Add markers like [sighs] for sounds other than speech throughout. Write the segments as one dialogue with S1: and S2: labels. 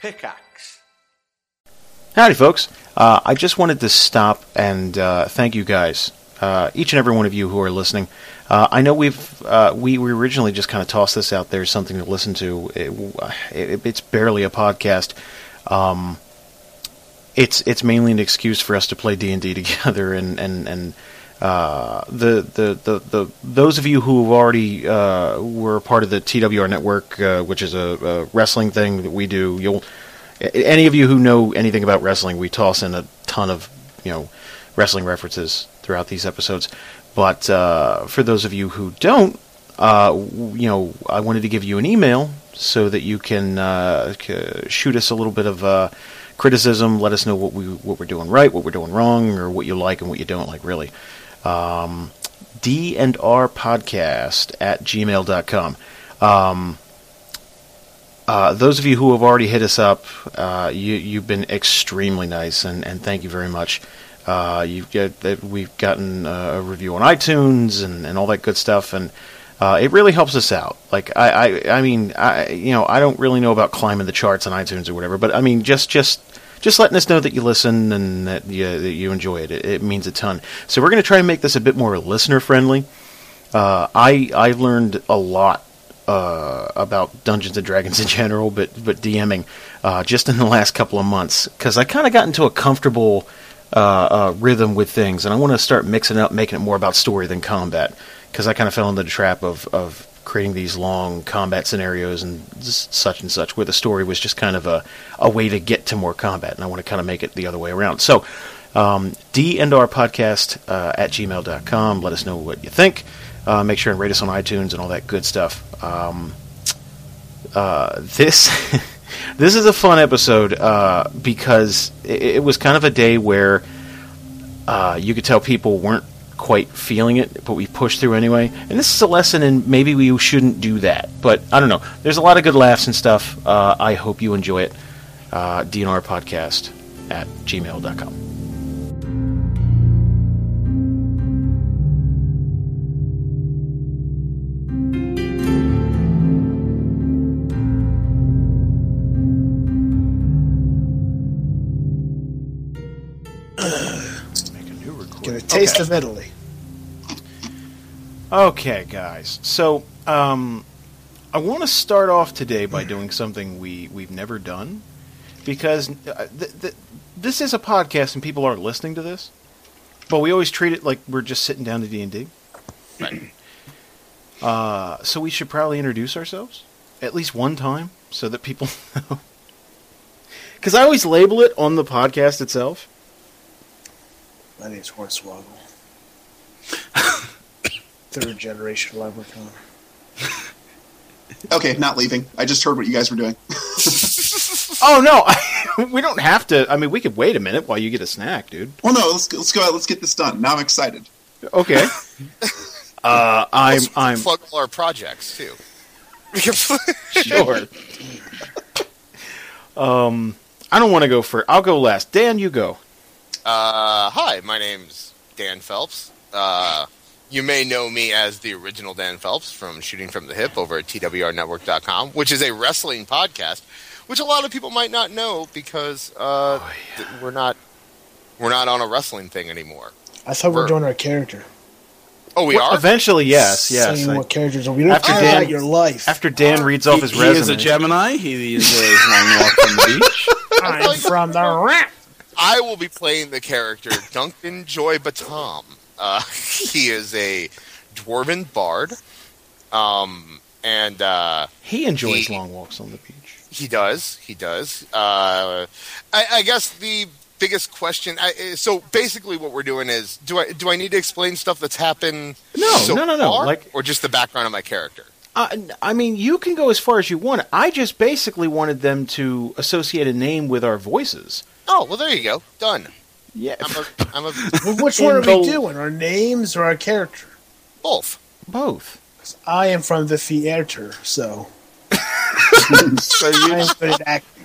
S1: Pickaxe.
S2: Howdy, folks. Uh, I just wanted to stop and uh, thank you guys, uh, each and every one of you who are listening. Uh, I know we've uh, we, we originally just kind of tossed this out there as something to listen to. It, it, it's barely a podcast. Um, it's it's mainly an excuse for us to play D and D [laughs] together, and and and uh, the, the the the those of you who have already uh, were a part of the TWR network, uh, which is a, a wrestling thing that we do. You'll a- any of you who know anything about wrestling, we toss in a ton of you know wrestling references throughout these episodes. But uh, for those of you who don't, uh, w- you know, I wanted to give you an email so that you can uh, c- shoot us a little bit of uh, criticism. Let us know what we what we're doing right, what we're doing wrong, or what you like and what you don't like. Really, um, D and R podcast at gmail.com. Um, uh, those of you who have already hit us up, uh, you, you've been extremely nice, and, and thank you very much. Uh, you've get, that we've gotten uh, a review on iTunes and, and all that good stuff, and uh, it really helps us out. Like I, I, I mean, I you know I don't really know about climbing the charts on iTunes or whatever, but I mean just just just letting us know that you listen and that you, that you enjoy it. it. It means a ton. So we're going to try and make this a bit more listener friendly. Uh, I I learned a lot uh, about Dungeons and Dragons in general, but but DMing uh, just in the last couple of months because I kind of got into a comfortable uh, uh, rhythm with things, and I want to start mixing it up, making it more about story than combat because I kind of fell into the trap of of creating these long combat scenarios and s- such and such where the story was just kind of a, a way to get to more combat and i want to kind of make it the other way around so um, dndrpodcast podcast uh, at gmail.com let us know what you think uh, make sure and rate us on itunes and all that good stuff um, uh, this [laughs] this is a fun episode uh, because it, it was kind of a day where uh, you could tell people weren't quite feeling it, but we pushed through anyway. And this is a lesson, and maybe we shouldn't do that. But I don't know. There's a lot of good laughs and stuff. Uh, I hope you enjoy it. Uh, DNR podcast at gmail.com. Make a new recording.
S3: Get a taste
S2: Okay.
S3: of Italy.
S2: Okay, guys. So, um, I want to start off today by doing something we we've never done because uh, th- th- this is a podcast and people aren't listening to this, but we always treat it like we're just sitting down to D and D. Uh, so we should probably introduce ourselves at least one time so that people [laughs] know. Because I always label it on the podcast itself.
S3: My name's [coughs] Hornswoggle. Third generation leprechaun.
S4: Okay, not leaving. I just heard what you guys were doing. [laughs]
S2: Oh no, [laughs] we don't have to. I mean, we could wait a minute while you get a snack, dude.
S4: Well, no, let's let's go out. Let's get this done. Now I'm excited.
S5: [laughs]
S2: Okay. uh, I'm
S6: Let's
S2: I'm
S6: plug all our
S2: [laughs]
S6: projects too.
S2: sure. um, I don't want to go first. I'll go last. Dan, you go.
S6: Uh, hi, my name's Dan Phelps. Uh, you may know me as the original Dan Phelps from Shooting from the Hip over at TWRnetwork.com, which is a wrestling podcast, which a lot of people might not know because uh,
S2: Oh,
S6: th- we're not we're not on a wrestling thing anymore.
S3: I thought we were
S6: Burr.
S3: doing our character.
S6: Oh, we
S2: Well,
S6: are.
S2: Eventually, yes, yes.
S3: Saying
S2: I-
S3: what characters are. We don't
S2: After
S3: care
S2: Dan-
S3: about your life.
S2: after Dan reads off his
S5: he,
S2: resume,
S5: He is a Gemini. He is
S2: [laughs]
S5: a long walk from the beach.
S3: I'm from the ramp.
S6: I will be playing the character Duncan Joy Batom. Uh, [laughs] he is a dwarven bard, um, and uh,
S2: he enjoys
S6: he-
S2: long walks on the beach.
S6: He does. He does. Uh, I, I guess the biggest question. I, I- so basically, what we're doing is, do I do I need to explain stuff that's happened?
S2: No,
S6: so
S2: no, no, no,
S6: far,
S2: like-
S6: or just the background of my character.
S2: I, Uh, I mean, you can go as far as you want. I just basically wanted them to associate a name with our voices.
S6: Oh well, there you go. Done.
S2: Yeah,
S6: I'm a, I'm a
S2: [laughs]
S3: Well, which one are
S2: In
S3: we
S2: the-
S3: doing? Our names or our character?
S6: wolf.
S2: both.
S3: 'Cause I am from the theater,
S2: [laughs]
S3: so
S5: So you,
S3: I am good at acting.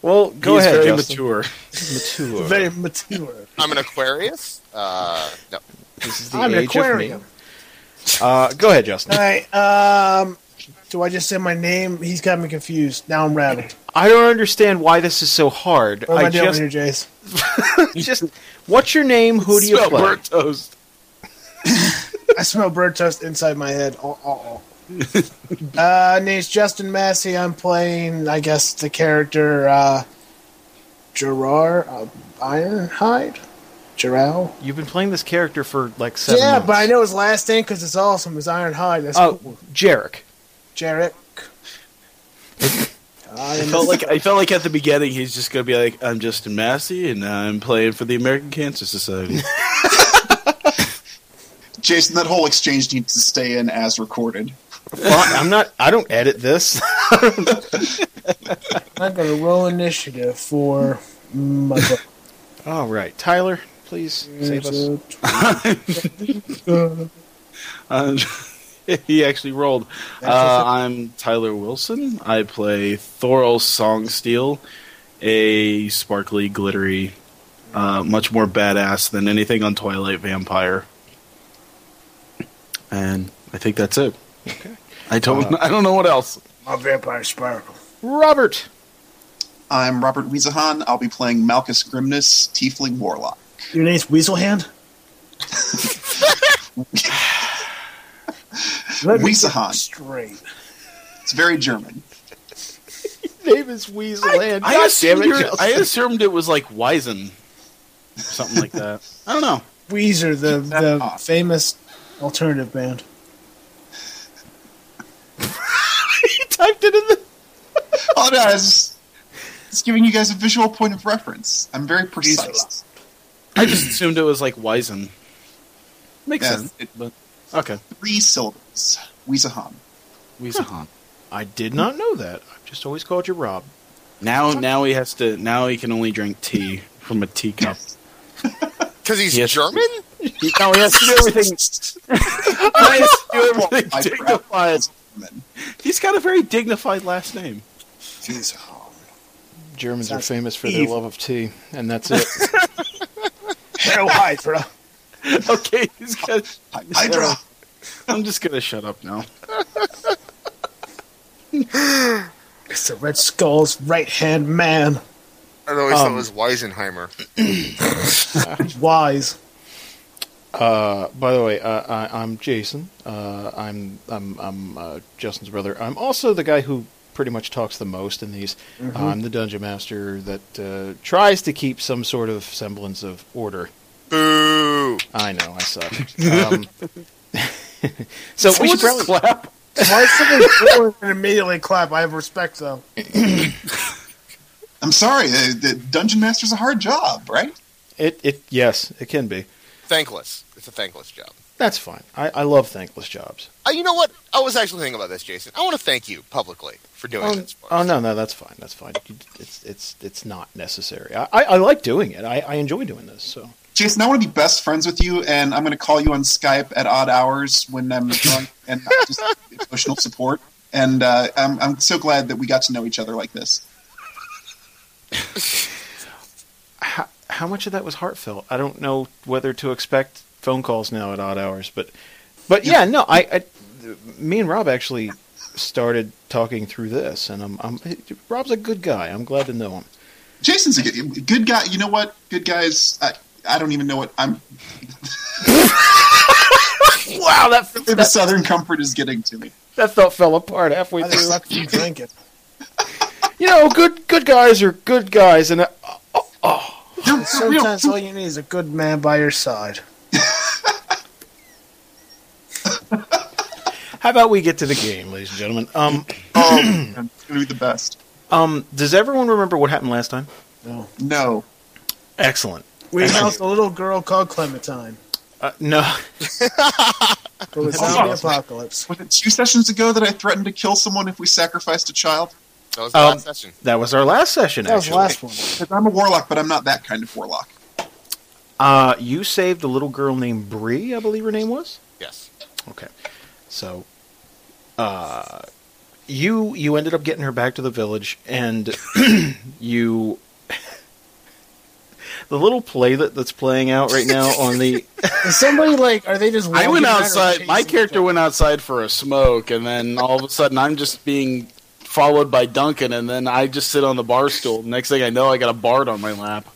S2: Well, go
S5: he is
S2: ahead.
S5: very
S2: Justin.
S5: mature.
S2: Mature.
S3: Very mature.
S6: I'm an Aquarius. Uh, no.
S2: This is the
S3: I'm an
S2: age of me.
S3: aquarium.
S2: Uh, go ahead, Justin.
S3: All right. Um, do I just say my name? He's got me confused. Now I'm rattled.
S2: I don't understand why this is so hard.
S3: What am I,
S2: I
S3: doing
S2: just,
S3: here, Jace?
S2: just, [laughs] what's your name? Who do you
S5: Smell
S2: play?
S5: burnt toast.
S3: I smell bird toast inside my head. Oh, oh, oh. uh, name's Justin Massey. I'm playing, I guess, the character uh, Gerard uh, Ironhide. Gerald.
S2: You've been playing this character for like seven.
S3: yeah,
S2: months.
S3: but I know his last name because it's awesome. Is Ironhide. That's
S2: Oh,
S3: cool.
S2: Jarek.
S3: Jarek. I
S5: I
S3: am
S5: felt like I felt like at the beginning he's just gonna be like, "I'm Justin Massey, and I'm playing for the American Cancer Society."
S4: Jason, that whole exchange needs to stay in as recorded.
S2: Fine, I'm not. I don't edit this. [laughs]
S3: I'm going to roll initiative
S2: [laughs]
S3: for my book.
S2: All right, Tyler, please save us. [laughs]
S5: Um, [laughs] he actually rolled. Uh, I'm Tyler Wilson. I play Thorol Songsteel, a sparkly, glittery, uh, much more badass than anything on Twilight Vampire. And I think that's it. I don't. [laughs] I don't know what else.
S3: [laughs] My vampire sparkle.
S2: Robert.
S4: I'm Robert Wiesehan. I'll be playing Malchus Grimness, Tiefling Warlock.
S3: Your name's Weaselhand? Let me get
S4: Wieselhand.
S3: Straight.
S4: It's very German.
S2: Name is Weasel. and
S5: I assumed, you're- I assumed it was like Wizen, something like [laughs] that. I don't know.
S3: Weezer, the,
S4: That's
S3: the
S4: hot.
S3: famous alternative band.
S2: he typed it in the.
S4: Oh no, it's, it's giving you guys a visual point of reference. I'm very precise.
S5: I just assumed it was like Wizen. Makes
S4: Yeah,
S5: sense.
S4: it-
S5: but okay,
S4: Three syllables. Wiesehan.
S5: Wiesehan.
S2: I did not know that. I've just always called you Rob.
S5: Now, now he has to. Now he can only drink tea from a teacup.
S6: Because he's
S5: Yes.
S6: German?
S5: He, no, he has to Oh, do
S6: [laughs]
S5: everything. he has to do
S6: Oh
S5: everything
S4: I-
S3: Uh,
S5: dignified.
S4: German.
S5: He's got a very dignified last name.
S3: Weezelhand.
S2: Germans
S3: Sounds
S2: are famous for
S3: evil.
S2: their love of tea, and that's it.
S3: Hell, Hydra.
S5: Okay, he's got.
S4: Hy- Hydra.
S5: I'm just gonna shut up now.
S3: It's the Red Skull's right hand man.
S6: I always
S2: Um,
S6: thought it was Weisenheimer.
S3: He's wise.
S2: Uh, by the way, uh, I, I'm Jason. Uh, I'm I'm I'm uh, Justin's brother. I'm also the guy who pretty much talks the most in these.
S5: Mm-hmm.
S2: I'm the dungeon master that uh, tries to keep some sort of semblance of order.
S6: Boo!
S2: I know I
S5: [laughs]
S2: suck. Um, [laughs] so we
S5: Someone
S2: should
S5: just
S2: probably
S5: clap.
S3: Why somebody boo and immediately clap? I have respect, though.
S4: I'm sorry. The, the dungeon master's a hard job, right?
S2: it it yes it can be.
S6: Thankless. It's a thankless job.
S2: That's fine. I, I love thankless jobs.
S6: Uh, you know what? I was actually thinking about this, Jason. I want to thank you publicly for doing
S2: Oh,
S6: this. for
S2: oh
S6: us.
S2: no no that's fine that's fine. You- It's it's it's not necessary. I, I, I like doing it. I, I enjoy doing this. So
S4: Jason, I want to be best friends with you, and I'm going to call you on Skype at odd hours when I'm drunk and just emotional support. And uh, I'm, I'm so glad that we got to know each other like this.
S2: how, how much of that was heartfelt? I don't know whether to expect phone calls now at odd hours, but but yeah, no, I, I me and Rob actually started talking through this, and I'm, I'm Rob's a good guy. I'm glad to know him.
S4: Jason's a good, good guy. You know what? Good guys. I, I don't even know what I'm.
S2: Wow, that
S4: The Southern comfort is getting to me.
S2: that thought fell apart halfway
S3: Why the fuck do you drink it?
S2: You know, good good guys are good guys, and uh,
S4: They're, they're real.
S3: Sometimes all you need is a good man by your side.
S2: how about we get to the game, ladies and gentlemen? Um,
S4: Oh, man, it's going to be the best.
S2: um, does everyone remember what happened last time?
S3: No.
S4: No.
S2: Excellent.
S3: We housed a little girl called Clementine
S2: Uh, no,
S3: for the zombie apocalypse.
S4: Was it two sessions ago that I threatened to kill someone if we sacrificed a child?
S6: That was the
S2: um,
S6: last session.
S2: that was our last session.
S3: That was the
S2: actually.
S3: last one.
S4: 'Cause I'm a warlock, but I'm not that kind of warlock.
S2: Uh, you saved a little girl named Bree, I believe her name was.
S6: Yes.
S2: Okay, so uh, you you ended up getting her back to the village, and [coughs] you the little play that, that's playing out right now on the
S3: Is somebody like? Are they just?
S5: I
S3: walking
S5: went
S3: around or
S5: outside.
S3: chasing
S5: My
S3: each
S5: character
S3: other?
S5: went outside for a smoke, and then all of a sudden, I'm just being followed by Duncan, and then I just sit on the bar stool. Next thing I know, I got a Bard on my lap.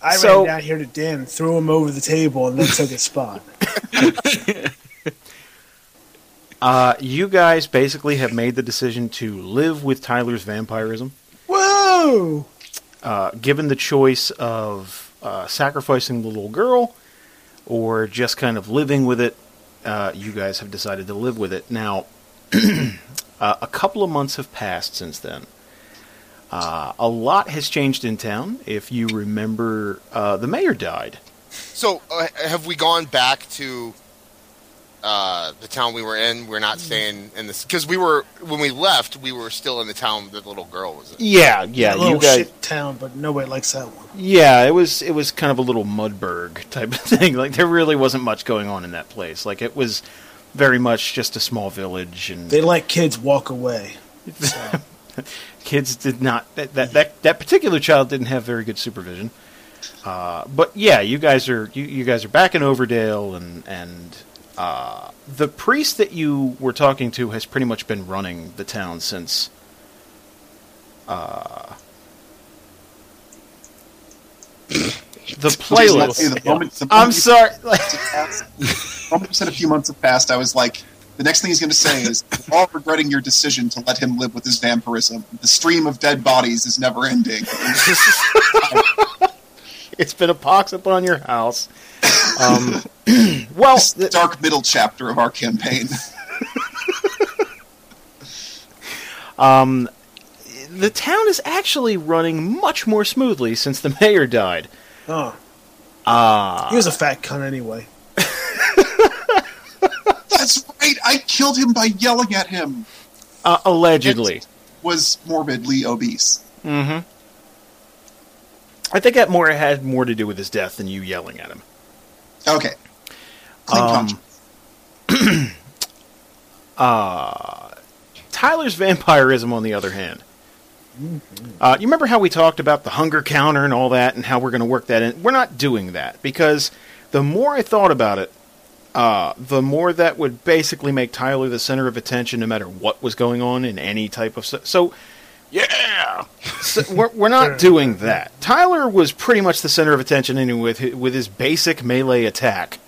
S3: I
S2: So-
S3: ran down here to Dan, threw him over the table, and then took his spot.
S2: Uh, you guys basically have made the decision to live with Tyler's vampirism.
S3: [laughs] Whoa!
S2: Uh, given the choice of uh, sacrificing the little girl or just kind of living with it, uh, you guys have decided to live with it. Now, [clears throat] uh, a couple of months have passed since then. Uh, a lot has changed in town. If you remember, uh, the mayor died.
S6: So, uh, have we gone back to uh, the town we were in? We're not staying in this because we were when we left. We were still in the town the little girl was in.
S2: Yeah, yeah.
S3: That little
S2: You guys,
S3: shit town, but nobody likes that one.
S2: Yeah, it was it was kind of a little Mudberg type of [laughs] thing. Like there really wasn't much going on in that place. Like it was very much just a small village, and
S3: They let kids walk away.
S2: kids did not that that, that that particular child didn't have very good supervision. Uh, but yeah, you guys are you, you guys are back in Overdale, and and uh, the priest that you were talking to has pretty much been running the town since. Uh,
S4: [laughs]
S2: the
S4: Let's say
S2: playlist.
S4: the moment- the
S2: I'm
S4: moment you [laughs]
S2: sorry.
S4: said past- the moment you said a few months have passed, I was like, the next thing he's going to say is, "We're all regretting your decision to let him live with his vampirism. The stream of dead bodies is never
S2: [laughs]
S4: ending.
S2: it's been a pox upon your house. Um, [clears throat] well,
S4: It's the dark middle chapter of our campaign. [laughs]
S2: Um, the town is actually running much more smoothly since the [laughs] mayor died.
S3: Oh,
S2: Ah,
S3: he was a fat cunt anyway.
S4: That's right. I killed him by yelling at him.
S2: uh, allegedly.
S4: Was morbidly obese.
S2: hmm I think that more had more to do with his death than you yelling at him.
S4: Okay. Clean
S2: Um,
S4: conscience.
S2: Tyler's vampirism, on the other hand, uh, you remember how we talked about the hunger counter and all that, and how we're going to work that in? We're not doing that because the more I thought about it, uh, the more that would basically make Tyler the center of attention, no matter what was going on in any type of. So, so
S6: Yeah,
S2: So we're, we're not doing that. Tyler was pretty much the center of attention anyway with hi- with his basic melee attack.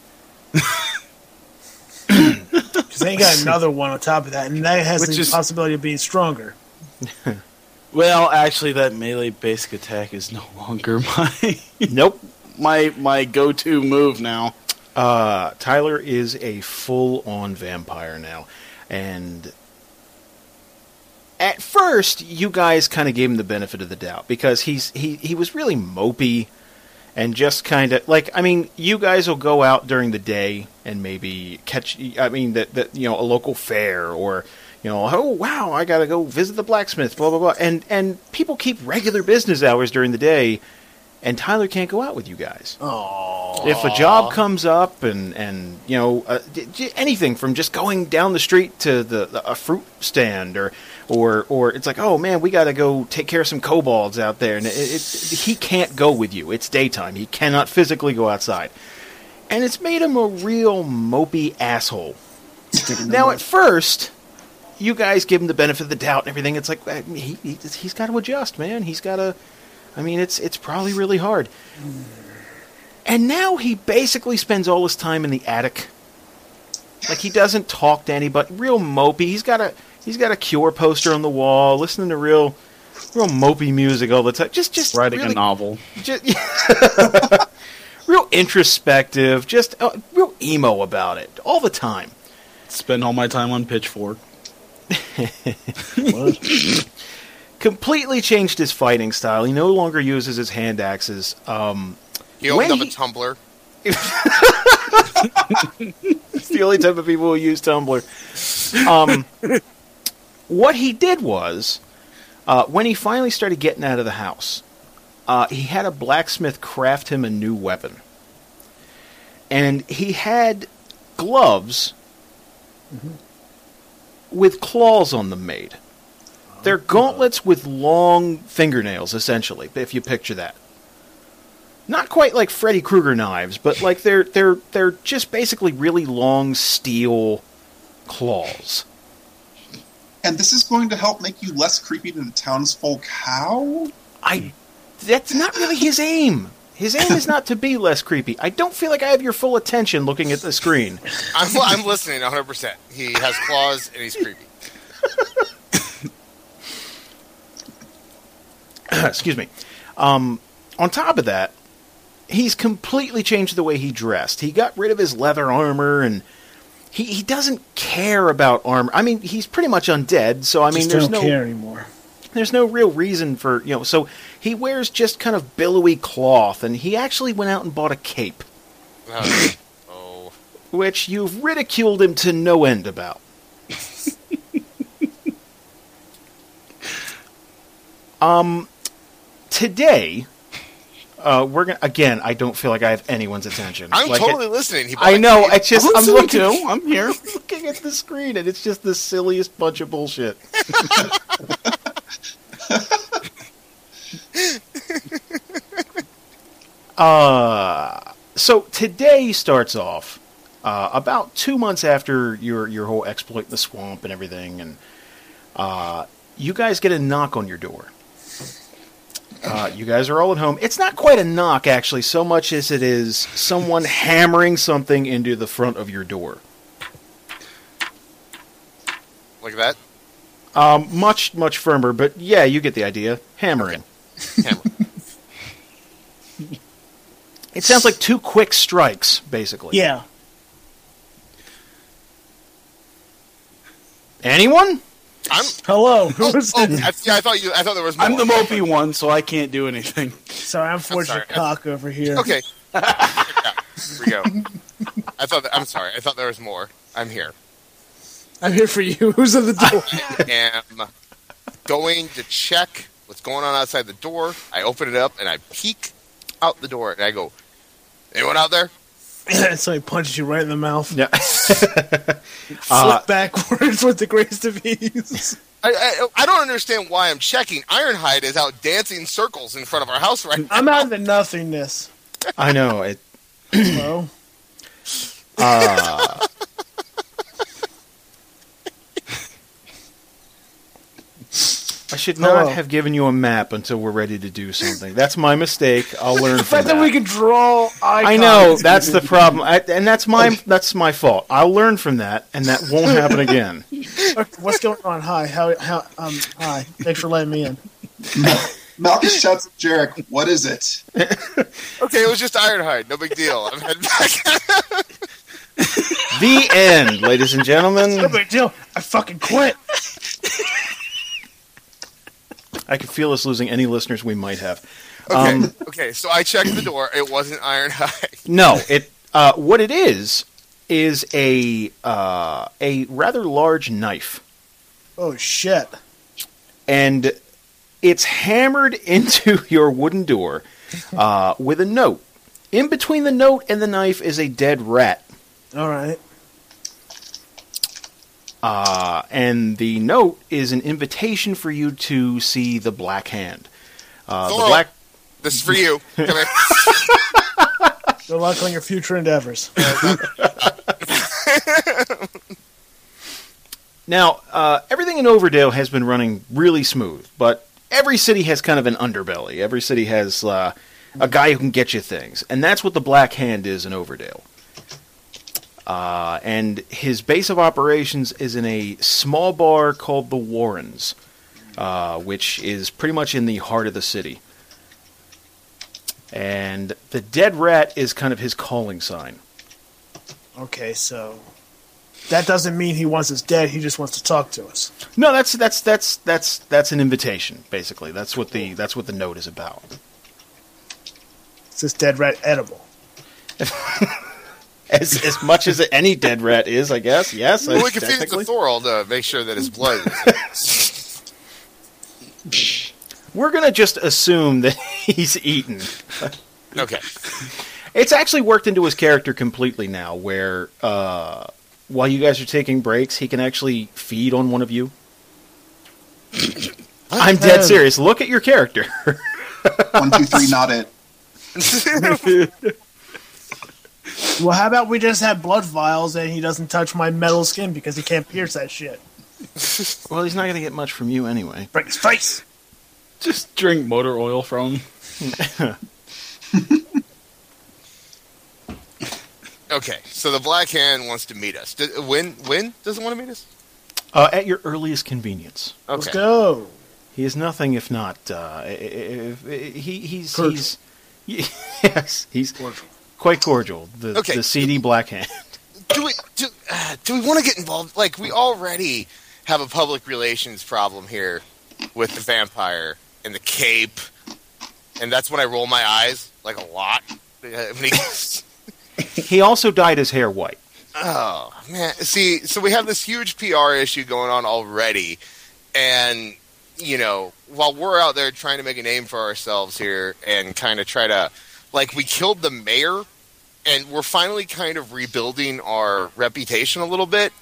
S3: Because they got another one on top of that, and that has
S5: Which
S3: the
S5: is-
S3: possibility of being stronger.
S5: Well, actually, that melee basic attack is no longer [laughs] my
S2: nope.
S5: my my go to move now.
S2: Uh, Tyler is a full on vampire now, and at first you guys kind of gave him the benefit of the doubt because he's he he was really mopey and just kind of like I mean you guys will go out during the day and maybe catch I mean that that you know a local fair or you know oh wow I got to go visit the blacksmith blah blah blah and and people keep regular business hours during the day and Tyler can't go out with you guys
S3: Oh,
S2: if a job comes up and and you know uh, d- d- anything from just going down the street to the, the a fruit stand or or or it's like oh man we got to go take care of some kobolds out there and it, it, he can't go with you it's daytime he cannot physically go outside and it's made him a real mopey asshole now at first you guys give him the benefit of the doubt and everything it's like I mean, he, he he's got to adjust man he's got to I mean it's it's probably really hard and now he basically spends all his time in the attic. Like he doesn't talk to anybody. Real mopey. He's got a he's got a cure poster on the wall, listening to real real mopey music all the time. Just just
S5: Writing
S2: really,
S5: a novel.
S2: ju- [laughs] real introspective, just uh, real emo about it all the time.
S5: Spend all my time on Pitchfork.
S2: Completely changed his fighting style. He no longer uses his hand axes. Um,
S6: he opened
S2: When
S6: up
S2: he-
S6: a Tumblr.
S2: It's the only type of people who use Tumblr. Um, what he did was, uh, when he finally started getting out of the house, uh, he had a blacksmith craft him a new weapon. And he had gloves with claws on them made. They're gauntlets with long fingernails, essentially, if you picture that not quite like Freddy Krueger knives, but like they're they're they're just basically really long steel claws.
S4: and this is going to help make you less creepy to the townsfolk. How?
S2: I that's not really his aim. His aim is not to be less creepy. I don't feel like I have your full attention looking at the screen. [coughs]
S6: I'm, I'm listening 100%. He has claws and he's creepy.
S2: Excuse me. Um, on top of that, he's completely changed the way he dressed. He got rid of his leather armor and he, he doesn't care about armor. I mean, he's pretty much undead, so I mean,
S3: Just
S2: there's
S3: don't
S2: no
S3: care anymore.
S2: there's no real reason for you know so he wears just kind of billowy cloth and he actually went out and bought a cape
S6: Uh, oh.
S2: which you've ridiculed him to no end about [laughs] um today uh we're gonna again i don't feel like i have anyone's attention
S6: I'm
S2: Like,
S6: totally listening. He bought
S2: i
S6: a
S2: know
S6: cape.
S2: i just i'm
S5: listening
S2: looking
S5: too. I'm here.
S2: looking at the screen and it's just the silliest bunch of bullshit. [laughs] uh, so today starts off uh, about two months after your your whole exploit in the swamp and everything, and uh, you guys get a knock on your door. Uh, you guys are all at home. It's not quite a knock, actually, so much as it is someone hammering something into the front of your door.
S6: Look at that.
S2: Um, much, much firmer, but yeah, you get the idea. Hammering.
S6: Hammer.
S2: It sounds like two quick strikes, basically.
S3: Yeah.
S2: Anyone?
S6: I'm.
S3: Hello. Who
S6: Oh,
S3: [laughs] was
S6: oh,
S3: it?
S6: I, yeah, I thought you. I thought there was more.
S5: I'm the mopey one, so I can't do anything.
S3: Sorry, I'm forging
S6: sorry.
S3: cock over here.
S6: Okay. yeah, here we go. I thought. That, I'm sorry. I thought there was more. I'm here.
S3: I'm here for you. [laughs] Who's at the door?
S6: am going to check what's going on outside the door. I open it up and I peek out the door and I go, "Anyone out there?"
S3: so he punches you right in the mouth.
S2: Yeah. Uh,
S3: Flip backwards [laughs] with the greatest of ease.
S6: I, I, I don't understand why I'm checking. Ironhide is out dancing circles in front of our house right now.
S3: I'm out of the nothingness.
S2: [laughs] I know. It,
S3: Hello.
S2: uh, I should not
S3: Hello.
S2: have given you a map until we're ready to do something. That's my mistake. I'll
S3: [laughs]
S2: learn
S3: the
S2: from
S3: fact that we can draw icons.
S2: I know [laughs] that's the problem, I, and that's my
S3: Oh.
S2: that's my fault. I'll learn from that, and that
S3: [laughs]
S2: won't happen again.
S3: Okay, [laughs] What's going on? Hi. How? How? Um. Hi. Thanks for letting me in.
S4: Malchus shouts at Jarek, What is it?
S6: Okay, it was just Ironhide. No big deal. I'm heading back.
S2: The end, ladies and
S3: No
S2: gentlemen.
S3: [laughs] big deal. I fucking quit.
S2: I could feel us losing any listeners we might have.
S6: okay,
S2: Um,
S6: [laughs] okay. So I checked the door. It wasn't Ironhide.
S2: no, it uh, what it is is a uh, a rather large knife,
S3: Oh shit.
S2: and it's hammered [laughs] into your wooden door uh, with a note. In between the note and the knife is a dead rat,
S3: All right.
S2: uh, and the note is an invitation for you to see the Black Hand. Uh, the
S6: Thor.
S2: black
S6: This is for you.
S2: [laughs]
S6: Come here.
S3: Good luck on your future endeavors.
S2: Now, uh, everything in Overdale has been running really smooth, but every city has kind of an underbelly. Every city has uh, a guy who can get you things, and that's what the Black Hand is in Overdale. Uh, and his base of operations is in a small bar called the Warrens, uh, which is pretty much in the heart of the city. And the dead rat is kind of his calling sign.
S3: Okay, so that doesn't mean he wants us dead. He just wants to talk to us.
S2: No, that's that's that's that's that's an invitation, basically. That's what the that's what the note is about.
S3: Is this dead rat edible?
S2: As as much as any dead rat is, I guess. Yes,
S6: well,
S2: I-
S6: we can feed it to
S2: technically.
S6: Thorald to make sure that his blood.
S2: [laughs] We're gonna just assume that [laughs] he's eaten.
S6: Okay. [laughs]
S2: It's actually worked into his character completely now, where uh, while you guys are taking breaks, he can actually feed on one of [coughs] you. I'm dead serious. Look at your character. [laughs]
S4: One, two, three, not it.
S3: Well, how about we just have blood vials and he doesn't touch my metal skin because he can't pierce that shit.
S2: Well, he's not going to get much from you anyway.
S3: Break his face.
S5: [laughs] Just drink motor oil from him.
S6: Okay, so the Black Hand wants to meet us. D- when? When doesn't want to meet us?
S2: Uh, at your earliest convenience.
S3: Let's
S6: Okay.
S3: go.
S2: He is nothing if not. Uh, if, he, he's,
S3: Cordial.
S2: he's. [laughs] Yes, he's quite cordial. The,
S6: Okay.
S2: the seedy black hand.
S6: Do we do, [sighs] uh, do we want to get involved? Like we already have a public relations problem here with the vampire and the cape, and that's when I roll my eyes like a lot. [laughs] Uh, when he-
S2: He also dyed his hair white.
S6: Oh man, see, so we have this huge PR issue going on already, and you know, while we're out there trying to make a name for ourselves here and kind of try to, like, we killed the mayor, and we're finally kind of rebuilding our reputation a little bit.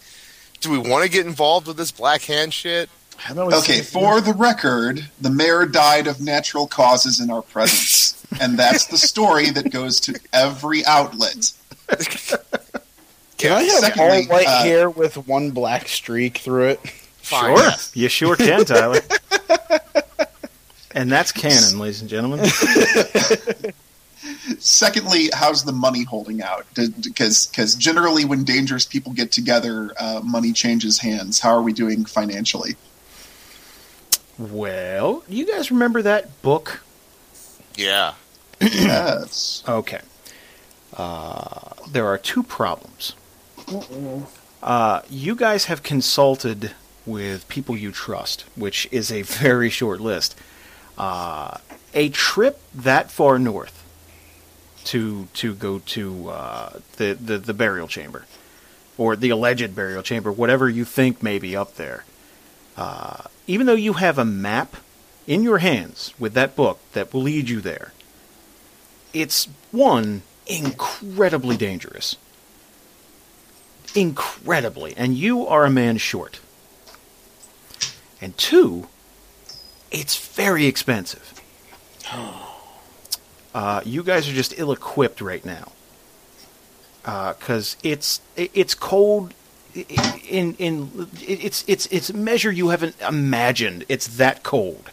S6: Do we want to get involved with this black hand shit?
S3: How about we
S4: Okay,
S3: see-
S4: for the record, the mayor died of natural causes in our presence. and that's the story that goes to every outlet.
S5: Can I have
S4: Secondly,
S1: all white
S4: uh,
S1: hair with one black streak through it?
S6: Fine.
S2: Sure. You sure can, Tyler. and that's canon, ladies and gentlemen.
S4: Secondly, how's the money holding out? Because because generally, when dangerous people get together, uh, money changes hands. How are we doing financially?
S2: Well, you guys remember that book?
S6: Yeah.
S4: yes.
S2: Okay. Uh, there are two problems. Uh, you guys have consulted with people you trust, which is a very short list. Uh, a trip that far north to to go to uh, the, the the burial chamber or the alleged burial chamber, whatever you think may be up there. Uh, even though you have a map in your hands with that book that will lead you there, it's one incredibly dangerous incredibly and you are a man short and two it's very expensive uh, you guys are just ill-equipped right now because it's i- it's cold i- i- in in it- it's it's it's a measure you haven't imagined it's that cold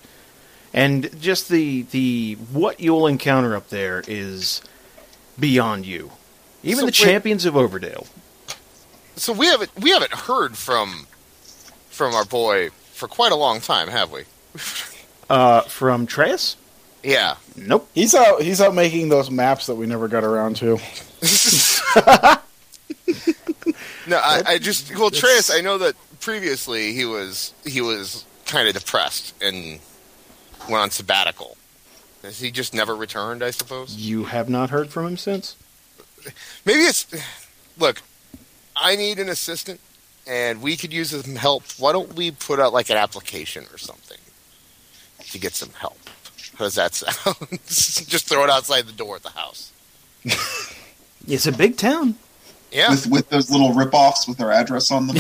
S2: and just the the what you'll encounter up there is beyond you. Even
S6: So
S2: the
S6: wait-
S2: champions of Overdale.
S6: So we haven't we haven't heard from from our boy for quite a long time, have we?
S2: Uh, from Treas?
S6: Yeah.
S2: Nope.
S1: He's out. He's out making those maps that we never got around to.
S6: No, I, I just well, Treyas. I know that previously he was he was kind of depressed and went on sabbatical. Has he just never returned? I suppose.
S2: You have not heard from him since.
S6: Maybe it's look. I need an assistant, and we could use some help. Why don't we put out like an application or something to get some help? How does that [laughs] sound? just throw it outside the door at the house.
S2: It's a big town.
S6: Yeah.
S4: With with those little ripoffs with our address on them.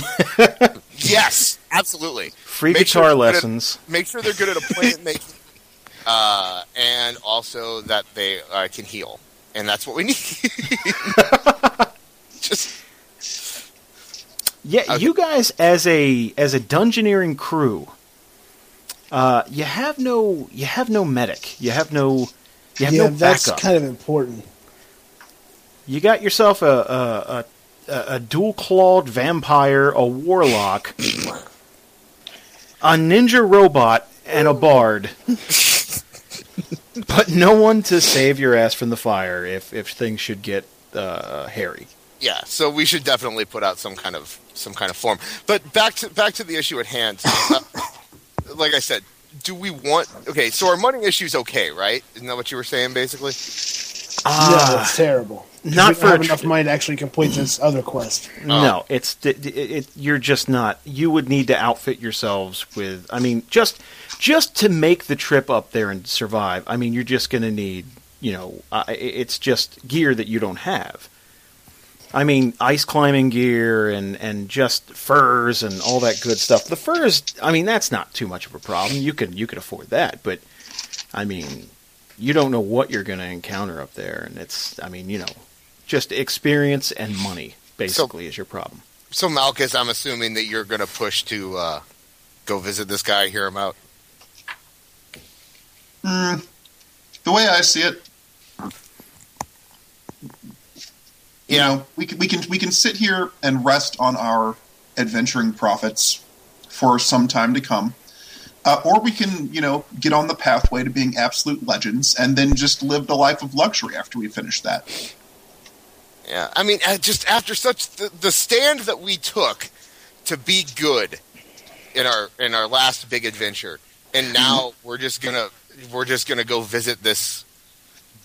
S6: yes. Absolutely.
S2: Free
S6: Make sure
S2: guitar
S6: you put it-
S2: lessons.
S6: make sure they're good at a plant making, uh, and also that they uh, can heal, and that's what we [laughs] need. Just
S2: Yeah,
S6: Okay.
S2: you guys as a as a dungeoneering crew, uh, you have no you have no medic. You have no you have
S3: yeah,
S2: no
S3: that's
S2: backup.
S3: kind of important.
S2: You got yourself a a, a, a- a dual clawed vampire, a warlock, a ninja robot, and a bard. but no one to save your ass from the fire if if things should get uh, hairy.
S6: yeah, so we should definitely put out some kind of some kind of form. But back to back to the issue at hand. Uh, like I said, do we want? Okay, so our money issue's okay, right? Isn't that what you were saying, basically?
S3: no, it's terrible. 'Cause
S2: not
S3: we don't
S2: for a
S3: have
S2: tr-
S3: enough money to actually complete this other quest.
S2: No, it's d- d- it, it, you're just not. You would need to outfit yourselves with. I mean, just just to make the trip up there and survive. I mean, you're just going to need. You know, uh, i- it's just gear that you don't have. I mean, ice climbing gear and and just furs and all that good stuff. The furs, I mean, that's not too much of a problem. You can you can afford that, but I mean, you don't know what you're going to encounter up there, and it's. I mean, you know, just experience and money basically is your problem.
S6: so Malchus, I'm assuming that you're going to push to uh, go visit this guy, hear him out.
S4: Mm, the way I see it, you know, we can, we can we can sit here and rest on our adventuring profits for some time to come, uh, or we can you know get on the pathway to being absolute legends and then just live the life of luxury after we finish that.
S6: Yeah, I mean, uh, just after such the, the stand that we took to be good in our in our last big adventure, and
S2: [laughs]
S6: now we're just gonna we're just gonna go visit this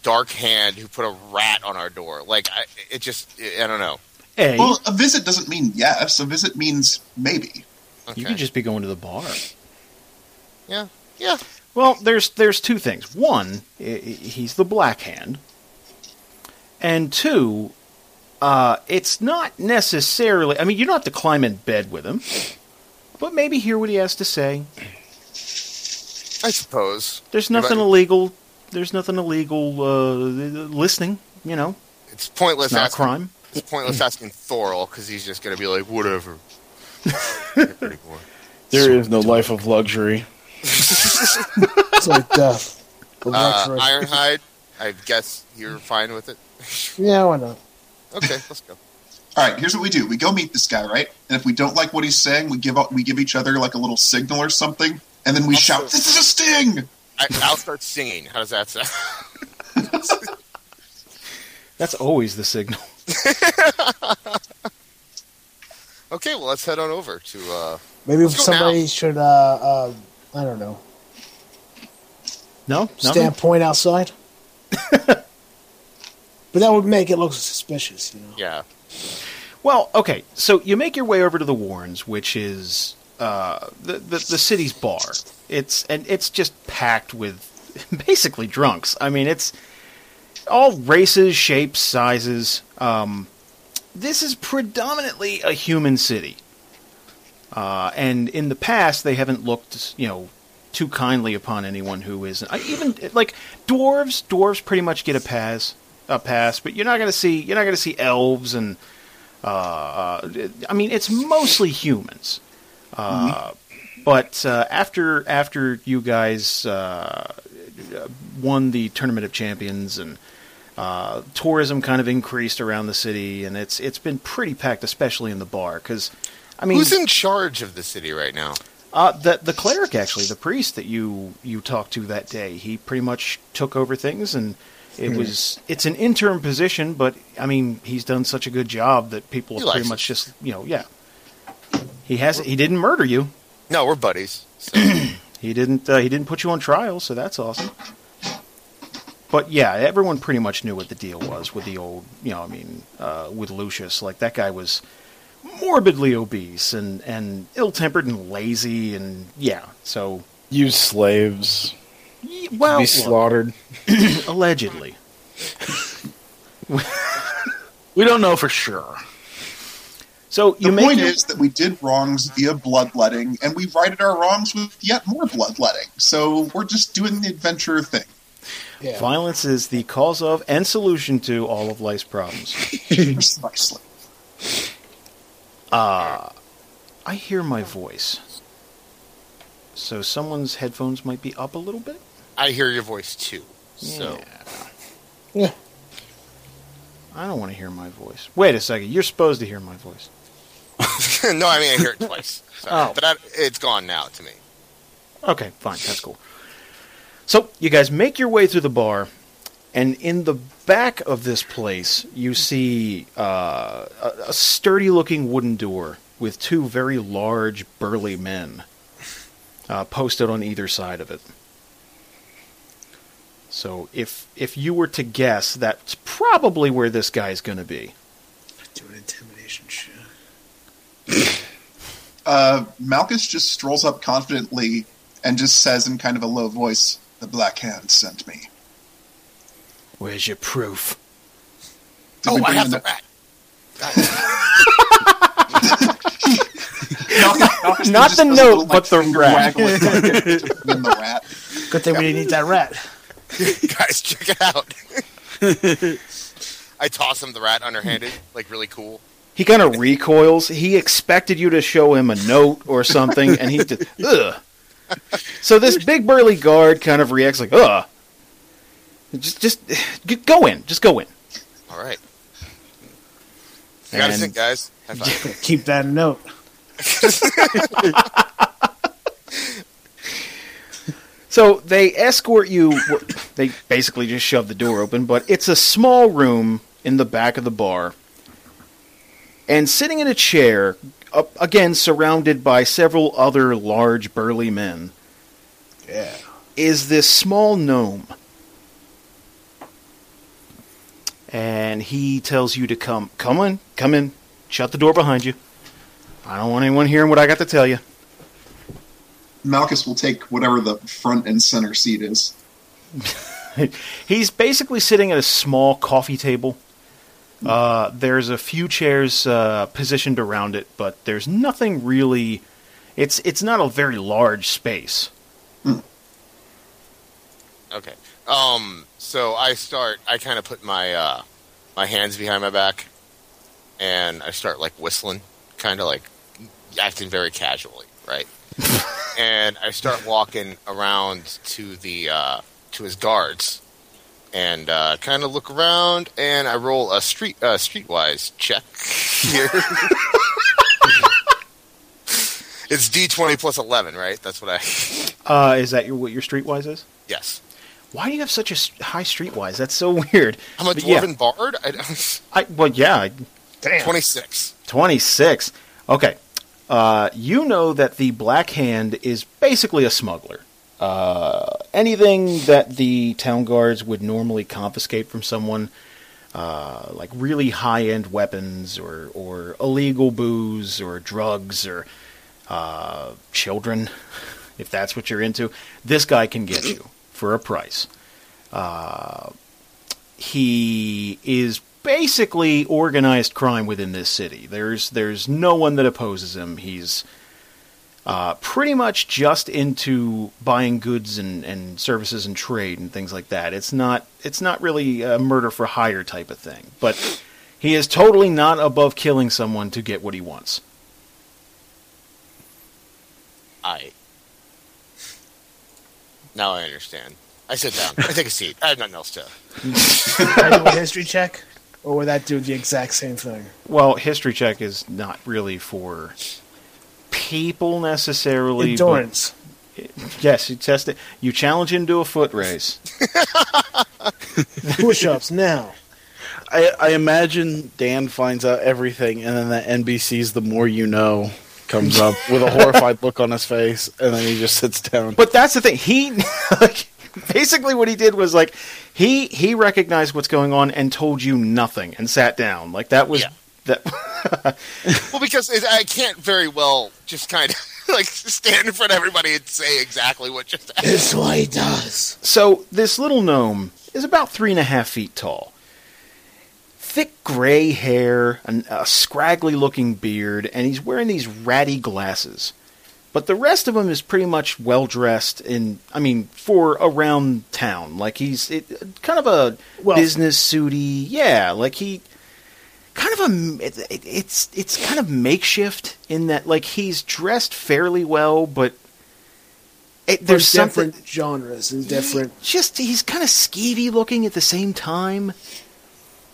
S6: dark hand who put a rat on our door. Like, I, it just I don't know.
S2: Hey,
S4: Well, a visit doesn't mean yes. A visit means maybe.
S6: Okay.
S2: you could just be going to the bar.
S6: yeah, yeah.
S2: Well, there's there's two things. One, i- i- he's the Black Hand, and two, uh, it's not necessarily. I mean, you don't have to climb in bed with him, but maybe hear what he has to say.
S6: I suppose
S2: There's nothing
S6: Right.
S2: illegal. There's nothing illegal uh, listening. You know,
S6: it's pointless
S2: it's not a
S6: asking.
S2: crime. Mm.
S6: It's pointless asking Thorol because he's just gonna be like,
S2: [laughs]
S6: whatever.
S5: There is no life of luxury.
S3: It's like death. The
S6: uh,
S3: luxury.
S6: Ironhide, I guess you're fine with it.
S3: Yeah, why not?
S6: Okay, let's go.
S4: All right, here's what we do: we go meet this guy, right? And if we don't like what he's saying, we give out, we give each other like a little signal or something, and then we
S6: Also-
S4: shout, "This is a sting!"
S6: I, I'll start singing. How does that sound? [laughs]
S2: That's always the signal. [laughs]
S6: Okay, well, let's head on over to. Uh,
S3: Maybe
S6: Let's go
S3: somebody should, uh, uh, I don't know,
S2: No, nothing?
S3: stand point outside. but that would make it look suspicious, you know.
S6: yeah,
S2: Well, okay. So you make your way over to the Warrens, which is uh, the, the the city's bar. It's and it's just packed with [laughs] basically drunks. I mean, it's all races, shapes, sizes. Um, this is predominantly a human city, uh, and in the past they haven't looked, you know, too kindly upon anyone who isn't. I even like dwarves. Dwarves pretty much get a pass, a pass. But you're not gonna see you're not gonna see elves and uh, I mean, it's mostly humans. Uh, But uh, after after you guys uh, won the tournament of champions and uh, tourism kind of increased around the city, and it's it's been pretty packed, especially in the bar. Because I mean,
S6: who's in charge of the city right now?
S2: uh, the the cleric actually, the priest that you you talked to that day, he pretty much took over things, and it was it's an interim position, but I mean he's done such a good job that people
S6: He
S2: have pretty
S6: likes
S2: much just you know yeah. He has he didn't murder you.
S6: No, we're buddies. [clears throat] So.
S2: He didn't uh, he didn't put you on trial, so that's awesome. But yeah, everyone pretty much knew what the deal was with the old, you know, I mean, uh, with Lucius. Like that guy was morbidly obese and and ill-tempered and lazy and yeah. So
S5: You slaves.
S2: Ye- Well,
S5: be
S2: look,
S5: slaughtered.
S2: [clears throat] allegedly.
S5: We don't know for sure.
S2: So you
S4: the
S2: make
S4: point
S2: your-
S4: is that we did wrongs via bloodletting, and we righted our wrongs with yet more bloodletting. So we're just doing the adventure
S2: [laughs]
S4: thing.
S3: Yeah.
S2: violence is the cause of and solution to all of life's problems.
S4: Precisely.
S2: I hear my voice. So someone's headphones might be up a little bit.
S6: I hear your voice too. [laughs] So
S3: Yeah.
S2: I don't want to hear my voice. Wait a second. You're supposed to hear my voice.
S6: no, I mean I hear it twice. Sorry.
S2: Oh.
S6: But I, it's gone now to me.
S2: Okay, fine. That's cool. So you guys make your way through the bar, and in the back of this place, you see uh, a, a sturdy-looking wooden door with two very large, burly men uh, posted on either side of it. So if if you were to guess, that's probably where this guy's going to be.
S3: Do an intimidation check.
S4: Uh, Malchus just strolls up confidently and just says in kind of a low voice, "The Black Hand sent me."
S2: Where's your proof?
S4: Did
S6: oh,
S4: we
S6: I
S4: bring
S6: have
S4: in
S6: the
S4: the-
S6: rat.
S4: [laughs]
S6: [laughs]
S4: Malchus- Malchus
S2: Not
S4: just
S2: the
S4: does a
S2: note,
S4: little,
S2: but the
S4: finger
S2: rat.
S4: waggle with the- and the rat.
S3: Good thing we didn't eat that rat.
S6: Guys, [laughs] check it out. I toss him the rat underhanded, like really cool.
S2: He kind of recoils. He expected you to show him a note or something, and he just ugh. So this big burly guard kind of reacts like ugh. Just, [sighs] just g- go in. Just go in.
S6: All right. You got to
S2: And-
S6: think, guys. High five.
S3: Keep that in note.
S2: So they escort you. They basically just shove the door open, but it's a small room in the back of the bar. And sitting in a chair, up, again surrounded by several other large, burly men,
S3: Yeah.
S2: is this small gnome. And he tells you to come. Come in, come in. Shut the door behind you. I don't want anyone hearing what I got to tell you.
S4: Malchus will take whatever the front and center seat is.
S2: He's basically sitting at a small coffee table. Uh, there's a few chairs uh, positioned around it, but there's nothing really. It's it's not a very large space.
S6: Okay. Um. So I start. I kind of put my uh, my hands behind my back, and I start like whistling, kind of like acting very casually,
S2: [laughs]
S6: right? and I start walking around to the uh, to his guards, and uh, kind of look around, and I roll a street uh, streetwise check
S2: [laughs]
S6: here. it's D twenty plus eleven, right? That's what I. [laughs]
S2: Uh, is that your, what your streetwise is?
S6: Yes,
S2: Why do you have such a s- high streetwise? That's so [laughs] weird.
S6: I'm a
S2: But yeah,
S6: dwarven bard. I, don't-
S2: I, well, yeah,
S3: Damn.
S6: 26.
S2: 26. Okay. Uh, you know that the Black Hand is basically a smuggler. Uh, anything that the town guards would normally confiscate from someone, uh, like really high end weapons or, or illegal booze or drugs or uh, children, [laughs] if that's what you're into, this guy can get you for a price he is basically organized crime within this city. There's there's no one that opposes him. He's uh, pretty much just into buying goods and, and services and trade and things like that. It's not it's not really a murder for hire type of thing, but he is totally not above killing someone to get what he wants.
S6: I. Now I understand. I sit down. I take a seat. I have nothing else to.
S3: Can I do a history check? Or would that do the exact same thing?
S2: Well, history check is not really for people necessarily. but-
S3: Endurance.
S2: Yes, you test it. You challenge him to a foot race.
S3: Push ups now.
S5: I, I imagine Dan finds out everything, and then that NBC's "The More You Know" comes up with a horrified look on his face, and then he just sits down.
S2: But that's the thing. He [laughs] like, basically what he did was like he he recognized what's going on and told you nothing and sat down. Like that was
S6: Yeah.
S2: that.
S6: Well, because it, I can't very well just kind of [laughs] like stand in front of everybody and say exactly what just happened.
S3: It's what he does.
S2: so this little gnome is about three and a half feet tall. Thick gray hair, an, a scraggly looking beard, and he's wearing these ratty glasses. But the rest of him is pretty much well dressed in, I mean, for around town. Like he's it, kind of a
S3: Well-
S2: business suity. Yeah, like he kind of a it, it- it's it's kind of makeshift in that like he's dressed fairly well, but it, there's
S3: There's
S2: something
S3: different genres and different.
S2: just he's kind of skeevy looking at the same time.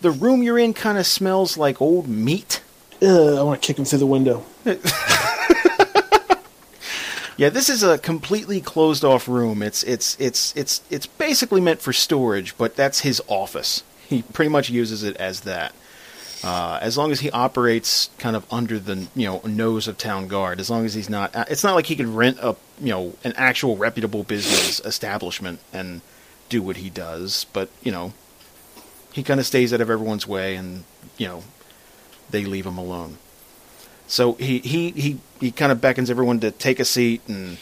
S2: The room you're in kind of smells like old meat.
S3: Ugh, I want to kick him through the window.
S2: Yeah, this is a completely closed off room. It's it's it's it's it's basically meant for storage, but that's his office. He pretty much uses it as that. Uh, as long as he operates kind of under the you know nose of town guard, as long as he's not, uh, it's not like he can rent a you know an actual reputable business establishment and do what he does. But you know, he kind of stays out of everyone's way, and you know, they leave him alone. So he he he he kind of beckons everyone to take a seat, and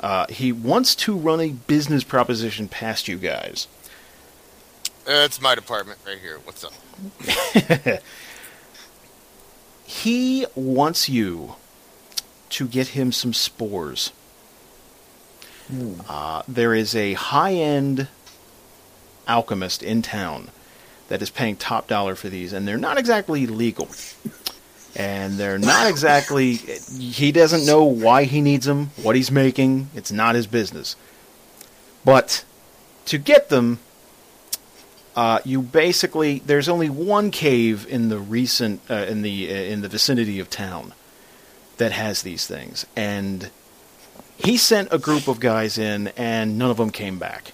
S2: uh, he wants to run a business proposition past you guys.
S6: That's my department right here. What's up?
S2: He wants you to get him some spores. Uh, there is a high end alchemist in town that is paying top dollar for these, and they're not exactly legal. and they're not exactly. He doesn't know why he needs them, what he's making. It's not his business. But to get them, uh, you basically there's only one cave in the recent uh, in the uh, in the vicinity of town that has these things, and he sent a group of guys in, and none of them came back,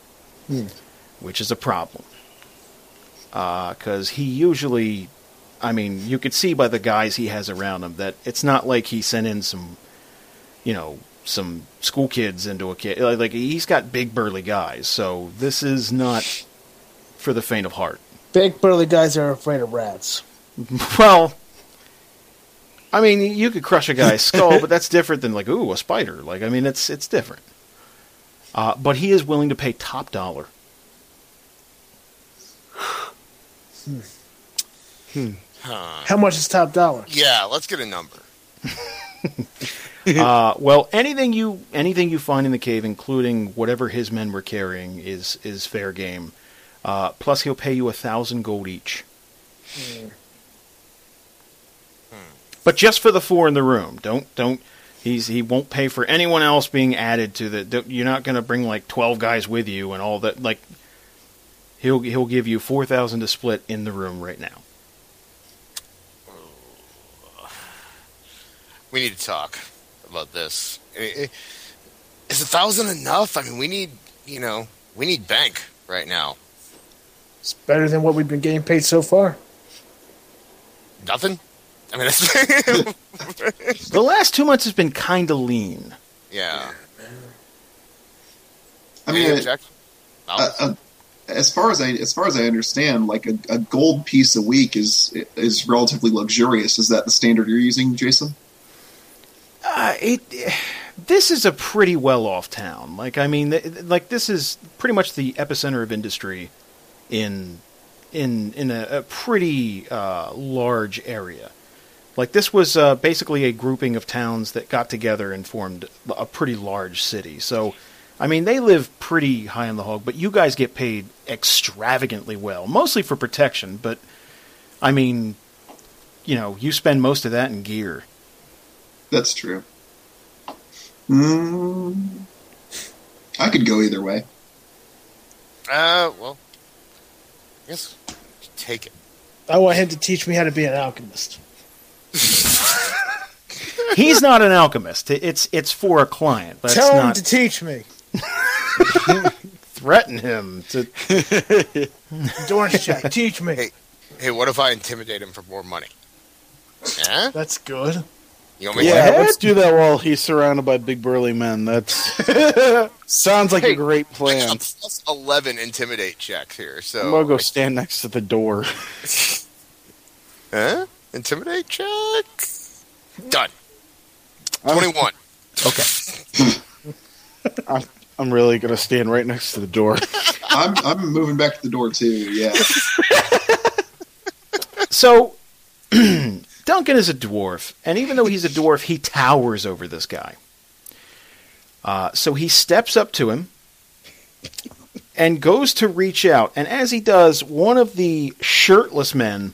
S2: which is a problem because he usually, I mean, you could see by the guys he has around him that it's not like he sent in some, you know, some school kids into a kid. Like, like he's got big burly guys, so this is not for the faint of heart. [laughs]
S3: Big burly guys are afraid of rats.
S2: Well, I mean, you could crush a [laughs] guy's skull, but that's different than like, ooh, a spider. Like, I mean, it's it's different. Uh, but he is willing to pay top [laughs] dollar.
S3: How much is top dollar?
S6: Yeah, let's get a number.
S2: uh, well, anything you anything you find in the cave, including whatever his men were carrying, is is fair game. Uh, plus, he'll pay you a thousand gold each. But just for the four in the room. Don't don't. He's he won't pay for anyone else being added to the. don't- You're not going to bring like twelve guys with you and all that. Like he'll he'll give you four thousand to split in the room right now.
S6: We need to talk about this. I- I- Is a thousand enough? I mean, we need you know we need bank right now.
S3: It's better than what we've been getting paid so far.
S6: Nothing. I
S4: [laughs]
S6: mean, that's [laughs]
S2: The last two months has been kind of lean.
S6: yeah.
S4: I mean,
S6: Any
S4: it-
S6: object- No.
S4: uh, uh, as far as I as far as I understand, like a, a gold piece a week is is relatively luxurious. Is that the standard you're using, Jason?
S2: Uh, it this is a pretty well off town. Like I mean, th- like this is pretty much the epicenter of industry in in in a, a pretty uh, large area. Like this was uh, basically a grouping of towns that got together and formed a pretty large city. So, I mean, they live pretty high on the hog, but you guys get paid extravagantly well, mostly for protection. But I mean, you know, you spend most of that in gear.
S4: That's true. Mm, I could go either way.
S6: Uh, well, I guess take it.
S3: I want him to teach me how to be an alchemist.
S2: He's not an alchemist. It- It's it's for a client. Let's
S3: Tell him
S2: not
S3: to teach me.
S2: threaten him. To,
S3: Endurance
S6: [laughs]
S3: check. Teach me.
S6: Hey. Hey, what if I intimidate him for more money? Yeah,
S3: That's good.
S6: you want me?
S1: Yeah,
S5: What?
S1: let's do that while he's surrounded by big burly men. That's sounds like
S6: Hey,
S1: a great
S6: I
S1: plan.
S6: got [laughs] plus eleven intimidate checks here.
S1: I'm
S6: So
S1: gonna go stand next to the door.
S6: Huh? Intimidate check. Done. Twenty-one.
S2: okay.
S1: I'm really gonna stand right next to the door.
S4: I'm [laughs] I'm moving back to the door too. [laughs] Yeah,
S3: [laughs]
S2: So [clears throat] Duncan is a dwarf, and even though he's a dwarf, he towers over this guy. Uh, so he steps up to him and goes to reach out, and as he does, one of the shirtless men,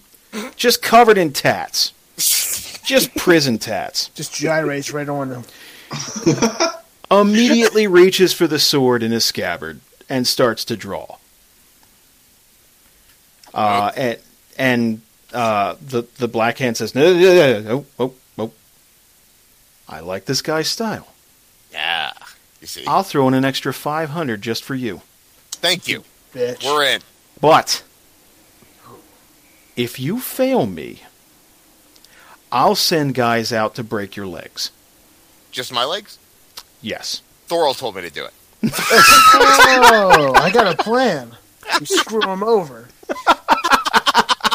S2: just covered in tats, just prison tats,
S3: Just gyrates right on him.
S2: immediately reaches for the sword in his scabbard and starts to draw. Uh, and and uh, the the black hand says, "No, no, no, no, no, oh, oh, oh. I like this guy's style.
S6: Yeah. You see.
S2: I'll throw in an extra five hundred just for you.
S6: Thank you.
S3: Bitch.
S6: We're in.
S2: But if you fail me, I'll send guys out to break your legs.
S6: Just my legs.
S2: Yes."
S6: Thorol told me to do it.
S3: oh, I got a plan. We screw him over.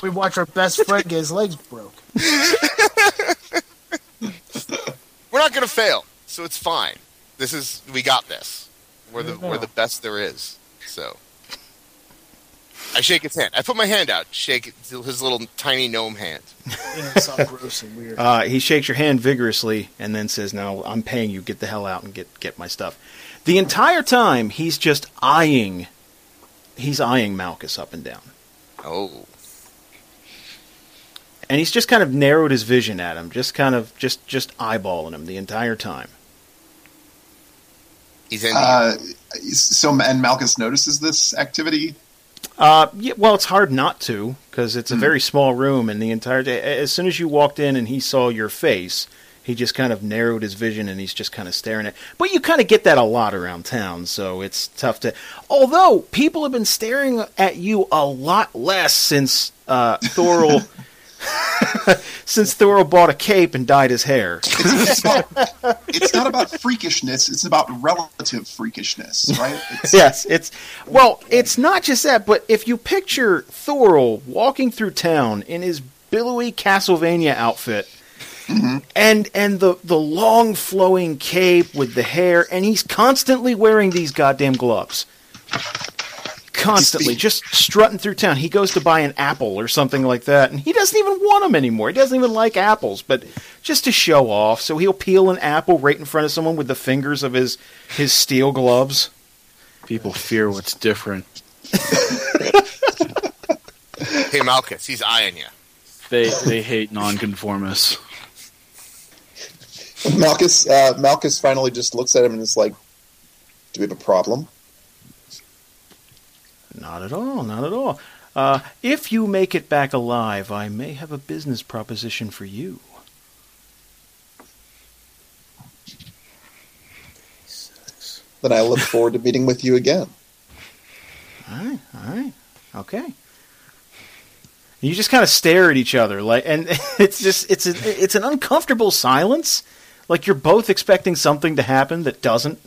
S3: We watch our best friend get his legs broke.
S6: We're not gonna fail, so it's fine. This is we got this. We're the
S3: Yeah.
S6: we're the best there is. So I shake his hand. I put my hand out, shake it- his little tiny gnome hand.
S3: Yeah, it's all gross and weird.
S2: Uh, he shakes your hand vigorously and then says, "Now I'm paying you. Get the hell out and get get my stuff." The entire time he's just eyeing, he's eyeing Malchus up and down.
S6: Oh,
S2: and he's just kind of narrowed his vision at him, just kind of just just eyeballing him the entire time.
S6: He's in.
S4: Uh, so and Malchus notices this activity.
S2: Uh, yeah, well, it's hard not to because it's a very small room, and the entire day, as soon as you walked in and he saw your face, he just kind of narrowed his vision and he's just kind of staring at. But you kind of get that a lot around town, so it's tough to. Although people have been staring at you a lot less since uh, Thorol. [laughs] since Thorol bought a cape and dyed his hair.
S4: It's, it's not, it's not about freakishness. It's about relative freakishness, right? It's,
S2: yes, it's well, it's not just that, but if you picture Thorol walking through town in his billowy Castlevania outfit and and the the long flowing cape with the hair and he's constantly wearing these goddamn gloves. Constantly, just strutting through town. He goes to buy an apple or something like that, and he doesn't even want them anymore. He doesn't even like apples, but just to show off, so he'll peel an apple right in front of someone with the fingers of his his steel gloves.
S5: People fear what's different.
S6: hey, Malchus, he's eyeing you.
S5: They they hate nonconformists.
S4: [laughs] Malchus uh, Malchus finally just looks at him and is like, "Do we have a problem?"
S2: Not at all, not at all. Uh, if you make it back alive, I may have a business proposition for you.
S4: Then I look forward to meeting with you again.
S2: All right, all right, okay. You just kind of stare at each other, like, and [laughs] it's just it's a, it's an uncomfortable silence. Like you're both expecting something to happen that doesn't.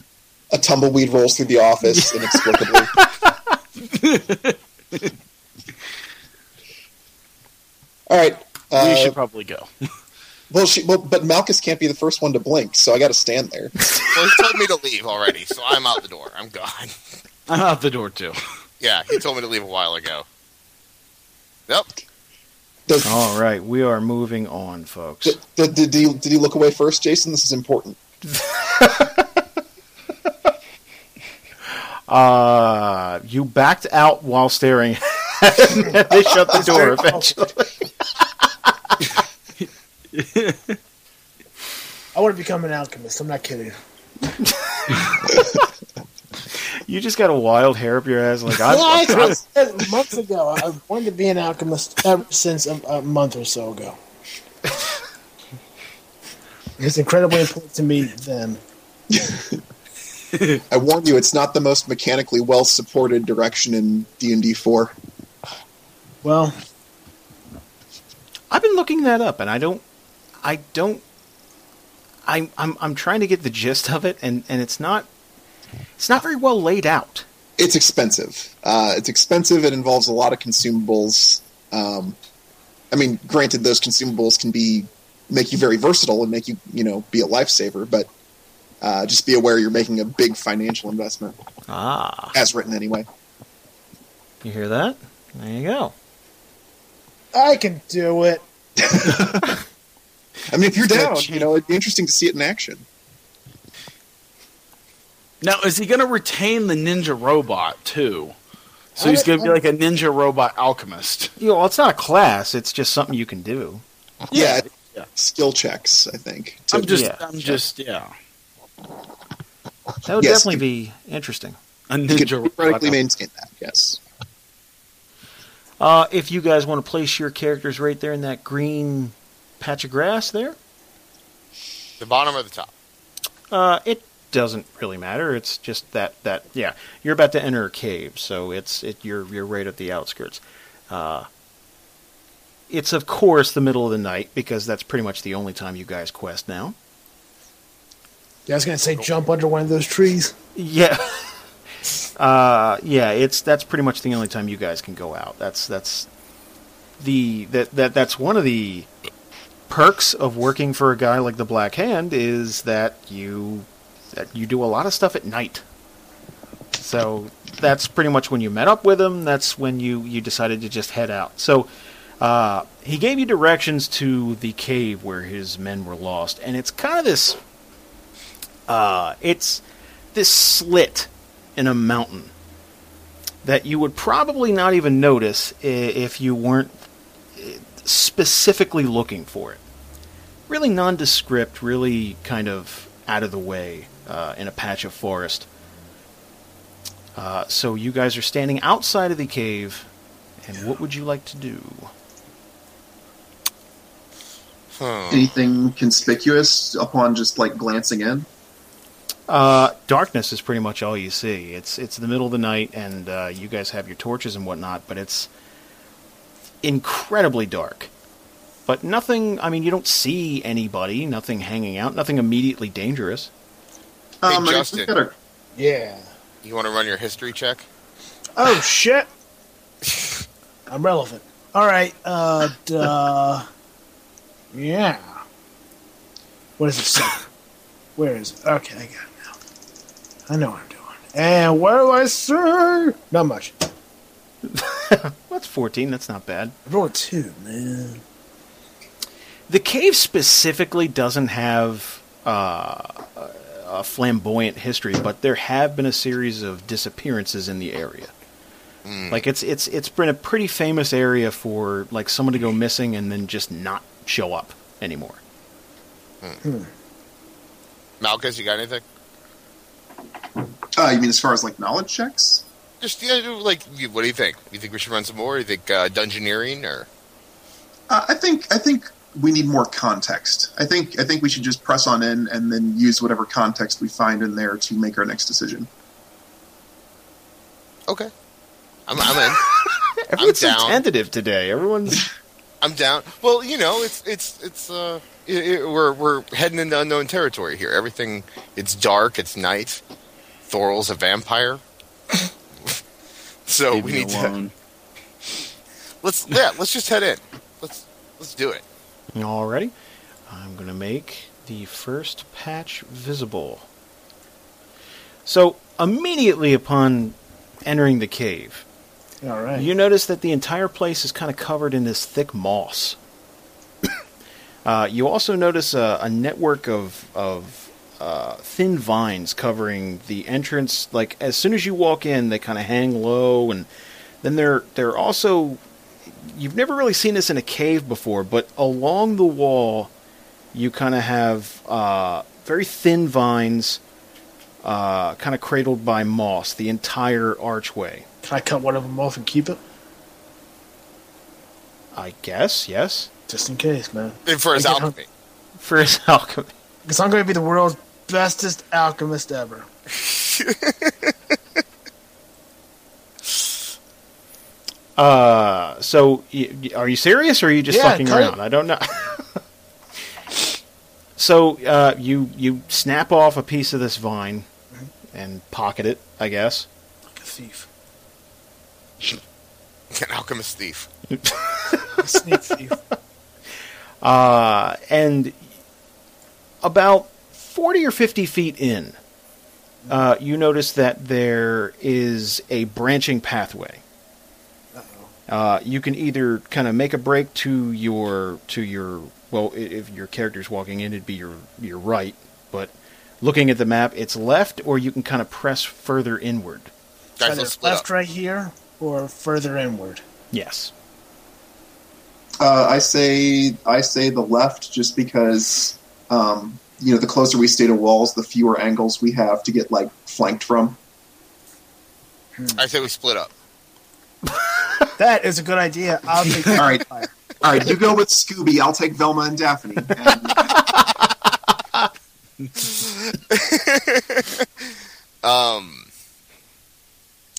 S4: A tumbleweed rolls through the
S5: [laughs]
S4: office inexplicably. All right.
S5: we
S4: uh,
S5: should probably go.
S4: well, she, well, but Malchus can't be the first one to blink, so I got to stand there.
S6: Well, he told me to leave already, so I'm out the door. I'm gone.
S5: I'm out the door too.
S6: Yeah, he told me to leave a while ago. Yep.
S4: Does,
S5: Oh.
S2: All right, we are moving on, folks.
S4: d- d- did, he, did he look away first, Jason? This is important.
S2: Uh, you backed out while staring. [laughs] and they shut the door eventually.
S3: I want to become an alchemist. I'm not kidding.
S2: You just got a wild hair up your ass, like
S3: Yeah,
S2: I.
S3: I I said months ago. I I wanted to be an alchemist ever since a, a month or so ago. It's incredibly important to me then.
S4: I warn you, it's not the most mechanically well supported direction in D and D four.
S3: Well,
S2: I've been looking that up, and I don't, I don't, I'm I'm I'm trying to get the gist of it, and and it's not, it's not very well laid out.
S4: It's expensive. Uh, it's expensive. It involves a lot of consumables. Um, I mean, granted, those consumables can be make you very versatile and make you you know be a lifesaver, but uh, just be aware you're making a big financial investment,
S2: Ah,
S4: as written anyway.
S2: you hear that? There you go.
S3: I can do it.
S4: I mean, if you're
S5: It's gonna
S4: down,
S5: change.
S4: you know, it'd be interesting to see it in action.
S5: Now, is he going to retain the ninja robot too? So
S3: I
S5: he's
S3: don't-
S5: going to be like a ninja robot alchemist.
S2: You know, well, it's not a class; it's just something you can do.
S4: Yeah,
S5: yeah.
S4: skill checks. I think. to-
S5: I'm just,
S2: yeah.
S5: I'm just, yeah,
S2: That would
S4: Yes.
S2: definitely be interesting.
S5: a
S4: you could
S5: ninja robot.
S4: theoretically maintain that. Yes.
S2: Uh, if you guys want to place your characters right there in that green patch of grass there,
S6: The bottom or the top?
S2: uh, it doesn't really matter. It's just that that yeah, you're about to enter a cave, so it's it you're you're right at the outskirts. Uh, it's of course the middle of the night because that's pretty much the only time you guys quest now.
S3: Yeah, I was gonna say jump under one of those trees.
S2: Yeah. [laughs] Uh, yeah, it's that's pretty much the only time you guys can go out. That's that's the that that that's one of the perks of working for a guy like the Black Hand is that you that you do a lot of stuff at night. So that's pretty much when you met up with him. That's when you you decided to just head out. So uh, he gave you directions to the cave where his men were lost, and it's kind of this uh, it's this slit in a mountain that you would probably not even notice i- if you weren't eh, specifically looking for it. Really nondescript, really kind of out of the way uh, in a patch of forest. Uh, so you guys are standing outside of the cave, and what would you like to do?
S6: Hmm.
S4: Anything conspicuous upon just like glancing in?
S2: Uh, darkness is pretty much all you see. It's it's the middle of the night, and uh, you guys have your torches and whatnot, but it's incredibly dark. But nothing. I mean, you don't see anybody. Nothing hanging out. Nothing immediately dangerous.
S6: Hey,
S4: Um, I guess
S6: Justin.
S4: we've got a-
S3: Yeah.
S6: You want to run your history check?
S3: Oh shit. I'm relevant. All right. Uh. Duh. Yeah. What does it say? Where is it? Okay, I got it now. I know what I'm doing. And what do I say? Not much.
S2: That's fourteen. That's not bad.
S3: I rolled a two, man.
S2: The cave specifically doesn't have uh, a flamboyant history, but there have been a series of disappearances in the area.
S6: Mm.
S2: Like it's it's it's been a pretty famous area for like someone to go missing and then just not show up anymore.
S6: Malchus, you got anything?
S4: Uh, you mean as far as like knowledge checks?
S6: Just yeah, do, like, you- what do you think? You think we should run some more? You think uh, dungeoneering or
S4: Uh, I think I think we need more context. I think I think we should just press on in and then use whatever context we find in there to make our next decision.
S6: okay? I'm, I'm in.
S2: Everyone's so
S6: down.
S2: tentative today.
S6: [laughs]
S2: Everyone's
S6: I'm down. Well, you know, it's it's it's uh, it, it, we're we're heading into unknown territory here. Everything, it's dark. It's night. Thorol's a vampire, so
S5: Leave
S6: we
S5: me
S6: need to
S5: alone.
S6: let's yeah let's just head in. Let's let's do it.
S2: already. I'm gonna make the first patch visible. So immediately upon entering the cave,
S3: All right.
S2: You notice that the entire place is kind of covered in this thick moss. [coughs] uh, you also notice a, a network of of uh, thin vines covering the entrance. Like as soon as you walk in, they kind of hang low, and then they're they're also. You've never really seen this in a cave before, but along the wall, you kind of have uh, very thin vines, uh, kind of cradled by moss, the entire archway.
S3: Can I cut one of them off and keep it?
S2: I guess, yes.
S3: Just in case, man.
S6: And for his
S3: Okay,
S6: alchemy,
S2: for his [laughs] alchemy.
S3: Because I'm going to be the world's bestest alchemist ever.
S2: Uh, so y- y- are you serious, or are you just
S3: Yeah,
S2: fucking
S3: cut it.
S2: around? I don't know. [laughs] so uh, you you snap off a piece of this vine and pocket it, I guess.
S3: Like a thief.
S6: an alchemist thief.
S3: A sneak
S6: [laughs]
S3: thief.
S2: Uh, and about 40 or 50 feet in, uh, you notice that there is a branching pathway. Uh, you can either kind of make a break to your to your well, i- if your character's walking in, it'd be your your right. But looking at the map, it's left, or you can kind of press further inward.
S6: Guys,
S3: Either
S6: let's split
S3: left,
S6: up.
S3: right here, or further inward.
S2: Yes.
S4: Uh, I say I say the left just because um, you know the closer we stay to walls, the fewer angles we have to get like flanked from.
S6: I say we split up.
S3: That is a good idea. I'll take
S4: All right, all right, you go with Scooby. I'll take Velma and Daphne. And [laughs]
S6: Um,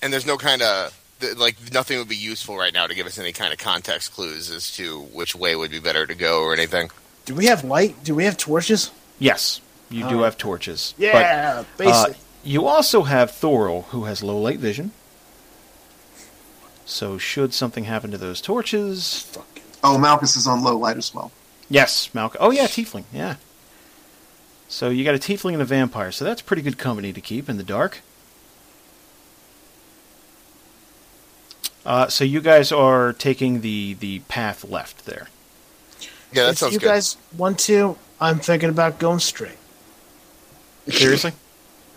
S6: and there's no kind of like nothing would be useful right now to give us any kind of context clues as to which way would be better to go or anything.
S3: Do we have light? Do we have torches?
S2: Yes. You do
S3: Oh.
S2: have torches. but,
S3: Yeah,
S2: Uh,
S3: basic.
S2: you also have Thorol, who has low light vision. So, should something happen to those torches?
S4: oh, Malchus is on low light as well.
S2: Yes, Malk. Oh, yeah, Tiefling, yeah. So, you got a Tiefling and a vampire, so that's pretty good company to keep in the dark. Uh, so, you guys are taking the, the path left there.
S6: Yeah, that
S3: if
S6: sounds
S3: you
S6: good.
S3: guys want to, I'm thinking about going straight.
S5: [laughs]
S2: Seriously?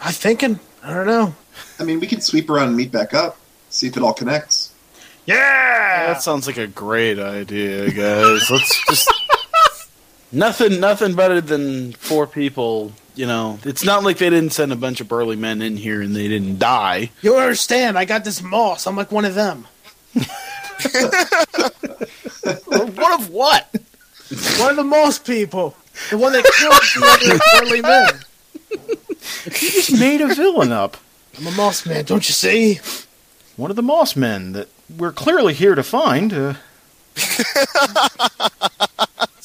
S3: I'm thinking. I don't know.
S4: I mean, we can sweep around and meet back up, see if it all connects.
S3: Yeah.
S5: That sounds like a great idea, guys. Let's just nothing, nothing better than four people. You know, it's not like they didn't send a bunch of burly men in here and they didn't die.
S3: You don't understand? I got this moss. I'm like one of them.
S2: One of
S5: [laughs]
S2: what?
S3: One of the moss people. The one that killed the other early men.
S2: You just made a villain up.
S3: I'm a moss man, don't you see?
S2: One of the Moss Men that we're clearly here to find. Uh,
S3: It's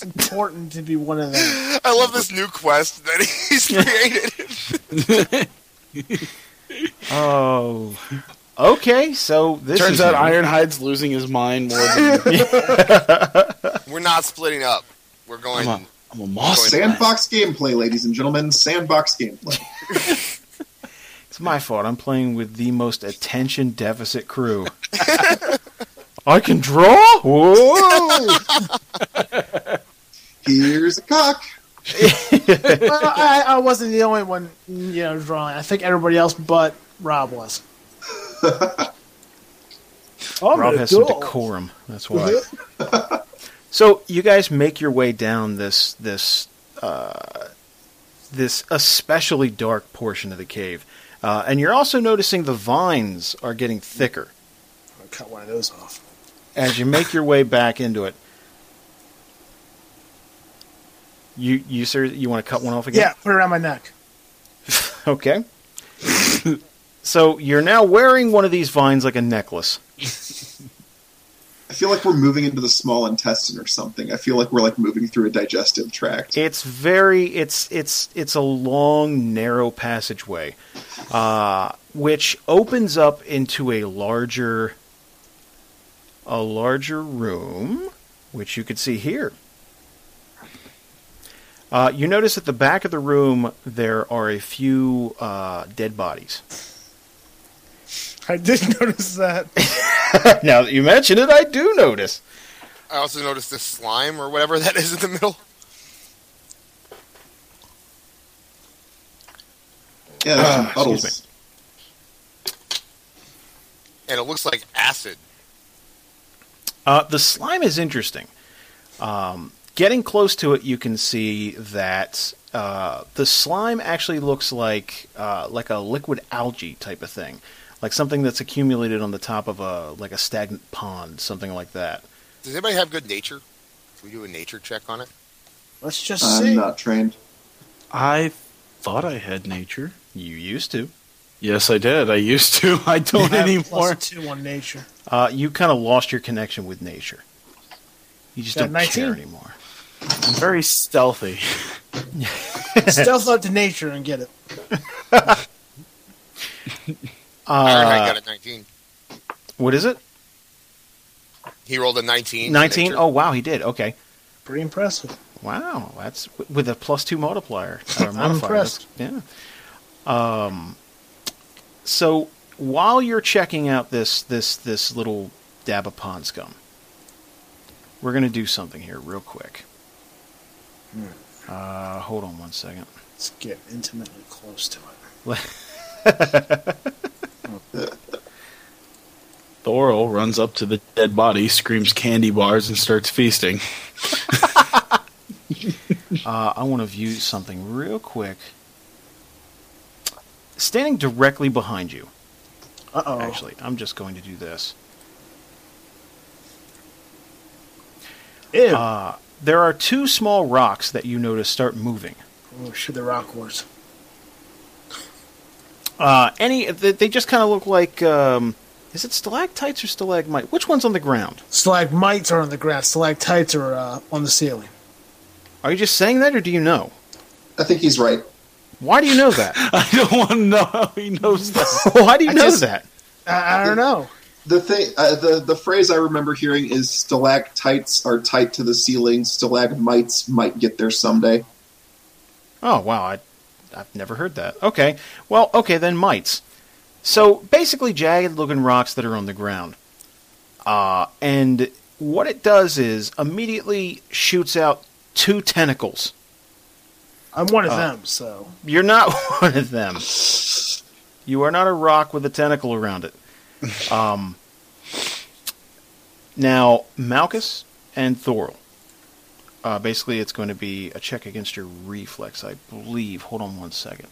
S3: important to be one of them.
S6: I love this new quest that [laughs] he's created.
S2: oh. Okay, so this
S5: Turns
S2: is
S5: out
S2: new.
S5: Ironhide's losing his mind more than
S6: [laughs] We're not splitting up. We're going.
S5: I'm a, I'm a moss man.
S4: Sandbox gameplay, ladies and gentlemen. Sandbox gameplay.
S2: It's my fault. I'm playing with the most attention deficit crew. [laughs] I can draw. Whoa!
S4: Here's a cock.
S3: well, I, I wasn't the only one, you know, drawing. I think everybody else but Rob was. Oh, I'm
S2: Rob
S3: an
S2: has some
S3: adult.
S2: decorum. That's why. so you guys make your way down this this uh, this especially dark portion of the cave, uh, and you're also noticing the vines are getting thicker
S3: I cut one of those off.
S2: as you make your way back into it. You you sir, you want to cut one off again?
S3: Yeah, put it around my neck. [laughs]
S2: Okay. so you're now wearing one of these vines like a necklace.
S4: I feel like we're moving into the small intestine or something. I feel like we're like moving through a digestive tract.
S2: It's very it's it's it's a long narrow passageway, uh, which opens up into a larger a larger room, which you could see here. Uh, you notice at the back of the room there are a few uh, dead bodies.
S3: I did notice that.
S2: [laughs] now that you mention it, I do notice.
S6: I also noticed this slime or whatever [laughs] that is in the middle.
S4: Yeah, there's some
S2: excuse
S4: puddles.
S6: And it looks like acid.
S2: Uh, the slime is interesting. Um, getting close to it, you can see that uh, the slime actually looks like uh, like a liquid algae type of thing, like something that's accumulated on the top of a like a stagnant pond, something like that.
S6: Does anybody have good nature? Can we do a nature check on it?
S3: Let's just see.
S4: I'm not trained.
S5: I thought I had nature.
S2: You used to.
S5: Yes, I did. I used to. [laughs] I don't
S3: I have
S5: anymore.
S3: plus two on nature.
S2: Uh, you kind of lost your connection with nature. You just
S3: Got
S2: don't
S3: 19.
S2: care anymore.
S5: I'm very stealthy.
S3: Stealth up to nature and get it.
S6: Ironhide
S2: Uh,
S6: got a 19.
S2: what is it?
S6: He rolled a 19. for
S2: Nineteen.
S6: nature.
S2: Oh wow, he did. Okay.
S3: Pretty impressive.
S2: Wow, that's with a plus two multiplier. Or modifier. that's-
S3: impressed.
S2: Yeah. Um, so while you're checking out this this this little dab of pond scum, we're gonna do something here real quick. Uh, hold on one second. [laughs]
S3: Let's get intimately close to it.
S2: Uh,
S5: Thorol runs up to the dead body, screams candy bars, and starts feasting. [laughs]
S2: Uh, I want to view something real quick. Standing directly behind you,
S3: Uh oh.
S2: actually, I'm just going to do this.
S3: Ew.
S2: Uh, there are two small rocks that you notice start moving.
S3: oh, shoot the rock wars.
S2: Uh, any they they just kind of look like um, is it stalactites or stalagmite? Which one's on the ground?
S3: Stalagmites are on the ground. Stalactites are uh, on the ceiling.
S2: Are you just saying that, or do you know?
S4: I think he's right.
S2: Why do you know that?
S5: I don't want to know how he knows [laughs] that.
S2: [laughs] Why do you
S3: I
S2: know
S3: just-
S2: that?
S3: I, I don't know.
S4: The thing, uh, the the phrase I remember hearing is stalactites are tight to the ceiling. Stalagmites might get there someday.
S2: Oh wow, I, I've never heard that. Okay, well, okay then mites. So basically, jagged-looking rocks that are on the ground. Uh, and what it does is immediately shoots out two tentacles.
S3: I'm one of them, so.
S2: You're not [laughs] one of them. You are not a rock with a tentacle around it. Um, Now, Malchus and Thorl. Uh, basically, it's going to be a check against your reflex, I believe. Hold on one second.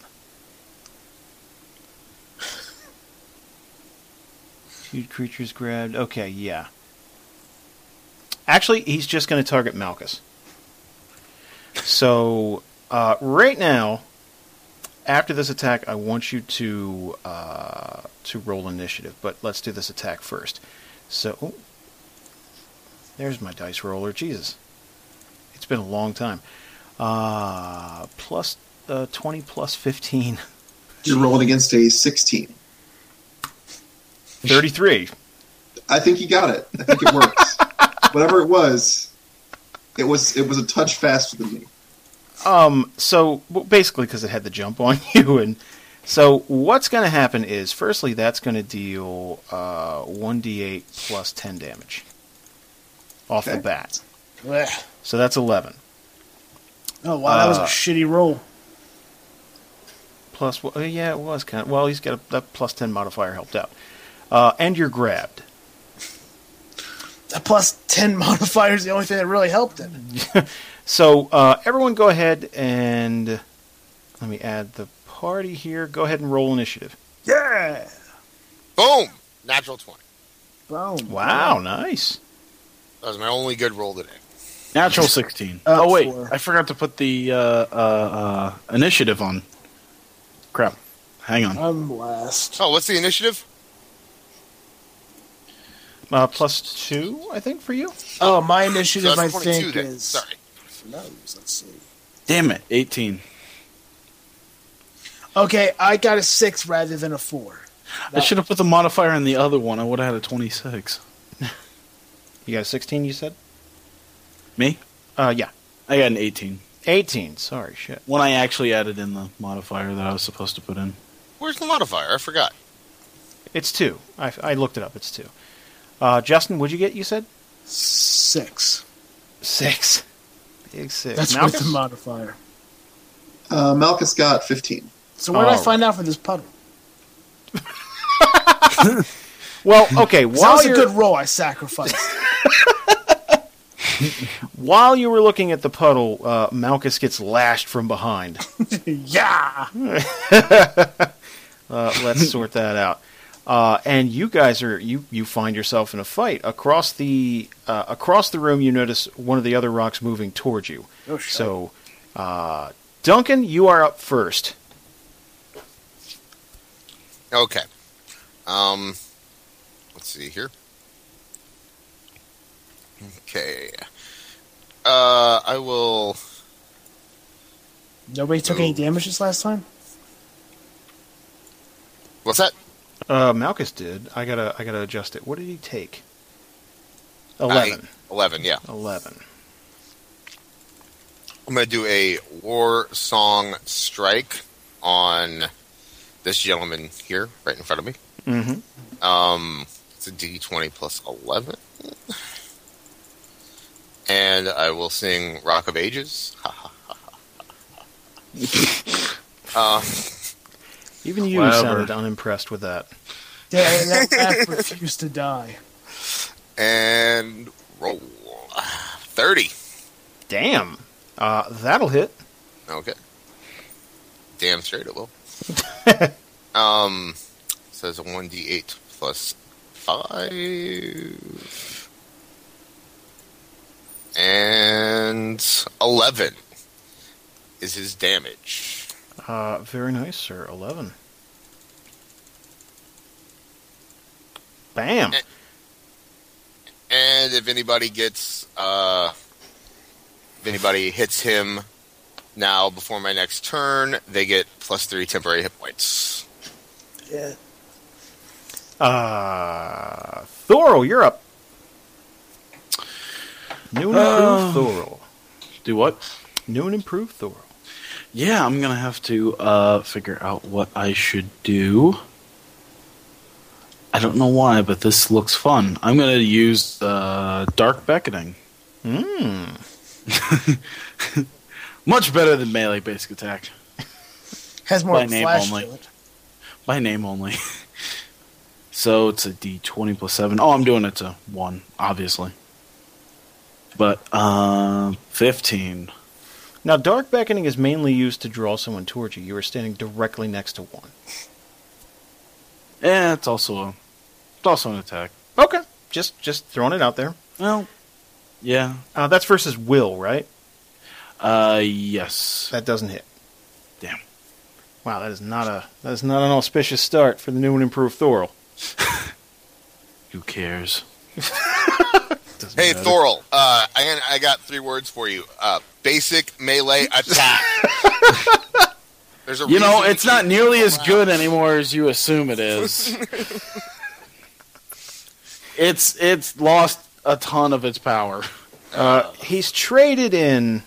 S2: Two creatures grabbed. Okay, yeah. Actually, he's just going to target Malchus. So, uh, right now, after this attack, I want you to uh, to roll initiative. But let's do this attack first. So, oh, there's my dice roller. Jesus, it's been a long time. Uh, plus uh, twenty, plus fifteen.
S4: You're rolling against a 16.
S2: 33.
S4: I think you got it. I think it works. Whatever it was, it was it was a touch faster than me.
S2: Um, so well, basically, because it had the jump on [laughs] you, and so what's going to happen is, firstly, that's going to deal uh, one d eight plus ten damage off
S4: Okay.
S2: the bat.
S3: Blech.
S2: So that's eleven
S3: Oh wow, that was a
S2: Uh,
S3: shitty roll.
S2: plus. Well, yeah, it was kind of. Well, he's got a that plus ten modifier helped out, uh, and you're grabbed.
S3: That plus ten [laughs] modifier is the only thing that really helped it.
S2: So uh, everyone, go ahead and let me add the party here. Go ahead and roll initiative.
S3: Yeah. Oh.
S6: Boom! Natural 20.
S3: Boom.
S2: Wow, nice.
S6: That was my only good roll today.
S5: Natural 16.
S3: Uh,
S5: oh, wait.
S3: four.
S5: I forgot to put the uh, uh, uh, initiative on. Crap. Hang on.
S3: I'm last.
S6: Oh, what's the initiative?
S2: Uh, plus two, I think, for you.
S3: Oh, my
S6: So
S3: initiative, I
S6: that's 22
S3: think,
S6: then.
S3: is.
S6: Sorry.
S3: No, let's see.
S5: Damn it. 18.
S3: Okay, I got a six rather than a four.
S5: I should have put the modifier on the other one. I would have had a 26.
S2: You got a sixteen. You said.
S5: Me?
S2: Uh, yeah,
S5: I got an 18.
S2: eighteen. Sorry, shit.
S5: When I actually added in the modifier that I was supposed to put in.
S6: Where's the modifier? I forgot.
S2: It's two. I, I looked it up. It's two. Uh, Justin, what'd you get? You said
S3: Six.
S2: six. Big six.
S3: That's
S2: Malchus?
S3: with the modifier.
S4: Uh, Malchus got 15.
S3: So where did I
S2: All
S3: find out for this puddle?
S2: well, okay.
S3: 'Cause That
S2: While
S3: was a
S2: you're
S3: good roll. I [laughs] sacrificed.
S2: while you were looking at the puddle, uh, Malchus gets lashed from behind.
S3: yeah.
S2: Uh, [laughs] let's sort that out. Uh, and you guys are you you find yourself in a fight across the uh, across the room. You notice one of the other rocks moving towards you.
S3: Oh, shit.
S2: so, uh, Duncan, you are up first.
S6: Okay. Um, let's see here. Okay. Uh, I will.
S3: Nobody took any damage this last time.
S6: What's that?
S2: Uh, Malchus did. I gotta I gotta adjust it. What did he take? Eleven.
S6: I- Eleven. Yeah.
S2: 11.
S6: I'm gonna do a war song strike on this gentleman here, right in front of me.
S2: Mm-hmm.
S6: Um, it's a D20 plus 11. And I will sing Rock of Ages. Ha, ha, ha, ha, ha, ha, ha, ha.
S2: Even you
S5: Clever.
S2: sounded unimpressed with that.
S3: Yeah, that, [laughs] that refused to die.
S6: uh, and roll 30.
S2: Damn. Uh, that'll hit.
S6: Okay. Damn straight it will. um, says a 1d8 plus 5. And 11 is his damage.
S2: Uh, very nice, sir. 11. Bam.
S6: Eh. And if anybody gets, uh, if anybody hits him now before my next turn, they get plus 3 temporary hit points.
S3: Yeah.
S2: Uh, Thorol, you're up. New and improved Thorol.
S5: Do what?
S2: New and improved Thorol.
S5: Yeah, I'm gonna have to uh, figure out what I should do. I don't know why, but this looks fun. I'm gonna use uh, Dark Beckoning.
S2: Mm.
S5: Much better than melee basic attack.
S3: Has more
S5: By name
S3: flash
S5: only. [laughs]
S3: to it.
S5: By name only. So it's a d20 plus 7. Oh, I'm doing it to 1, obviously. But uh, 15.
S2: Now, dark beckoning is mainly used to draw someone towards you. You are standing directly next to one.
S5: Eh, it's also a, it's also an attack.
S2: Okay, just just throwing it out there.
S5: Well, yeah.
S2: Uh, that's versus will, right?
S5: Uh, yes.
S2: That doesn't hit.
S5: Damn.
S2: Wow, that is not a that is not an auspicious start for the new and improved Thorl.
S5: Who cares?
S2: Doesn't
S6: Hey,
S2: matter.
S6: Thorl, uh, I, I got three words for you. Uh, basic melee
S5: [laughs]
S6: attack. There's a
S5: You know,
S6: reason
S5: it's
S6: we keep-
S5: not nearly as good anymore as you assume [laughs] it is. it's it's lost a ton of its power.
S2: Uh, he's traded in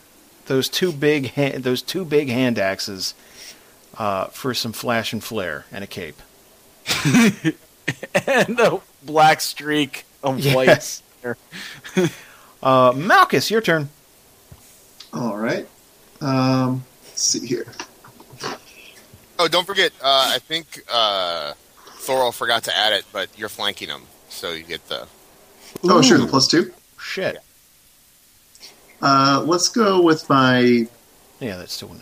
S2: those two big ha- those two big hand axes uh, for some flash and flare and a cape.
S5: [laughs] and a black streak of white.
S2: Yes. Uh, Malchus, your turn.
S4: All right. Um, let's see here.
S6: Oh, don't forget. Uh, I think uh, Thorl forgot to add it, but you're flanking him, so you get the.
S4: Oh, sure,
S2: Ooh.
S4: the plus two.
S2: Shit.
S4: Uh, let's go with my
S2: Yeah, that's still one.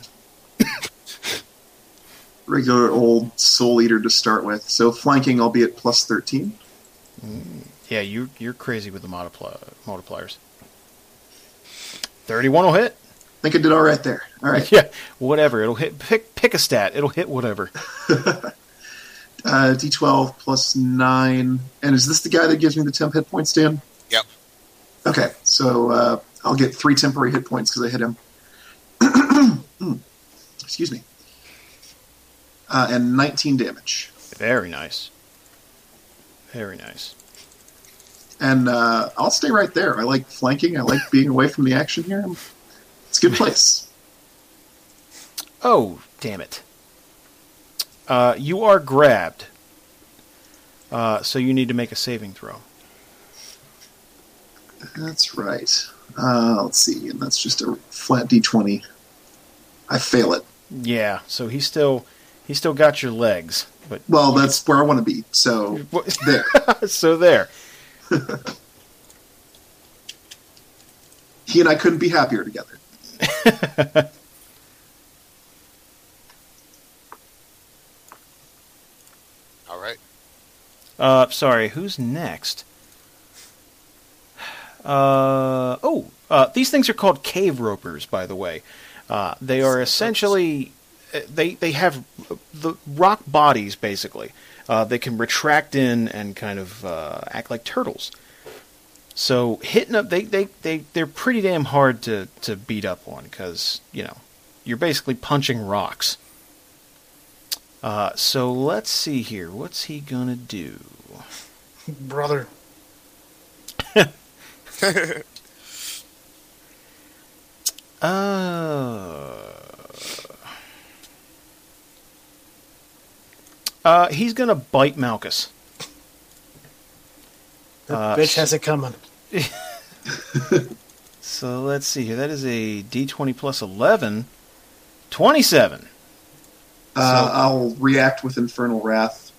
S4: regular old Soul Eater to start with. So flanking, I'll be at plus 13.
S2: Yeah, you you're crazy with the multipli- multipliers. Thirty-one will hit.
S4: I think I did all right there. All right.
S2: [laughs] Yeah, whatever. It'll hit. Pick pick a stat. It'll hit whatever.
S4: Uh, D12 plus 9. And is this the guy that gives me the temp hit points, Dan?
S6: Yep.
S4: Okay, so uh, I'll get three temporary hit points because I hit him. [clears throat] Hmm. Excuse me. Uh, and 19 damage.
S2: Very nice. Very nice.
S4: And uh, I'll stay right there. I like flanking. I like being away from the action here. It's a good place.
S2: Oh, damn it. Uh, you are grabbed. Uh, so you need to make a saving throw.
S4: That's right. Uh, let's see. And that's just a flat D20. I fail it.
S2: Yeah, so he still he still got your legs, but
S4: Well, that's where I want to be. So there.
S2: [laughs] so there.
S4: He and I couldn't be happier together.
S6: All right.
S2: Uh, sorry, who's next? [sighs] Uh, oh, uh, these things are called cave ropers, by the way. Uh, they are essentially uh, they they have the rock bodies basically. Uh, they can retract in and kind of uh, act like turtles. So hitting up they they they they're pretty damn hard to to beat up on because you know you're basically punching rocks. Uh, so let's see here. What's he gonna do?
S3: [laughs] brother.
S2: Uh, uh, he's gonna bite Malchus.
S3: That
S2: Uh,
S3: bitch has it coming.
S2: So let's see here. That is a d20 plus 11. 27.
S4: Uh, I'll react with Infernal Wrath.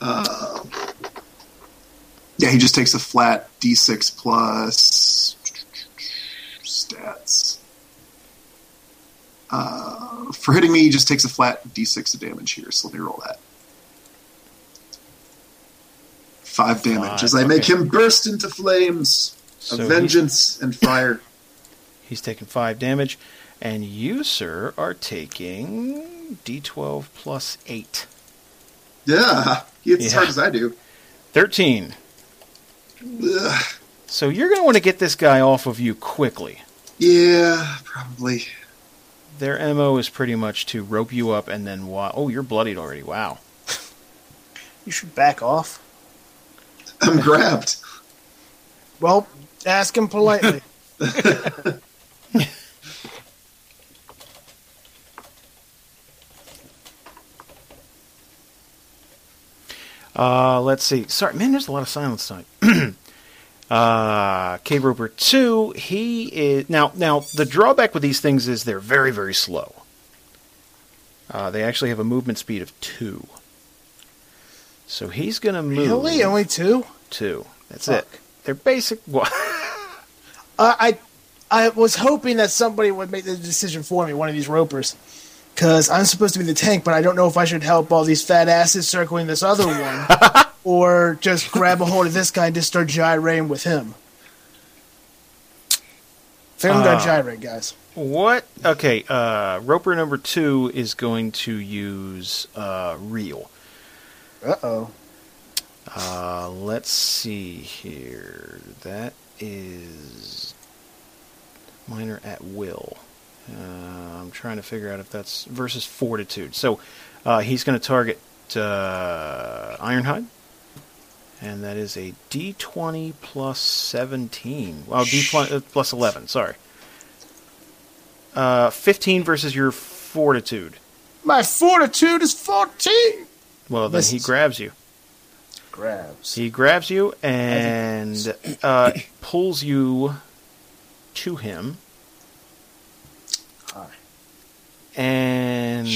S4: Uh, yeah, he just takes a flat D6 plus stats. Uh, for hitting me, he just takes a flat D6 of damage here, so let me roll that. Five damage
S2: Five,
S4: as I make
S2: okay.
S4: him burst into flames
S2: So
S4: of
S2: he-
S4: vengeance and fire.
S2: He's taking 5 damage. And you, sir, are taking d12 plus 8.
S4: Yeah, he hits
S2: [laughs]
S4: as
S2: Yeah.
S4: hard as I do.
S2: 13.
S4: Ugh.
S2: So you're going to want to get this guy off of you quickly.
S4: Yeah, probably.
S2: Their MO is pretty much to rope you up and then wa- oh, you're bloodied already. Wow.
S3: You should back off.
S4: I'm grabbed.
S3: Well, ask him [laughs] politely.
S2: Uh, let's see. Sorry, man, there's a lot of silence tonight. [clears throat] uh, Cave Roper 2, he is. Now, now, the drawback with these things is they're very, very slow. Uh, they actually have a movement speed of 2. So he's going to move
S3: Really? Only two?
S2: two. That's
S3: Fuck.
S2: it. They're basic. What?
S3: Uh, I I was hoping that somebody would make the decision for me, one of these ropers. Because I'm supposed to be the tank, but I don't know if I should help all these fat asses circling this other one or just grab a hold of this guy and just start gyrating with him. Family Guy
S2: Ah.
S3: gyrate, guys.
S2: [laughs] What? Okay, uh, Roper number two is going to use uh, reel.
S3: Uh oh.
S2: Uh, let's see here. That is minor at will. Uh, I'm trying to figure out if that's versus fortitude. So uh, he's going to target uh, Ironhide, and that is a D20 plus 17. Well, D plus, uh, plus 11. Sorry. Uh, 15 versus your fortitude.
S3: My fortitude is 14!
S2: Well, then he
S3: Misses.
S2: grabs you.
S3: Grabs.
S2: He grabs you and uh, pulls you to him.
S3: Hi.
S2: And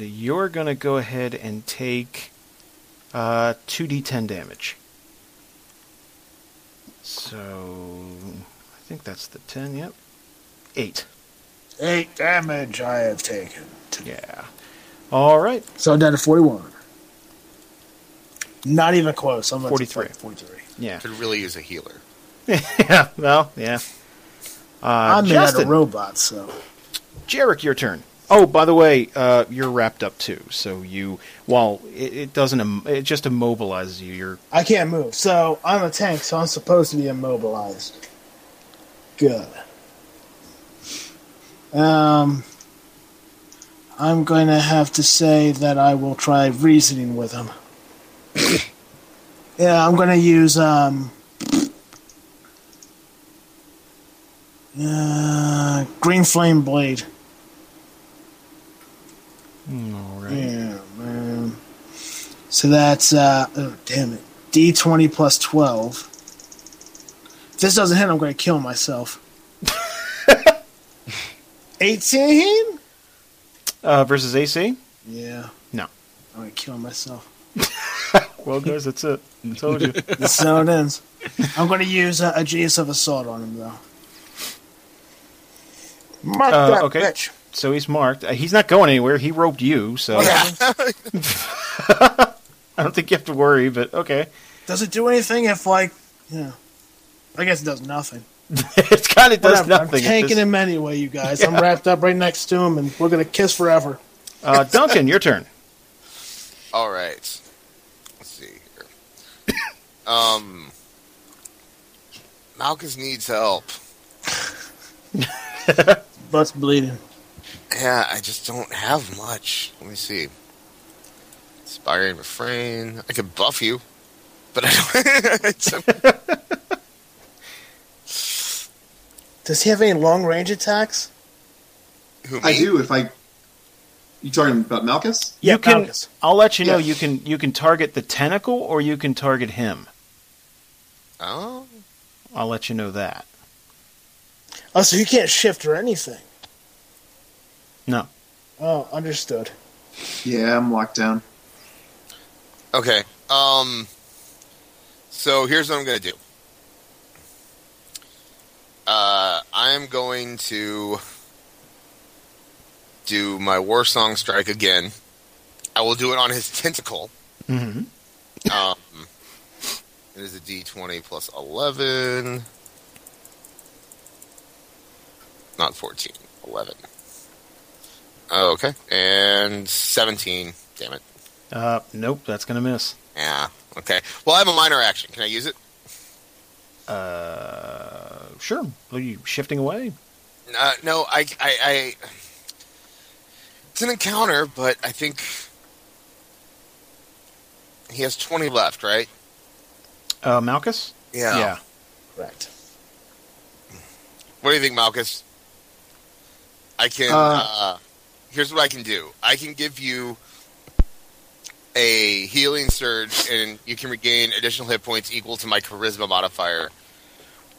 S2: you're going to go ahead and take uh, 2d10 damage. So, I think that's the 10, yep. 8.
S3: Eight damage I have taken.
S2: Yeah. All right.
S3: So I'm down to 41. Not even close. I'm at
S2: 43.
S3: 43.
S6: [laughs]
S2: Yeah.
S6: Could really use a healer.
S2: yeah. [laughs] Well, yeah. Uh,
S3: I'm made out
S2: Justin.
S3: of robots, so.
S2: Jarek, your turn. Oh, by the way, uh, you're wrapped up too. So you, while it, it doesn't, Im- it just immobilizes you. You're
S3: I can't move. So I'm a tank, so I'm supposed to be immobilized. Good. Um, I'm going to have to say that I will try reasoning with him. [coughs] yeah, I'm going to use um. Uh, green flame blade.
S2: all right.
S3: Yeah, man. So that's uh oh damn it. D twenty plus twelve. If this doesn't hit, I'm gonna kill myself. Eighteen?
S2: Uh, versus AC.
S3: Yeah.
S2: No.
S3: I'm gonna kill myself.
S2: Well, guys, that's it. I told you.
S3: This is how it ends. I'm gonna use uh, a genius of assault on him though. Mark
S2: Uh,
S3: that
S2: okay.
S3: bitch.
S2: [laughs] so he's marked. Uh, he's not going anywhere. He roped you, so [laughs] I don't think you have to worry. But okay, [laughs]
S3: Does it do anything if like yeah. I guess it does nothing.
S2: it kind of does
S3: Whatever,
S2: nothing.
S3: I'm
S2: at
S3: tanking
S2: this-
S3: him anyway, you guys. I'm wrapped up right next to him, and we're gonna kiss forever.
S2: Uh, Duncan, your [laughs] turn.
S6: All right. Let's see here. [coughs] Um, Malchus needs help.
S3: Butt's bleeding.
S6: Yeah, I just don't have much. Let me see. Inspiring refrain. I could buff you, but I don't. [laughs] it's-
S3: Does he have any long range attacks?
S6: who me?
S4: I do if I. You talking about Malchus?
S3: Yeah,
S2: you can.
S3: Malchus.
S2: I'll let you know.
S4: Yeah.
S2: You can. You can target the tentacle, or you can target him.
S6: Oh,
S2: I'll let you know that.
S3: Oh, so he can't shift or anything.
S2: No.
S3: Oh, understood.
S4: Yeah, I'm locked down.
S6: okay. Um, so here's what I'm gonna do. Uh, I am going to do my war song strike again. I will do it on his tentacle.
S2: Mm-hmm.
S6: Um, it is a D20 plus 11. Not 14. 11. Okay. And 17. Damn it.
S2: Uh, nope. That's gonna miss.
S6: Yeah. Okay. Well, I have a minor action. Can I use it?
S2: Uh, sure. Are you shifting away?
S6: Uh, no, I, I, I. It's an encounter, but I think. He has 20 left, right?
S2: Uh, Malchus? Yeah.
S3: Correct.
S6: What do you think, Malchus? I can.
S4: Uh,
S6: Uh, here's what I can do. I can give you a healing surge, and you can regain additional hit points equal to my charisma modifier,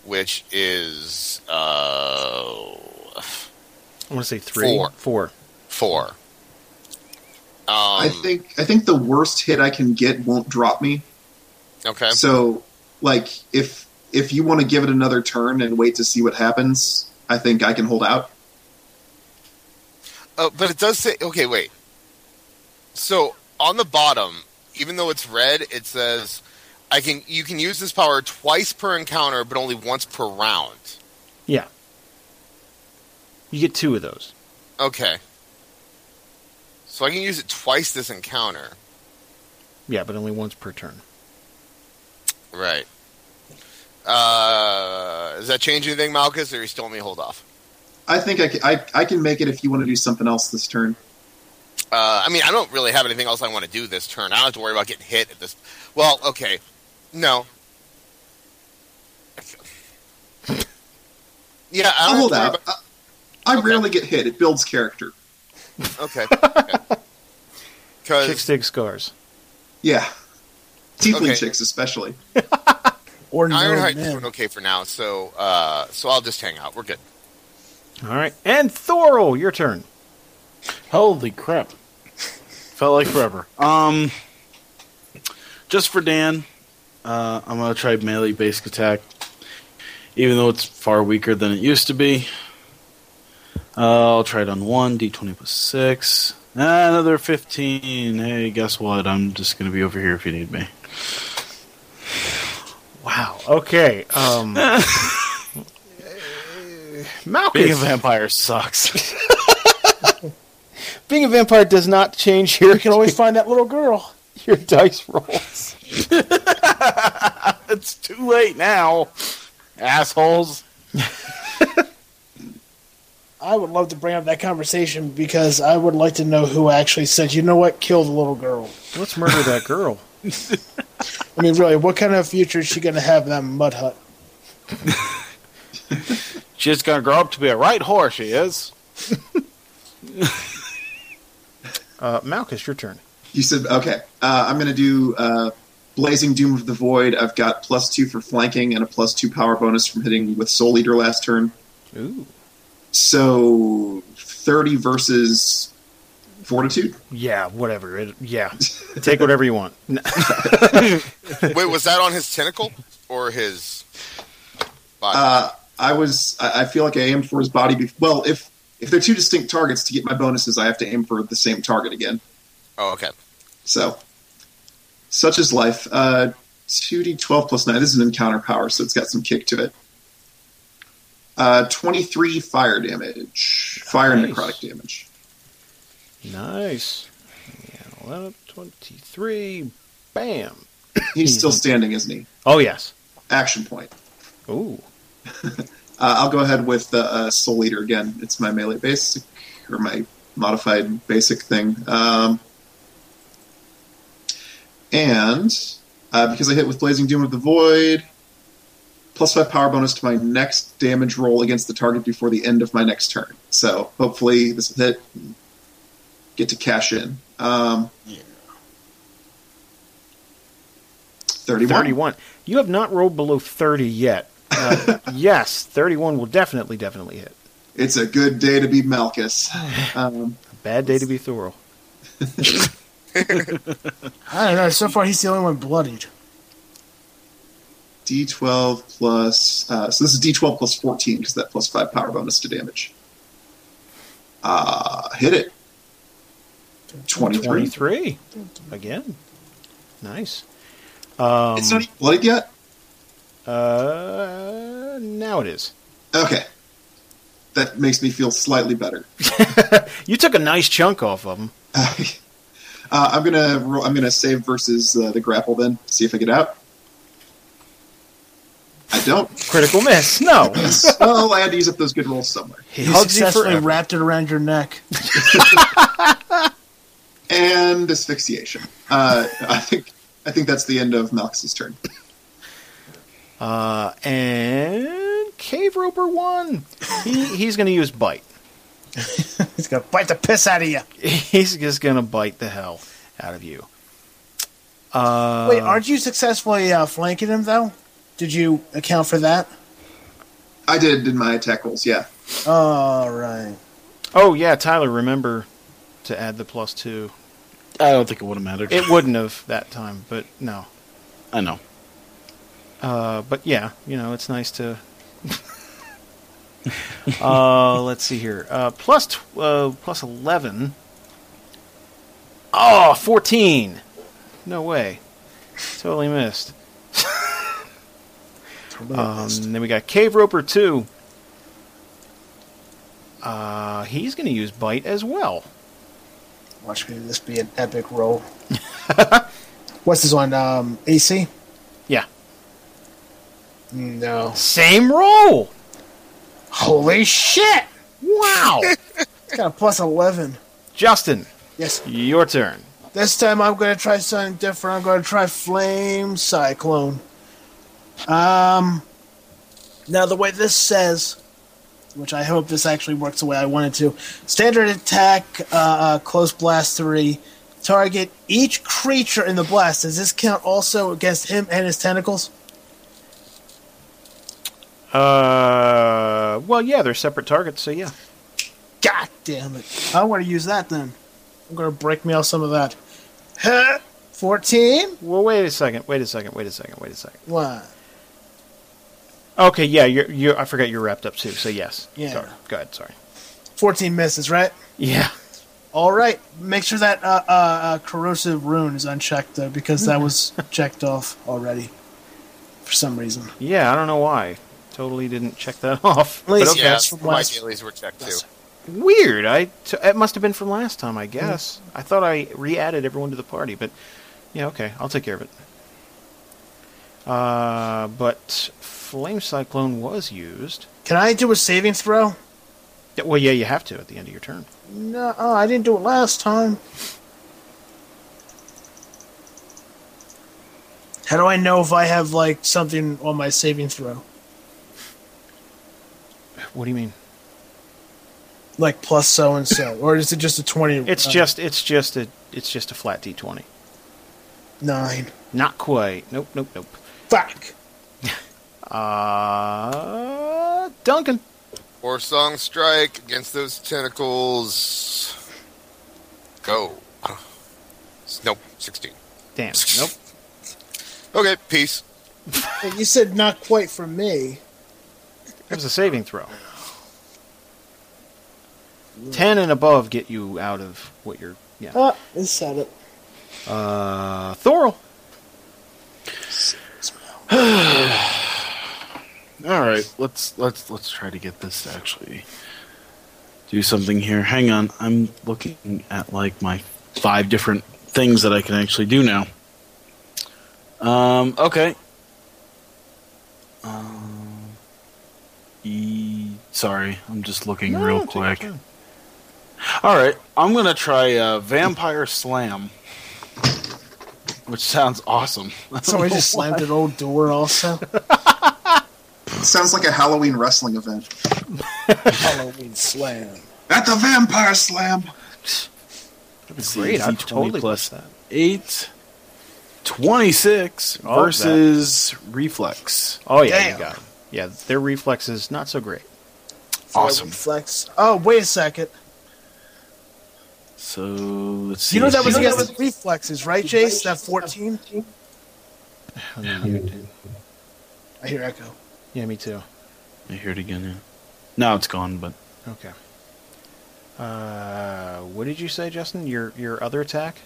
S6: which is uh,
S2: I want to say three.
S6: Four.
S2: Four.
S6: four. Um,
S4: I think I think the worst hit I can get won't drop me.
S6: Okay.
S4: So, like, if if you want to give it another turn and wait to see what happens, I think I can hold out.
S6: Oh, but it does say. Okay, wait. So on the bottom, even though it's red, it says I can you can use this power twice per encounter, but only once per round.
S2: Yeah. You get two of those.
S6: Okay. So I can use it twice this encounter.
S2: Yeah, but only once per turn.
S6: Right. Uh, does that change anything, Malchus, or are you still let me hold off?
S4: I think I can, I, I can make it if you want to do something else this turn.
S6: Uh, I mean, I don't really have anything else I want to do this turn. I don't have to worry about getting hit at this. Well, okay, no. Yeah, I
S4: I'll
S6: don't
S4: hold
S6: have to worry
S4: out. I, I
S6: Okay.
S4: rarely get hit. It builds character.
S6: about- Okay. okay. 'Cause-
S2: Kick stick scars.
S4: Yeah, tiefling
S6: Okay.
S4: chicks especially.
S3: Or no,
S6: Ironhide's
S3: man.
S6: doing okay for now, so uh, so I'll just hang out. We're good.
S2: All right. And Thorol, your turn.
S5: Holy crap. Felt like forever. Um, just for Dan, uh, I'm going to try melee basic attack, even though it's far weaker than it used to be. Uh, I'll try it on 1, d20 plus 6. Ah, another 15. Hey, guess what? I'm just going to be over here if you need me.
S2: Wow. Okay. [laughs] Um, uh, Malchus.
S5: Being a vampire sucks. [laughs]
S2: being a vampire does not change your,
S3: You can always find that little girl.
S2: your dice rolls.
S5: it's too late now, assholes.
S3: I would love to bring up that conversation because I would like to know who actually said, you know what, kill the little girl.
S2: Let's murder that girl.
S3: I mean, really, what kind of future is she going to have in that mud hut?
S5: She's going to grow up to be a right whore, she is.
S2: Uh, Malchus, your turn.
S4: You said okay. Uh, I'm going to do uh, blazing doom of the void. I've got plus two for flanking and a plus two power bonus from hitting with soul eater last turn.
S2: Ooh.
S4: So thirty versus fortitude.
S2: Yeah, whatever. It, yeah. Take whatever you want. [laughs] N-
S6: Wait, was that on his tentacle or his body?
S4: Uh, I was. I I feel like I aimed for his body. Be- well, if if they're two distinct targets to get my bonuses, I have to aim for the same target again.
S6: oh, okay.
S4: So, such is life. Uh, 2d12 plus 9. This is an encounter power, so it's got some kick to it. Uh, 23 fire damage. Fire and
S2: Nice.
S4: necrotic damage.
S2: Nice. Yeah, 11, 23. Bam.
S4: He's still standing, isn't he?
S2: Oh, yes.
S4: Action point.
S2: Ooh.
S4: Uh, I'll go ahead with the uh, Soul Eater again. It's my melee basic, or my modified basic thing. Um, and uh, because I hit with Blazing Doom of the Void, plus five power bonus to my next damage roll against the target before the end of my next turn. So hopefully this will hit. and Get to cash in. Um, Thirty-one.
S2: 31. You have not rolled below 30 yet. [laughs] Uh, yes, 31 will definitely, definitely hit.
S4: It's a good day to be Malchus. Um,
S2: A bad day to be Thorough.
S3: I don't know. So far, he's the only one bloodied.
S4: D12 plus. Uh, so this is D12 plus 14 because that plus five power bonus to damage. Uh, hit it. 23.
S2: 23. Again. Nice. Um,
S4: it's not e- even blooded yet.
S2: uh, now it is.
S4: Okay, that makes me feel slightly better. [laughs]
S2: You took a nice chunk off of him.
S4: uh, I'm gonna roll, I'm gonna save versus uh, the grapple then. See if I get out. I don't.
S2: Critical miss. No.
S4: well, I had to use up those good rolls somewhere.
S2: [laughs] He
S3: He
S2: hugs you
S3: successfully
S2: forever.
S3: wrapped it around your neck.
S4: And asphyxiation. Uh, I think I think that's the end of Malchus's turn.
S2: Uh, and Cave Roper won. He, he's going to use bite.
S3: [laughs]
S2: [laughs]
S3: He's going to bite the piss out of you.
S2: He's just going to bite the hell out of you. Uh,
S3: Wait, aren't you successfully uh, flanking him, though? Did you account for that?
S4: I did in my attack rolls. Yeah.
S3: All right.
S2: Oh yeah, Tyler, remember to add the plus two
S5: I don't think it would have mattered.
S2: It wouldn't have that time, but no.
S5: I know.
S2: Uh, but yeah, you know, it's nice to. uh, let's see here. Uh, plus tw- uh, plus eleven. Oh, 14. No way. Totally missed. Um, then we got Cave Roper 2. Uh, he's going to use Bite as well.
S3: Watch me this be an epic roll. [laughs] What's this one? Um, AC?
S2: Yeah.
S3: No.
S2: Same roll!
S3: Holy shit!
S2: Wow!
S3: It's got a plus 11.
S2: Justin,
S3: Yes.
S2: your turn.
S3: This time I'm going to try something different. I'm going to try Flame Cyclone. Um, now, the way this says, which I hope this actually works the way I want it to standard attack, uh, uh, close blast 3. Target each creature in the blast. Does this count also against him and his tentacles?
S2: Uh, well, yeah, they're separate targets, so yeah.
S3: God damn it. I'm going to use that then. I'm going to break me off some of that. Huh? 14?
S2: Well, wait a second. Wait a second. Wait a second. Wait a second.
S3: What?
S2: Okay, yeah, you're, you're, I forgot you're wrapped up too. So yes.
S3: Yeah.
S2: Sorry. Go ahead. Sorry.
S3: 14 misses, right?
S2: Yeah.
S3: All right. Make sure that uh, uh, uh, corrosive rune is unchecked, though, because that
S2: [laughs]
S3: was checked off already for some reason.
S2: Yeah. I don't know why. Totally didn't check that [laughs] off.
S3: At least-
S2: But okay.
S6: Yeah,
S3: that's from
S6: my
S3: last-
S6: dailies were checked too.
S3: last-
S2: Weird. I t- it must have been from last time, I guess. I thought I re-added everyone to the party, but yeah, okay, I'll take care of it. Uh, but flame cyclone was used.
S3: Can I do a saving throw?
S2: Yeah, Well, yeah, you have to at the end of your turn.
S3: No, oh, I didn't do it last time. How do I know if I have like something on my saving throw,
S2: What do you mean?
S3: like plus so and
S2: [laughs]
S3: so, or is it just a twenty? uh,
S2: It's just it's just a it's just a flat d twenty.
S3: nine.
S2: Not quite. Nope. Nope. Nope.
S3: Fuck.
S2: Uh, Duncan.
S6: Or song strike against those tentacles. Go. Nope, sixteen.
S2: Damn. Nope.
S6: Okay, peace.
S3: Hey, You said not quite for me.
S2: It was a saving throw. Ten and above get you out of what you're. Yeah.
S3: Oh, it said
S2: [laughs]
S3: it.
S2: Uh, Thorl.
S5: All right, let's let's let's try to get this to actually do something here. Hang on, I'm looking at like my five different things that I can actually do now. Um. Okay. Um. E- sorry, I'm just looking
S2: No,
S5: real
S2: take your
S5: quick.
S2: time.
S5: All right, I'm gonna try uh, Vampire Slam, which sounds awesome. [laughs]
S3: Somebody just slammed
S2: [laughs]
S3: an old door. Also,
S4: Sounds like a Halloween wrestling event.
S3: Halloween slam.
S4: At the Vampire Slam.
S5: Let's see,
S2: Great. I
S5: D20
S2: totally
S5: plus
S2: plus that.
S5: 8 26
S2: Oh,
S5: versus reflex
S2: Oh yeah,
S3: Damn.
S2: you got. Him. Yeah, their reflex is not so great.
S5: Awesome.
S3: Flex. Oh, wait a second.
S5: so let's see
S3: You know that was
S5: You
S3: against his reflexes, right, Jace? That 14? I hear echo.
S2: Yeah, me too.
S5: i hear it again yeah. now it's gone but
S2: Okay. Uh, what did you say, Justin? Your your other attack?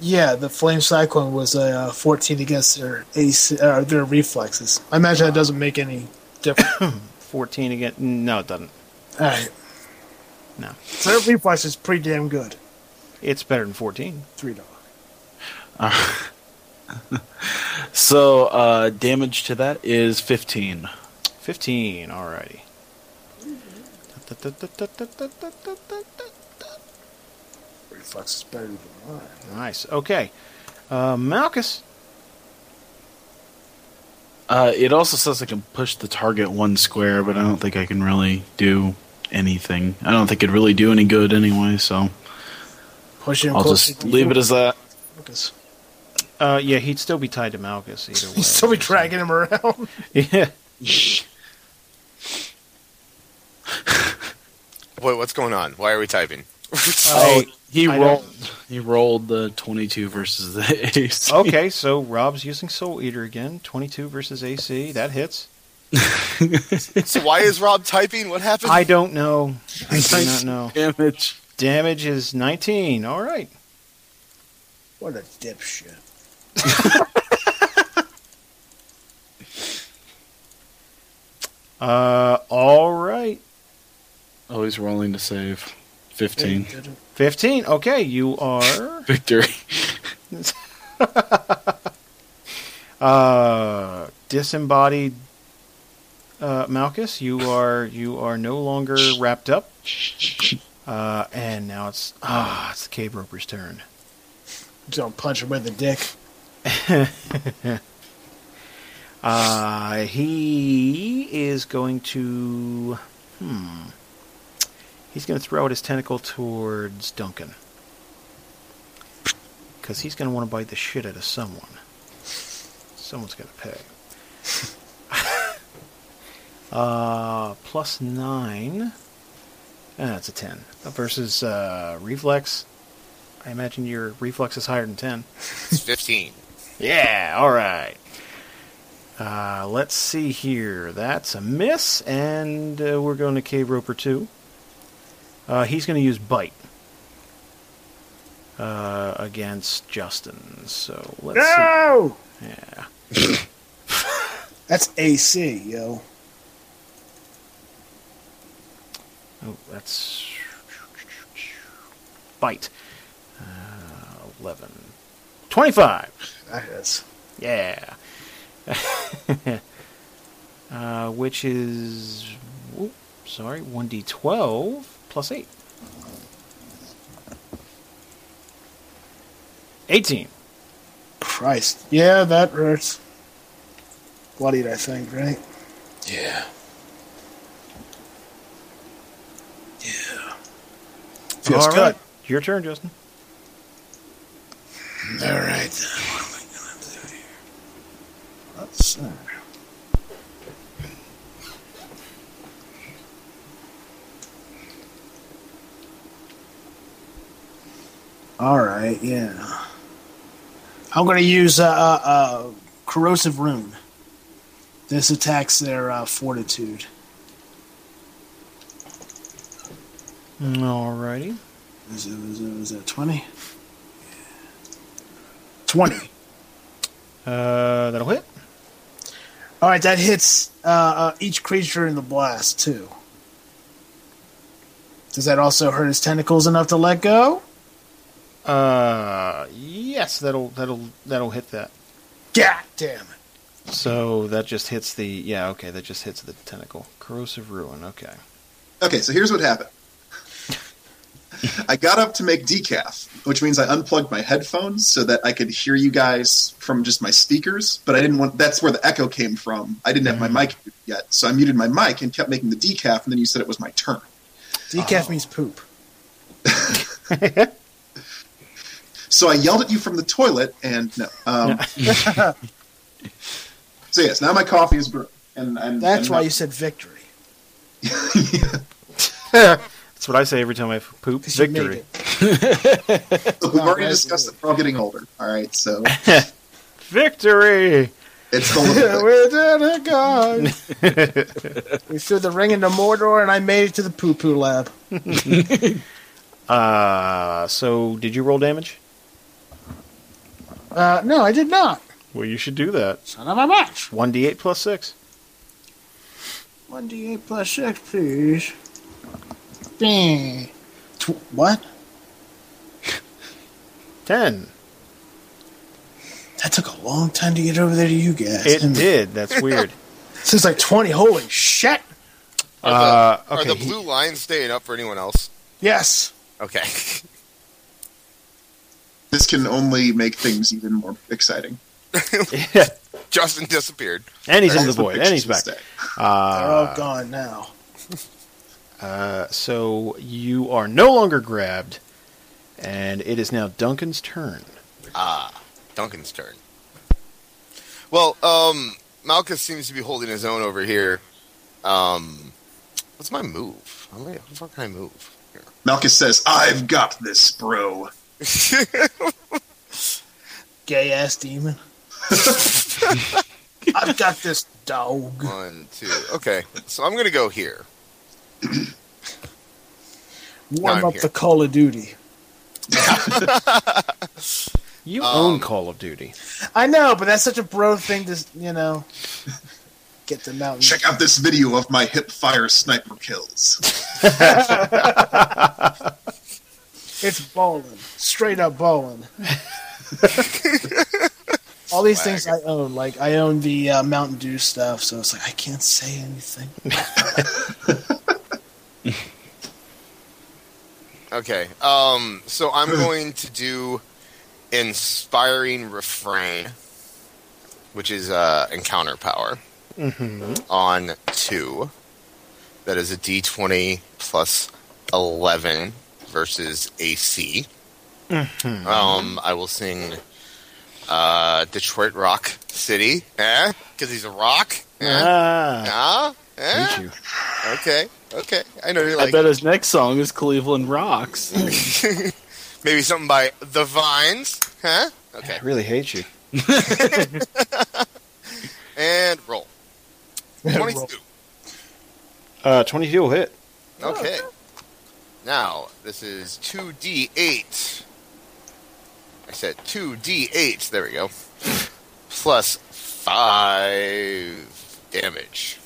S3: Yeah, the flame cyclone was a uh, 14 against their AC, uh, their reflexes. I imagine that doesn't make any difference.
S2: Fourteen again? No, it doesn't.
S3: All right.
S2: No,
S3: So their reflex is pretty damn good.
S2: it's better than fourteen.
S3: Three dollars.
S5: so uh damage to that is 15
S2: Fifteen. Alrighty. Mm-hmm.
S3: Reflex is better than mine.
S2: Nice. Okay. Uh, Malchus.
S5: uh it also says i can push the target one square but i don't think i can really do anything i don't think it'd really do any good anyway so
S3: Push him
S5: i'll
S3: closer
S5: just
S3: to
S5: leave it as that
S3: focus. [laughs]
S2: Uh, yeah, he'd still be tied to Malchus either way.
S3: He'd still be dragging him around.
S2: [laughs]
S3: [laughs]
S2: Yeah.
S6: Wait, what's going on? Why are we typing?
S5: Oh, he
S2: I
S5: rolled. He rolled the twenty-two versus the [laughs] ace.
S3: Oh.
S2: Okay, so Rob's using Soul Eater again. 22 versus AC. That hits.
S6: So why is Rob typing? What happened?
S2: I don't know. I do not know.
S5: Damage.
S2: Damage is 19. All right.
S3: What a dipshit.
S2: Uh, all right.
S5: Oh, he's rolling to save. Fifteen.
S2: 15. Okay, you are.
S5: Victory.
S2: Uh, disembodied uh, Malchus, you are you are no longer wrapped up. Uh, and now it's ah, it's the cave roper's turn.
S3: Don't punch him with a dick.
S2: Uh, he is going to hmm. He's going to throw out his tentacle towards Duncan because he's going to want to bite the shit out of someone. Someone's going to pay. [laughs] uh, plus nine. Ah, that's a ten versus uh, reflex. I imagine your reflex is higher than ten.
S6: It's 15.
S2: Yeah, all right. Uh, let's see here. That's a miss, and uh, we're going to Cave Roper 2. Uh, he's going to use Bite uh, against Justin. So let's see.
S3: No!
S2: Yeah.
S3: [laughs] That's AC, yo.
S2: Oh, that's. Bite. Uh, 11. 25!
S3: That is.
S2: Yeah. [laughs] uh, which is, whoop, sorry, 1d12 plus 8. 18.
S3: Christ. Yeah, that hurts. Bloodied, I think, right? Yeah. Yeah. Feels
S2: All
S3: good.
S2: right. Your turn, Justin.
S3: All right. Then. What am I gonna do here? Let's see. All right. Yeah. I'm gonna use a uh, uh, uh, corrosive rune. This attacks their uh, fortitude.
S2: Alrighty.
S3: Is it was it was it twenty? Twenty.
S2: Uh, that'll hit.
S3: All right, that hits uh, uh, each creature in the blast too. Does that also hurt his tentacles enough to let go?
S2: Uh, yes, that'll that'll that'll hit that.
S3: God damn it!
S2: So that just hits the yeah. Okay, that just hits the tentacle. Corrosive ruin. Okay.
S4: Okay, so here's what happened. I got up to make decaf, which means I unplugged my headphones so that I could hear you guys from just my speakers, but I didn't want that's where the echo came from. I didn't have my mic muted yet, so I muted my mic and kept making the decaf and then you said it was my turn.
S2: Uh-huh.
S3: Decaf means poop.
S4: So I yelled at you from the toilet and no. Um, so yes, now my coffee is brewing. And, and
S3: That's
S4: and
S3: why
S4: now-
S3: you said victory.
S2: That's what I say every time I poop.
S3: 'cause you
S2: Victory.
S3: made it.
S4: [laughs] we've already
S3: Right.
S4: discussed that we're all getting older. All right, so
S2: [laughs] Victory.
S4: it's the little
S3: we did it, guys. we threw the ring into Mordor, and I made it to the poo poo lab.
S2: [laughs] Uh, so did you roll damage?
S3: Uh, no, I did not.
S2: Well, you should do that.
S3: Son of a match.
S2: 1d8 plus 6.
S3: One d eight plus six, please. Dang. Tw- what?
S2: 10.
S3: That took a long time to get over there to you guys.
S2: It
S3: didn't
S2: did. That's weird.
S3: Since like 20. Holy shit.
S6: Are,
S2: Uh,
S6: the, are
S2: okay,
S6: the
S2: he-
S6: blue lines staying up for anyone else?
S3: Yes.
S6: Okay. [laughs]
S4: this can only make things even more exciting.
S2: Yeah.
S6: Justin disappeared.
S2: And he's in the
S4: That's
S2: void. And he's back.
S4: pictures today.
S3: They're
S2: Uh,
S3: all gone now.
S2: uh, so you are no longer grabbed. And it is now Duncan's turn.
S6: Ah, Duncan's turn. Well, um, Malchus seems to be holding his own over here. Um, what's my move? How, many, how far can I move?
S4: Malchus says, "I've got this, bro."
S3: Gay ass demon. I've got this dog.
S6: One, two. Okay, so I'm gonna go here.
S3: Warm
S6: I'm
S3: up
S6: here.
S3: the Call of Duty.
S2: You
S6: Um,
S2: own Call of Duty.
S3: I know, but that's such a bro thing to, you know, get the mountain.
S4: Check out this video of my hip fire sniper kills.
S3: It's balling. Straight up balling. All these things I own. Like, I own the uh, Mountain Dew stuff, so it's like, I can't say anything.
S6: Okay. Um. So I'm going to do inspiring refrain, which is uh encounter power on two. That is a D20 plus eleven versus AC. Um. I will sing. Uh, Detroit Rock City, eh? Because he's a rock, eh?
S2: Ah,
S6: Ah, eh?
S2: hate you.
S6: Okay, okay. I know you
S5: I
S6: like
S5: bet his next song is Cleveland Rocks.
S6: [laughs] Maybe something by The Vines, huh? Okay,
S2: I really hate you.
S6: and roll. Twenty-two.
S2: Uh, 22 will hit.
S6: Okay. Now this is two D eight. I said two D eight. There we go. Plus five damage.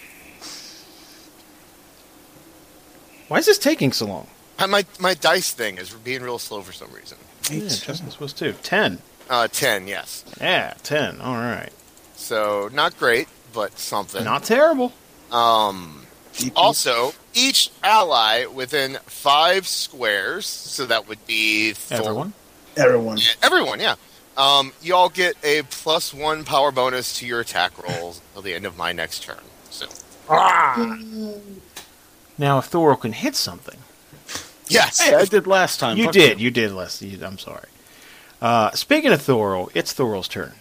S2: Why is this taking so long?
S6: Uh, My my dice thing is being real slow for some reason.
S2: Yeah, Justin's was too. 10.
S6: Uh, ten, yes.
S2: Yeah, 10. All right.
S6: So not great, but something.
S2: Not terrible.
S6: Um, also, each ally within five squares, so that would be Thor-
S2: Everyone.
S3: Everyone.
S6: Yeah, everyone, yeah. Um, you all get a plus one power bonus to your attack rolls [laughs] until the end of my next turn. So,
S2: Now, if Thor can hit something.
S6: yes,
S5: Hey, I did last time.
S2: You
S5: Fuck
S2: did. Uh, You did, Leslie. You- I'm sorry. Uh, speaking of Thor, it's Thor's turn.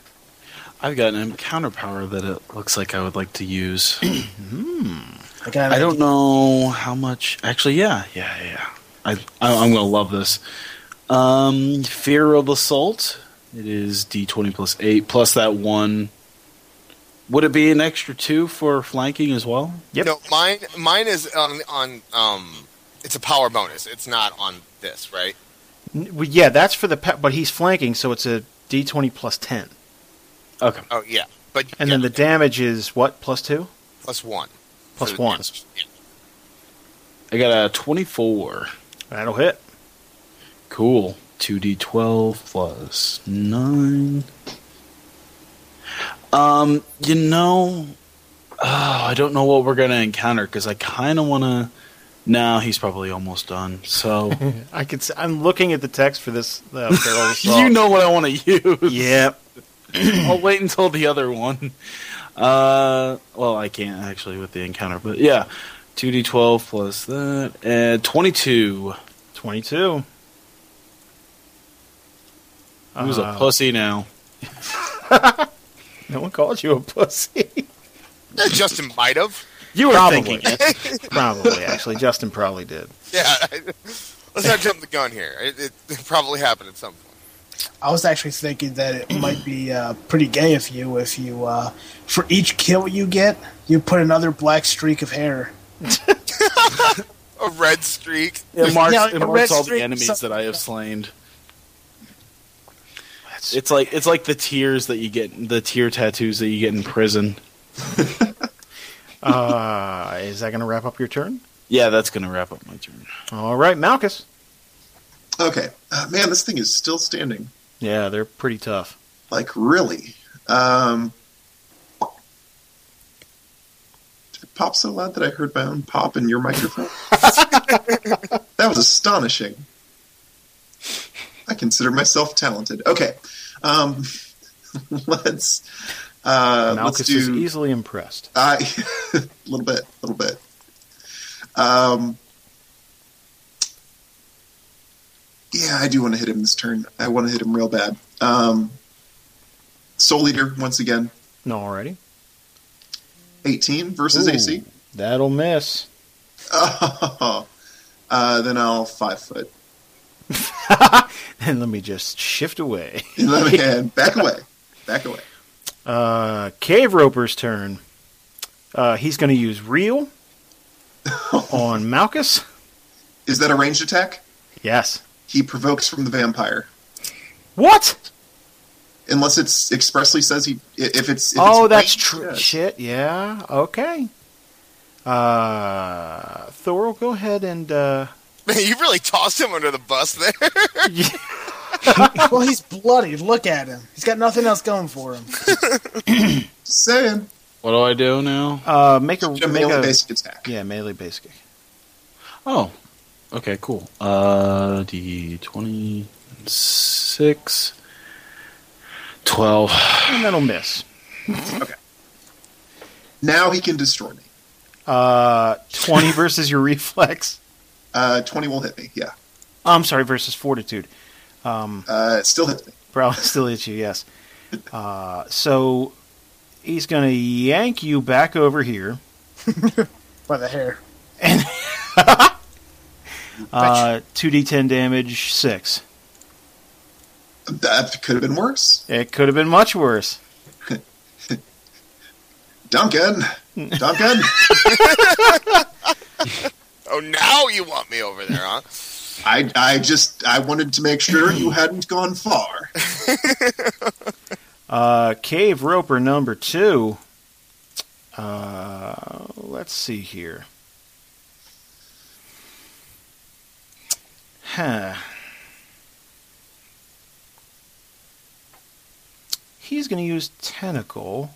S5: I've got an encounter power that it looks like I would like to use.
S3: I, got
S5: [clears throat] I don't know how much. Actually, yeah, yeah, yeah. I, I I'm gonna love this. Um, fear of assault. It is D20 plus eight plus that one. Would it be an extra two for flanking as well?
S2: Yep.
S6: no, mine, mine is on, on um, it's a power bonus. It's not on this, right?
S2: N- well, Yeah, that's for the. Pe- but he's flanking, so it's a d20 plus 10.
S5: Okay.
S6: Oh, yeah, but
S2: And
S6: yeah,
S2: then the damage is what? Plus 2?
S6: plus one,
S2: Plus
S6: So,
S2: one.
S6: yeah.
S5: I got a 24.
S2: That'll hit.
S5: Cool. 2d12 plus 9. Um, you know, oh, I don't know what we're going to encounter because I kind of want to. No, he's probably almost done.
S2: [laughs]
S5: So,
S2: I could. s- I'm looking at the text for this. [laughs] Uh, feral assault.
S5: you know what I want to use. [clears throat]
S2: Yep.
S5: I'll wait until the other one. Uh, well, I can't actually with the encounter, but yeah. 2d12 plus that. And 22.
S2: 22.
S5: Who's a
S2: Uh,
S5: pussy now?
S2: No one called you a pussy.
S6: [laughs] Eh, Justin might have.
S2: You were
S5: Probably.
S2: thinking it. [laughs] probably, actually. Justin probably [laughs] did.
S6: Yeah, [laughs] let's not jump the gun here. It, it, it probably happened at some point.
S3: I was actually thinking that it might be uh, pretty gay if you, if you, uh, for each kill you get, you put another black streak of hair. [laughs]
S6: A red streak.
S5: It marks,
S3: Yeah,
S5: it
S3: a
S5: marks
S3: red
S5: all the
S3: streak,
S5: enemies
S3: something
S5: that I
S3: like
S5: have
S3: that.
S5: slain.
S2: That's-
S5: It's like it's like the tears that you get, the tear tattoos that you get in prison.
S2: uh, is that going to wrap up your turn?
S5: Yeah, that's gonna wrap up my turn.
S2: All right, Malchus.
S4: Okay, uh, man, this thing is still standing.
S2: Yeah, they're pretty tough.
S4: Like really? Um, did it pop so loud that I heard my own pop in your microphone? that was astonishing. I consider myself talented. Okay, um, [laughs] let's uh, let's
S2: Malchus
S4: do.
S2: is easily impressed.
S4: I Uh, [laughs] a little bit, a little bit. Um, yeah, I do want to hit him this turn. I want to hit him real bad. Um, Soul Eater once again,
S2: No, already.
S4: eighteen versus
S2: Ooh,
S4: AC.
S2: [laughs] That'll miss.
S4: Oh, [laughs] Uh, then I'll five foot.
S2: and let me just shift away.
S4: Let me
S2: [laughs]
S4: and back away. Back away.
S2: Uh, Cave Roper's turn. Uh, he's going to use
S4: [laughs]
S2: Reel on Malchus.
S4: Is that a ranged attack?
S2: Yes.
S4: He provokes from the vampire.
S2: What?
S4: Unless it's expressly says he i- if it's if
S2: oh,
S4: it's
S2: that's
S4: ranged,
S2: true.
S4: yeah.
S2: Shit, yeah. Okay. Uh, Thor, go ahead and. Uh,
S6: Man, you really tossed him under the bus there. [laughs]
S3: well, he's bloody. Look at him. He's got nothing else going for him.
S4: Just saying.
S5: What do I do now?
S2: uh, make a.
S4: Should have
S2: Make
S4: melee
S2: a
S4: basic attack.
S2: yeah, melee basic.
S5: Oh, okay, cool. Uh, D twenty six. 12.
S2: And that'll miss.
S4: Now he can destroy me.
S2: Uh, 20 [laughs] versus your reflex.
S4: Uh, twenty will hit me. Yeah.
S2: Oh, I'm sorry, versus fortitude. Um,
S4: Uh, it still hits me.
S2: Probably [laughs] still hits you, yes. Uh, so he's going to yank you back over here.
S3: By the hair.
S2: Uh, 2d10 damage, 6.
S4: That could have been worse.
S2: It could have been much worse.
S4: Duncan. Duncan.
S6: oh, now you want me over there, huh?
S4: I I just I wanted to make sure you hadn't gone far.
S2: Uh, Cave Roper number 2. Uh, let's see here. Huh. He's going to use Tentacle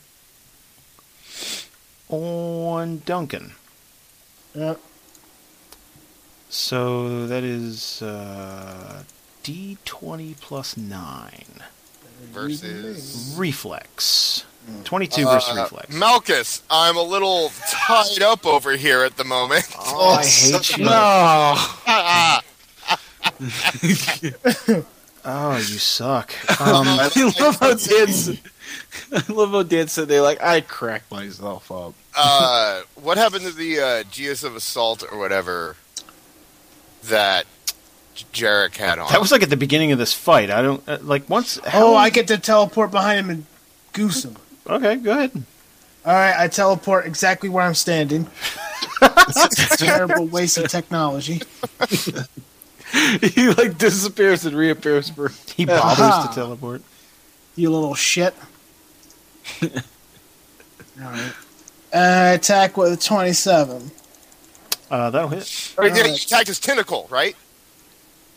S2: on Duncan.
S3: Yep.
S2: So that is uh, D20 plus 9.
S6: Versus
S2: Reflex. 22 versus
S6: Uh,
S2: reflex.
S6: Malchus, I'm a little tied up over here at the moment. [laughs]
S2: oh, I hate
S4: such
S2: you.
S4: a-
S5: [laughs]
S2: Oh, you [laughs] suck.
S6: I-
S2: Um,
S5: I love how Dan said, I love how Dan said they like, I cracked myself up.
S6: uh, what happened to the uh, Geos of Assault or whatever that J- Jarek had on?
S2: that was like at the beginning of this fight. I don't uh, like once.
S3: Oh,
S2: how-
S3: I get to teleport behind him and goose him.
S2: Okay, go ahead.
S3: All right, I teleport exactly where I'm standing. it's a terrible waste of technology.
S5: [laughs] he like disappears and reappears for. [laughs]
S2: He bothers
S3: Aha.
S2: to teleport.
S3: You little shit. All right. Uh, attack with a 27.
S2: Uh, that'll hit.
S6: Wait, did he attack his tentacle, right?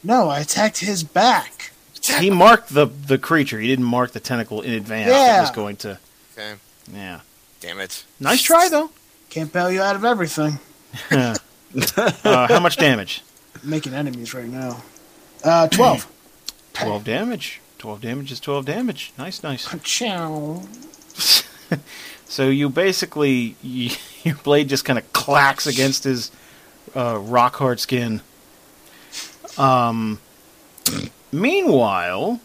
S3: No, I attacked his back.
S2: He marked the the creature. He didn't mark the tentacle in advance. It
S3: Yeah.
S2: was going to.
S6: Okay.
S2: Yeah.
S6: Damn it.
S2: Nice try though.
S3: Can't bail you out of everything.
S2: [laughs] uh, how much [laughs] damage?
S3: making enemies right now. Uh, [clears throat] 12.
S2: Twelve damage. Twelve damage is twelve damage. Nice, nice.
S3: Chow.
S2: So you basically you, [laughs] your blade just kind of clacks against his uh, rock hard skin. Um. Meanwhile,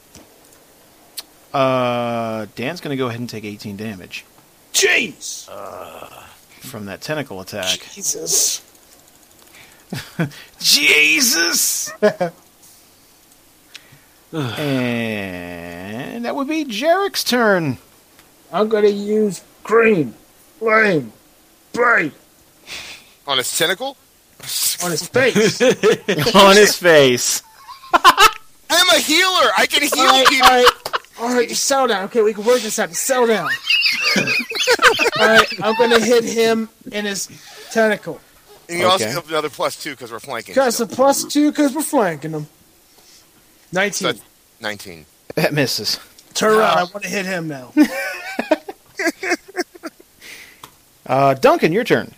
S2: uh, Dan's going to go ahead and take 18 damage
S3: Jeez.
S2: from that tentacle attack.
S3: Jesus.
S2: [laughs] [sighs] Jesus. and that would be Jarek's turn. [laughs]
S3: I'm gonna use green flame bright
S6: On his tentacle?
S3: on his face.
S2: on his face.
S6: I'm a healer. I can
S3: all
S6: heal
S3: right, all
S6: people.
S3: right, all right. You settle down. Okay, we can work this out. Just Settle down. all right, I'm gonna hit him in his tentacle.
S6: And you also
S2: Okay.
S6: have another plus two because we're flanking.
S3: Got a
S6: still.
S3: plus two because we're flanking him. Nineteen.
S6: That's- 19.
S2: That misses.
S3: Turn around. I want to hit him now.
S2: Uh, Duncan, your turn.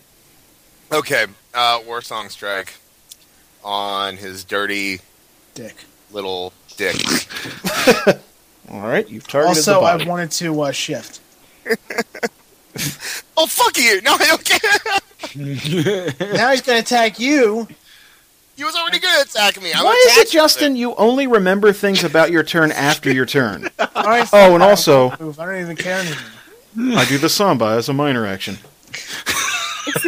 S6: Okay. Uh, War Song Strike on his dirty
S3: Dick.
S6: little dick.
S2: All right, you've targeted
S3: Also,
S2: the
S3: I
S2: body.
S3: wanted to uh, shift.
S6: [laughs] oh, fuck you. No, I don't care. [laughs]
S5: Hmm,
S3: Now he's gonna attack you.
S6: He was already going to attack me. I'm
S2: Why is it,
S6: attached to
S2: Justin? You only remember things about your turn after your turn.
S3: All right.
S2: Oh, and also,
S3: move. I don't even care anymore.
S2: I do the samba as a minor action.
S6: He's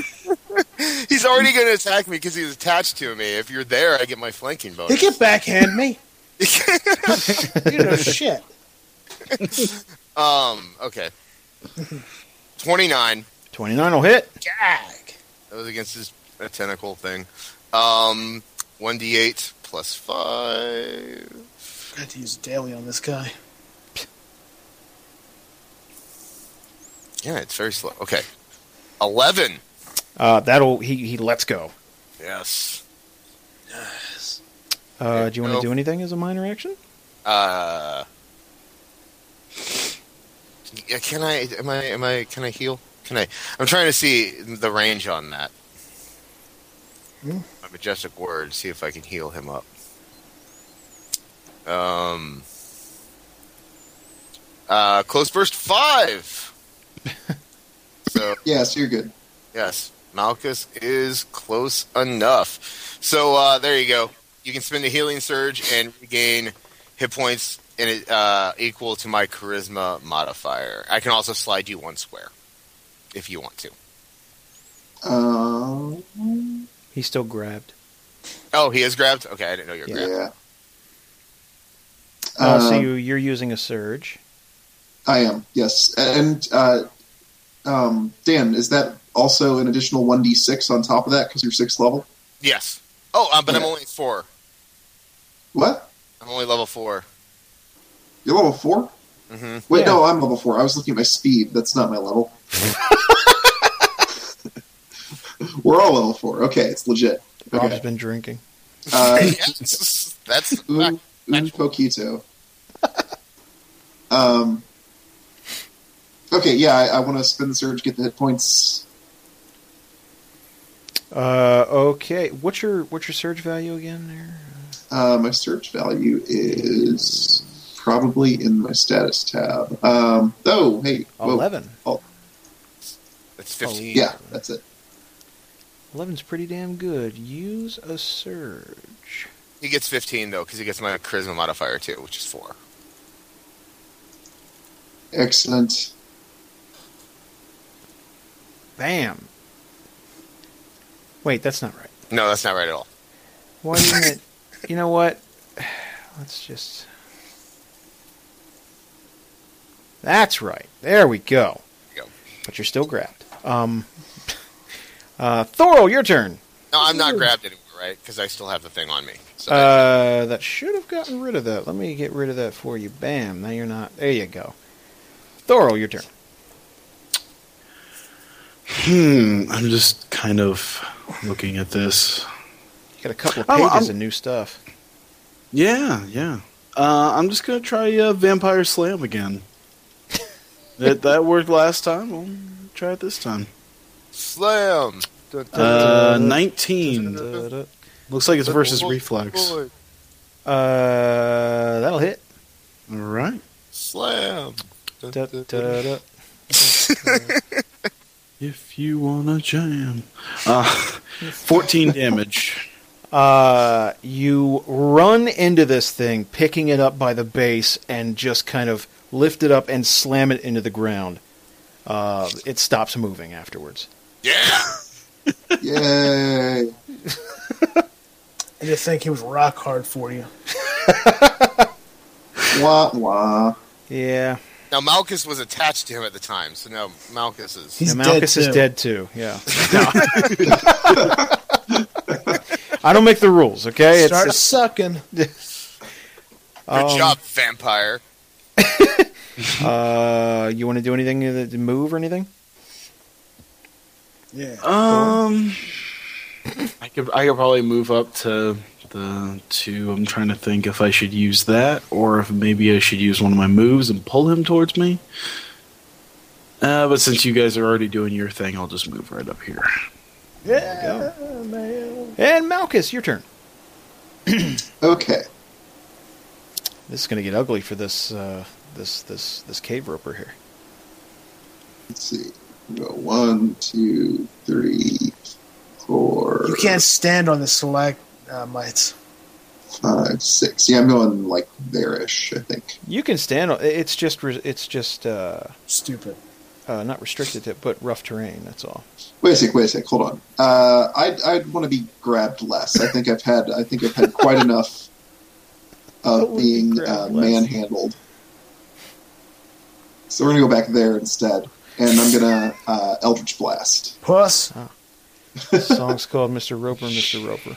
S6: He's already going to attack me because he's attached to me. If you're there, I get my flanking
S3: He
S6: bonus.
S3: can backhand [laughs] me. you know shit.
S6: [laughs] um, okay. 29.
S2: 29 will hit.
S3: Gag.
S6: That was against his a tentacle thing. Um, 1d8 plus 5.
S3: Got to use daily on this guy.
S6: Yeah, it's very slow. Okay. 11.
S2: Uh, that'll he, he lets go.
S6: Yes.
S2: Uh, do you want
S6: Go.
S2: to do anything as a minor action?
S6: Uh, yeah, can I? Am I? Am I? Can I heal? Can I? I'm trying to see the range on that.
S3: Hmm.
S6: My majestic word. See if I can heal him up. Um. Uh, close burst five. so
S4: Yes, you're good.
S6: Yes, Malchus is close enough. So uh, there you go. You can spend a healing surge and regain hit points in it, uh, equal to my charisma modifier. I can also slide you one square if you want to.
S4: Uh,
S2: He's still grabbed.
S6: Oh, he is grabbed. Okay, I didn't know you were
S4: yeah.
S6: grabbed.
S2: Uh,
S4: Uh,
S2: so you, you're using a surge.
S4: I am. Yes, and uh, um, Dan, is that also an additional one d six on top of that because you're sixth level?
S6: Yes. Oh, uh, but I'm
S4: Yeah.
S6: only four.
S4: What?
S6: I'm only level four.
S4: You're level four?
S6: Mm-hmm.
S4: Wait,
S2: Yeah.
S4: no, I'm level four. I was looking at my speed. That's not
S2: [laughs]
S4: my level. We're all level four. Okay, it's legit.
S2: Rob's
S4: Okay.
S2: been drinking.
S4: [laughs]
S6: [laughs]
S4: Uh,
S6: yes, that's
S4: un, un poquito. um. Okay, yeah, I, I want to spin the surge, get the hit points.
S2: Uh, okay. What's your what's your surge value again? There.
S4: Uh, my surge value is probably in my status tab. Um, oh, hey, whoa,
S2: Eleven.
S6: that's fifteen.
S4: yeah, that's it.
S2: Eleven's pretty damn good. Use a surge.
S6: He gets fifteen though because he gets my charisma modifier too, which is four.
S4: Excellent.
S2: Bam. Wait, that's not right.
S6: No, that's not right at all.
S2: Why didn't it? You know what? [sighs] Let's just. That's right. There we go.
S6: There you go.
S2: But you're still grabbed. Um. [laughs] Uh, Thorol, your turn.
S6: No, I'm not grabbed anywhere, right? Because I still have the thing on me. So
S2: Uh, that should have gotten rid of that. Let me get rid of that for you. Bam. Now you're not. There you go. Thorol, your turn.
S5: Hmm. I'm just kind of looking at this.
S2: You got a couple of
S5: Oh,
S2: pages
S5: I'm-
S2: of new stuff.
S5: Yeah, yeah. Uh, I'm just gonna try uh, Vampire Slam again. that that worked last time. I'll try it this time.
S6: slam.
S5: Uh, 19.
S2: Uh,
S5: Looks like it's versus Reflex. All
S6: Boy,
S2: Uh, that'll hit.
S5: right.
S6: Slam.
S2: Da, da, da.
S5: If you wanna jam. Uh, [laughs] 14 damage.
S2: Uh, you run into this thing, picking it up by the base, and just kind of lift it up and slam it into the ground. Uh, it stops moving afterwards.
S6: Yeah.
S4: Yay!
S3: I just think he was rock hard for you.
S4: wah wah.
S2: Yeah,
S6: Now Malchus was attached to him at the time, so now Malchus is.
S3: He's
S2: and Malchus
S3: dead
S2: is
S3: too.
S2: dead too. Yeah. [laughs] I don't make the rules, okay? It's-
S3: Start
S2: it's-
S3: sucking.
S6: Good
S2: um,
S6: job, vampire.
S2: Uh, you want to do anything to to move or anything?
S3: Yeah.
S5: Um, I could I could probably move up to the two. I'm trying to think if I should use that or if maybe I should use one of my moves and pull him towards me. Uh, but since you guys are already doing your thing, I'll just move right up here.
S3: Yeah, man.
S2: And Malchus, your turn.
S4: Okay.
S2: This is going to get ugly for this uh, this this this cave roper here.
S4: Let's see. We'll go one, two, three, four,
S3: You can't stand on the select uh, mites.
S4: five, six. Yeah, I'm going like there ish, I think.
S2: You can stand. on- It's just. re- It's just. Uh,
S3: Stupid.
S2: uh, not restricted to, but rough terrain. That's all.
S4: Wait a sec. Wait a sec. Hold on. Uh, I'd I'd want to be grabbed less. I think I've had I think I've had quite enough
S2: I
S4: of
S2: wanna be
S4: being uh,
S2: grabbed less.
S4: manhandled. So we're gonna go back there instead, and I'm gonna uh, Eldritch Blast.
S3: Puss.
S2: [laughs] The song's called Mr. Roper, Mr. Roper.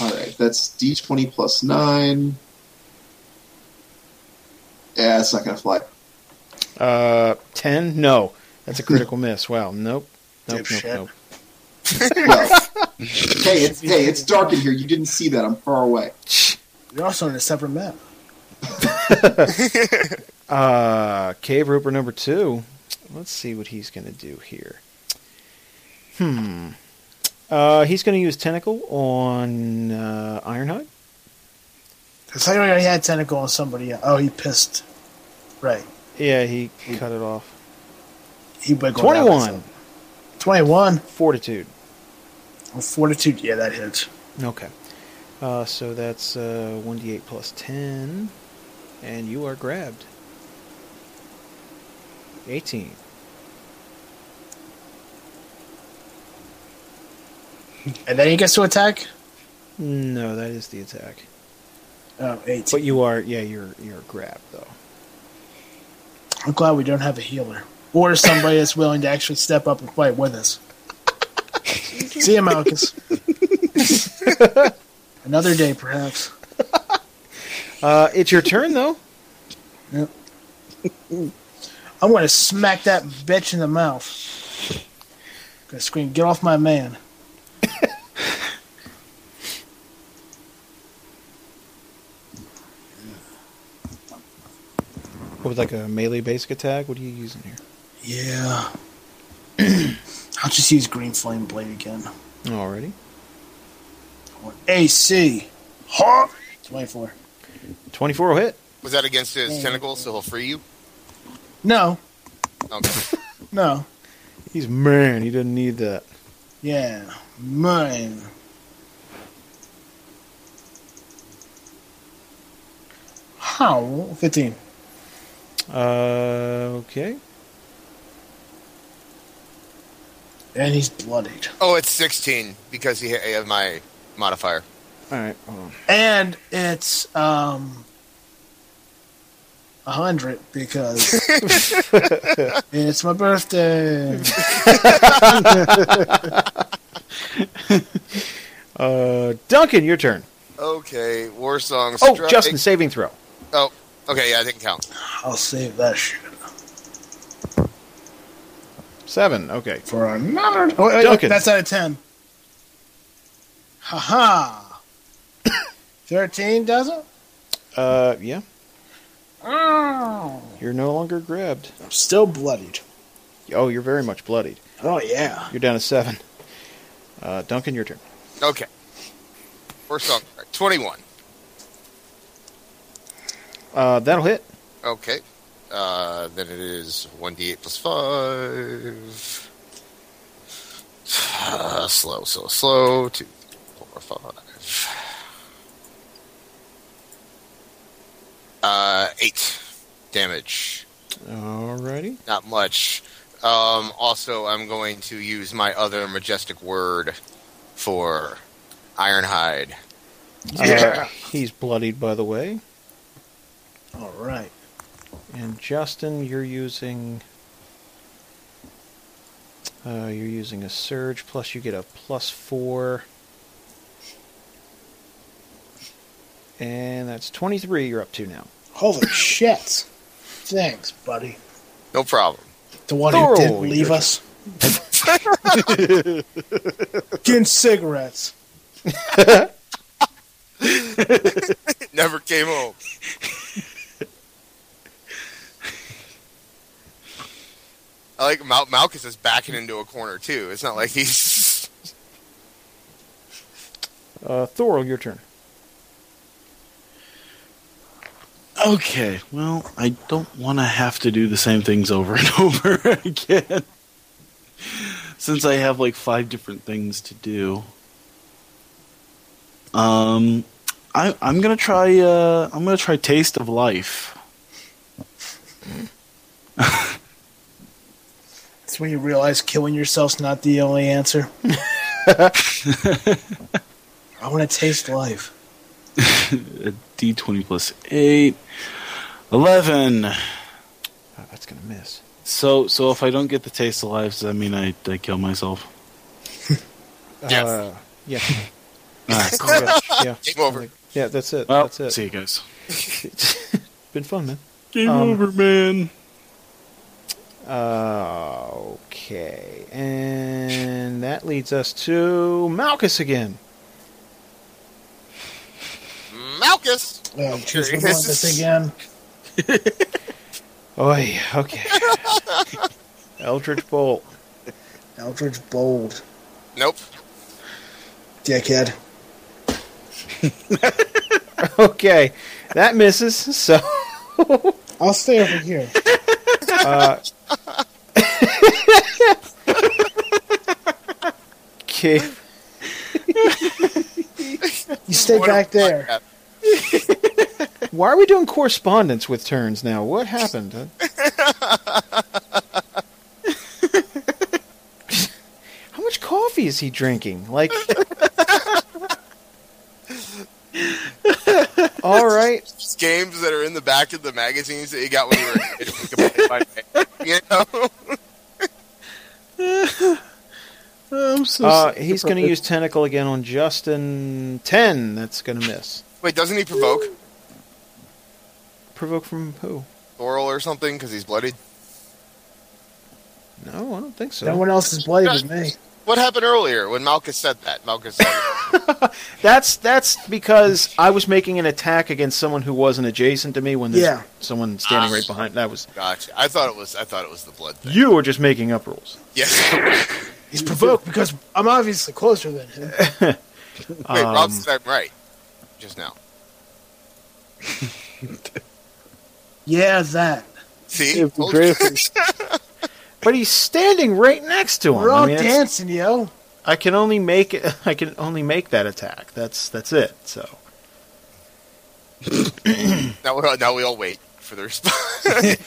S4: All right, that's D20 plus nine. Yeah, it's not gonna fly.
S2: Uh, ten? No, that's a critical miss. Wow. Nope. Nope. Nope.
S3: Dipshit.
S2: Nope.
S4: Well, hey, it's hey, it's dark in here. You didn't see that. I'm far away.
S3: You're also on a separate map.
S2: Uh, Cave Roper number two. Let's see what he's going to do here. Hmm. Uh, he's going to use Tentacle on uh, Ironhide.
S3: I thought he already had tentacle on somebody. Oh, he pissed. Right.
S2: Yeah, he cut it off.
S3: He wiggled. out.
S2: 21.
S3: Twenty-one.
S2: Fortitude.
S3: Oh, fortitude. Yeah, that hits.
S2: Okay. Uh, so that's uh, 1d8 plus 10. And you are grabbed. 18.
S3: And then he gets to attack.
S2: No, that is the attack.
S3: Oh, eight.
S2: But you are, yeah, you're you're grabbed though.
S3: I'm glad we don't have a healer or somebody that's willing to actually step up and fight with us. See you, Malchus. Another day, perhaps.
S2: Uh, it's your turn though.
S3: I'm going to smack that bitch in the mouth. going to scream, "Get off my man!"
S2: With like a melee basic attack. What are you using here?
S3: Yeah. [clears throat] I'll just use green flame blade again.
S2: Already.
S3: AC. Huh? 24.
S2: 24 will hit.
S6: Was that against his tentacle, so he'll free you?
S3: No,
S6: Okay.
S3: no.
S2: He's man. He doesn't need that.
S3: Yeah, mine. How? 15.
S2: Uh, okay.
S3: And he's bloodied.
S6: Oh, it's 16 because he I have my modifier.
S2: All right. Hold on.
S3: And it's, um, 100 because it's my birthday.
S2: Uh, Duncan, your turn.
S6: Okay, war song.
S2: Oh,
S6: strike-
S2: Justin, saving throw.
S6: Oh, okay, yeah, I didn't count.
S3: I'll save that shit
S2: Seven. Okay.
S3: for another. Oh, wait,
S2: Duncan.
S3: That's out of 10. Haha. 13 does it?
S2: Uh, yeah.
S3: Oh.
S2: You're no longer grabbed.
S3: I'm still bloodied.
S2: Oh, you're very much bloodied.
S3: Oh, yeah.
S2: You're down to seven. Uh, Duncan, your turn.
S6: Okay. War song. strike, 21.
S2: Uh, that'll hit.
S6: Okay. Uh, then it is 1d8 plus 5. Uh, [sighs] slow, slow, slow. 2, 4, 5. Uh, 8 damage.
S2: Alrighty.
S6: Not much. Um, also, I'm going to use my other majestic word for Ironhide.
S2: Yeah. Uh, he's bloodied, by the way.
S3: All right.
S2: And Justin, you're using. Uh, you're using a surge, plus you get a plus four. And that's 23 you're up to now. [coughs]
S3: Holy shit. Thanks, buddy.
S6: No problem.
S3: The one
S2: Thorough,
S3: who didn't leave
S2: Richard.
S3: us. Getting cigarettes.
S6: It never came home. I like Mal- Malchus is backing into a corner too. It's not like he's. [laughs]
S2: Uh, Thorol, your turn.
S5: Okay, well, I don't want to have to do the same things over and [laughs] over again. Since I have like five different things to do. Um I I'm going to try uh I'm going to try taste of life.
S3: That's when you realize killing yourself's not the only answer.
S2: [laughs]
S3: I want to taste life.
S5: D20 plus 8. 11.
S2: Oh, that's gonna miss.
S5: So so if I don't get the taste of life, does that mean I, I kill myself?
S6: Yes.
S2: Uh, yeah. [laughs]
S5: Ah,
S2: yeah.
S6: Game over.
S2: Yeah. That's it.
S5: well,
S2: that's it.
S5: see you guys.
S2: [laughs] Been fun, man.
S5: Game
S2: Um,
S5: over, man.
S2: Uh, okay, and that leads us to Malchus again.
S6: Malchus.
S3: Oh,
S6: I'm
S3: geez,
S6: curious.
S3: we want
S6: [laughs]
S3: this again.
S2: Oh yeah, okay. Eldritch Bolt. [laughs]
S3: Eldridge Bold.
S6: Nope.
S3: Dickhead.
S2: Okay, that misses. So
S3: I'll stay over here.
S2: uh, [laughs] okay,
S3: You stay
S6: What a
S3: back there.
S6: podcast.
S2: why are we doing correspondence with turns now? What happened?
S3: [laughs]
S2: How much coffee is he drinking? Like,
S3: [laughs]
S2: all right.
S6: It's Games that are in the back of the magazines that you got when you were a kid. We could play by name, [laughs] You know?
S5: I'm so
S2: Uh, he's going to use tentacle again on Justin. Ten. That's going to miss.
S6: Wait, doesn't he provoke
S2: Provoke from who?
S6: Oral or something because he's bloodied?
S2: No, I don't think so.
S3: No one else is bloody with me.
S6: What happened earlier when Malchus said that? Malchus said,
S2: that's that's because I was making an attack against someone who wasn't adjacent to me when there's
S3: Yeah.
S2: someone standing right behind. That was
S6: "Gotcha." I thought it was. I thought it was the blood thing.
S2: you were just making up rules.
S6: Yes. [laughs] Wait,
S3: He's provoked because I'm obviously closer than
S6: [laughs]
S3: him.
S6: Rob
S2: Um,
S6: said I'm right just now.
S3: Yeah, that.
S6: See,
S1: It'd be
S6: Told
S1: great
S6: you.
S1: if we-
S2: But he's standing right next to him.
S3: We're
S2: I,
S3: all
S2: mean, it's-
S3: dancing, yo.
S2: I can only make [laughs] it- I can only make that attack. That's that's it. So
S6: [laughs] now we now we all wait for the response.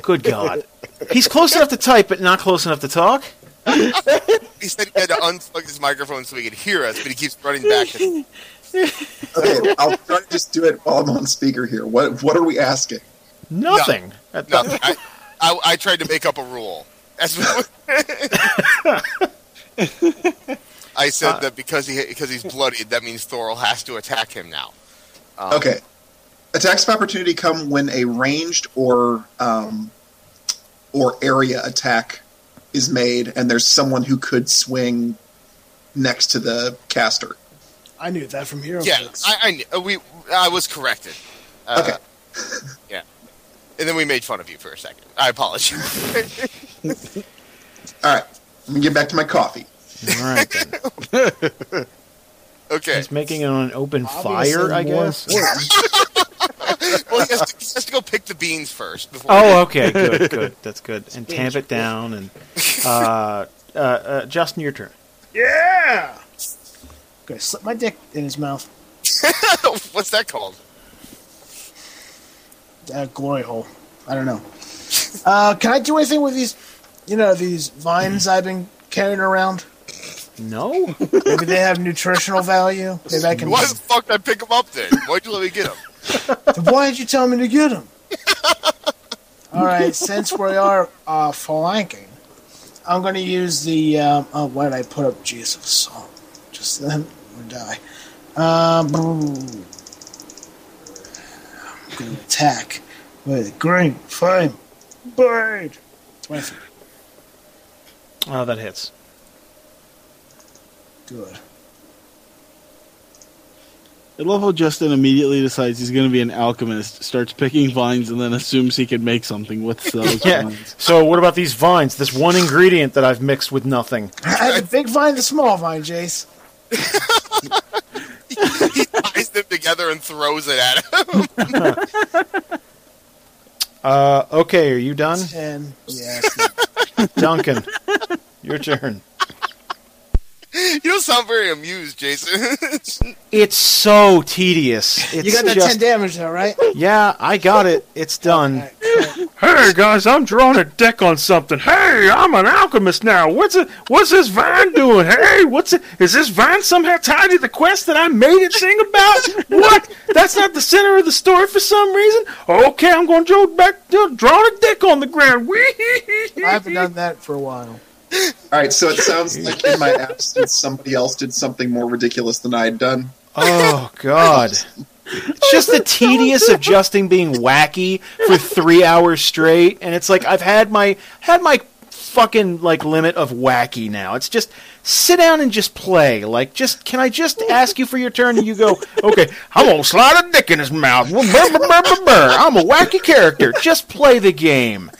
S6: [laughs]
S2: good God, he's close enough to type, but not close enough to talk.
S6: he said he had to unplug his microphone so he could hear us, but he keeps running back. to-
S4: Okay, I'll try to just do it while I'm on speaker here. What what are we asking?
S2: Nothing. At the-
S6: Nothing. I, I, I tried to make up a rule. That's what [laughs] I said that because he because he's bloodied, that means Thorol has to attack him now. Um,
S4: Okay. Attacks of opportunity come when a ranged or um, or area attack is made, and there's someone who could swing next to the caster.
S3: I knew that from Hero
S6: Yeah,
S3: Clicks.
S6: I, I knew- we I was corrected. Uh,
S4: Okay.
S6: yeah, and then we made fun of you for a second. I apologize. [laughs]
S4: All right, let me get back to my coffee.
S2: All right,
S3: [laughs]
S2: then.
S6: okay.
S2: he's making it on an open
S3: Obviously
S2: fire. I
S3: more
S2: guess.
S3: important.
S6: Well, he has, to, he has to go pick the beans first. Before
S2: Oh, okay,
S3: [laughs]
S2: good, good. That's good. And tamp it down. And uh, uh, uh, Justin, your turn.
S3: yeah! Gonna slip my dick in his mouth.
S6: [laughs] What's that called?
S3: Uh, glory hole. I don't know. Uh, can I do anything with these, you know, these vines I've been carrying around?
S2: No,
S3: Maybe they have nutritional value. Maybe I can.
S6: Why the fuck did I pick him up then? Why'd you let me get [laughs] him?
S3: Why did you tell me to get them? All right, since we are uh, flanking, I'm going to use the. Um, oh, why did I put up Jesus? song? Just then we die. Um, boom. I'm going to attack with green flame blade. 23.
S2: oh, that hits.
S3: Good.
S5: I love how Justin immediately decides he's going to be an alchemist, starts picking vines, and then assumes he can make something with those
S2: Yeah.
S5: vines.
S2: So, what about these vines? This one ingredient that I've mixed with nothing.
S3: I have the big vine, the small vine, Jace.
S6: He ties them together and throws it at him. [laughs]
S2: Uh, okay, are
S3: [laughs]
S2: you done,
S3: Ten. Yeah.
S2: Duncan? Your turn.
S6: You don't sound very amused, Jason. [laughs]
S2: It's so tedious. It's
S3: you got that
S2: just,
S3: ten damage though, right?
S2: Yeah, I got it. It's done.
S3: All right, cool.
S2: Hey guys, I'm drawing a deck on something. Hey, I'm an alchemist now. What's it? What's this vine doing? Hey, what's it? Is this vine somehow tied to the quest that I made it sing about? What? That's not the center of the story for some reason. Okay, I'm going to draw back to drawing a deck on the ground.
S3: I haven't done that for a while.
S4: All right, so it sounds like in my absence, somebody else did something more ridiculous than I had done.
S2: Oh God. It's just the tedious of Justin being wacky for three hours straight, and it's like I've had my had my fucking like limit of wacky now. It's just sit down and just play. Like, just can I just ask you for your turn? And you go, okay, I'm gonna slide a dick in his mouth. Brr, brr, brr, brr, brr. I'm a wacky character. Just play the game.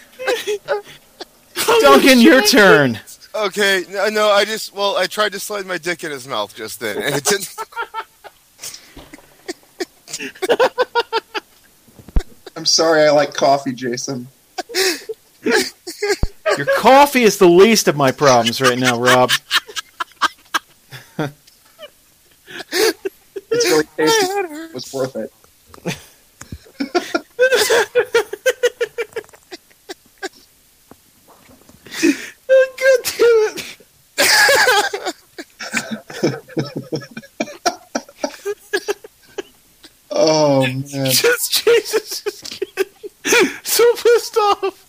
S2: Duncan, your turn.
S6: Okay, no, no, I just well, I tried to slide my dick in his mouth just then, and it didn't. [laughs]
S4: I'm sorry, I like coffee, Jason.
S2: Your coffee is the least of my problems right now, Rob.
S4: It's really tasty. It was worth it. Oh man!
S5: [laughs] Just Jesus is getting so pissed off.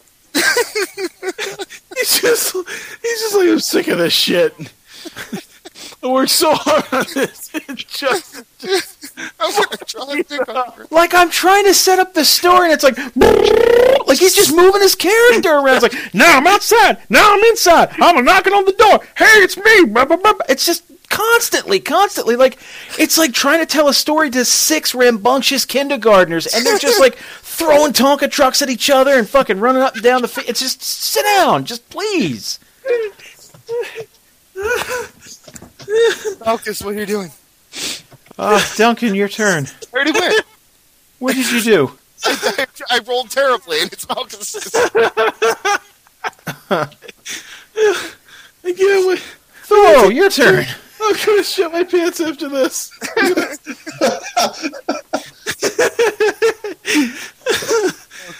S5: he's just [laughs] he's just like I'm sick of this shit. I worked so hard on this. [laughs] It just
S6: I'm gonna draw a dick on
S2: Like I'm trying to set up the story, and it's like, [laughs] like he's just moving his character around. It's like, now I'm outside, now I'm inside, I'm knocking on the door. Hey, it's me. Blah, blah, blah. It's just constantly, constantly. Like it's like trying to tell a story to six rambunctious kindergartners, and they're just like throwing Tonka trucks at each other and fucking running up and down the. Fi- it's just sit down, just please.
S6: Falcus, what are you doing?
S2: Uh, Duncan, your turn.
S6: I already went.
S2: What did you do? [laughs]
S6: I, I rolled terribly, and it's [laughs] Falcus.
S5: I can't wait.
S2: Thor, Oh, your turn.
S5: I'm gonna shit my pants after this.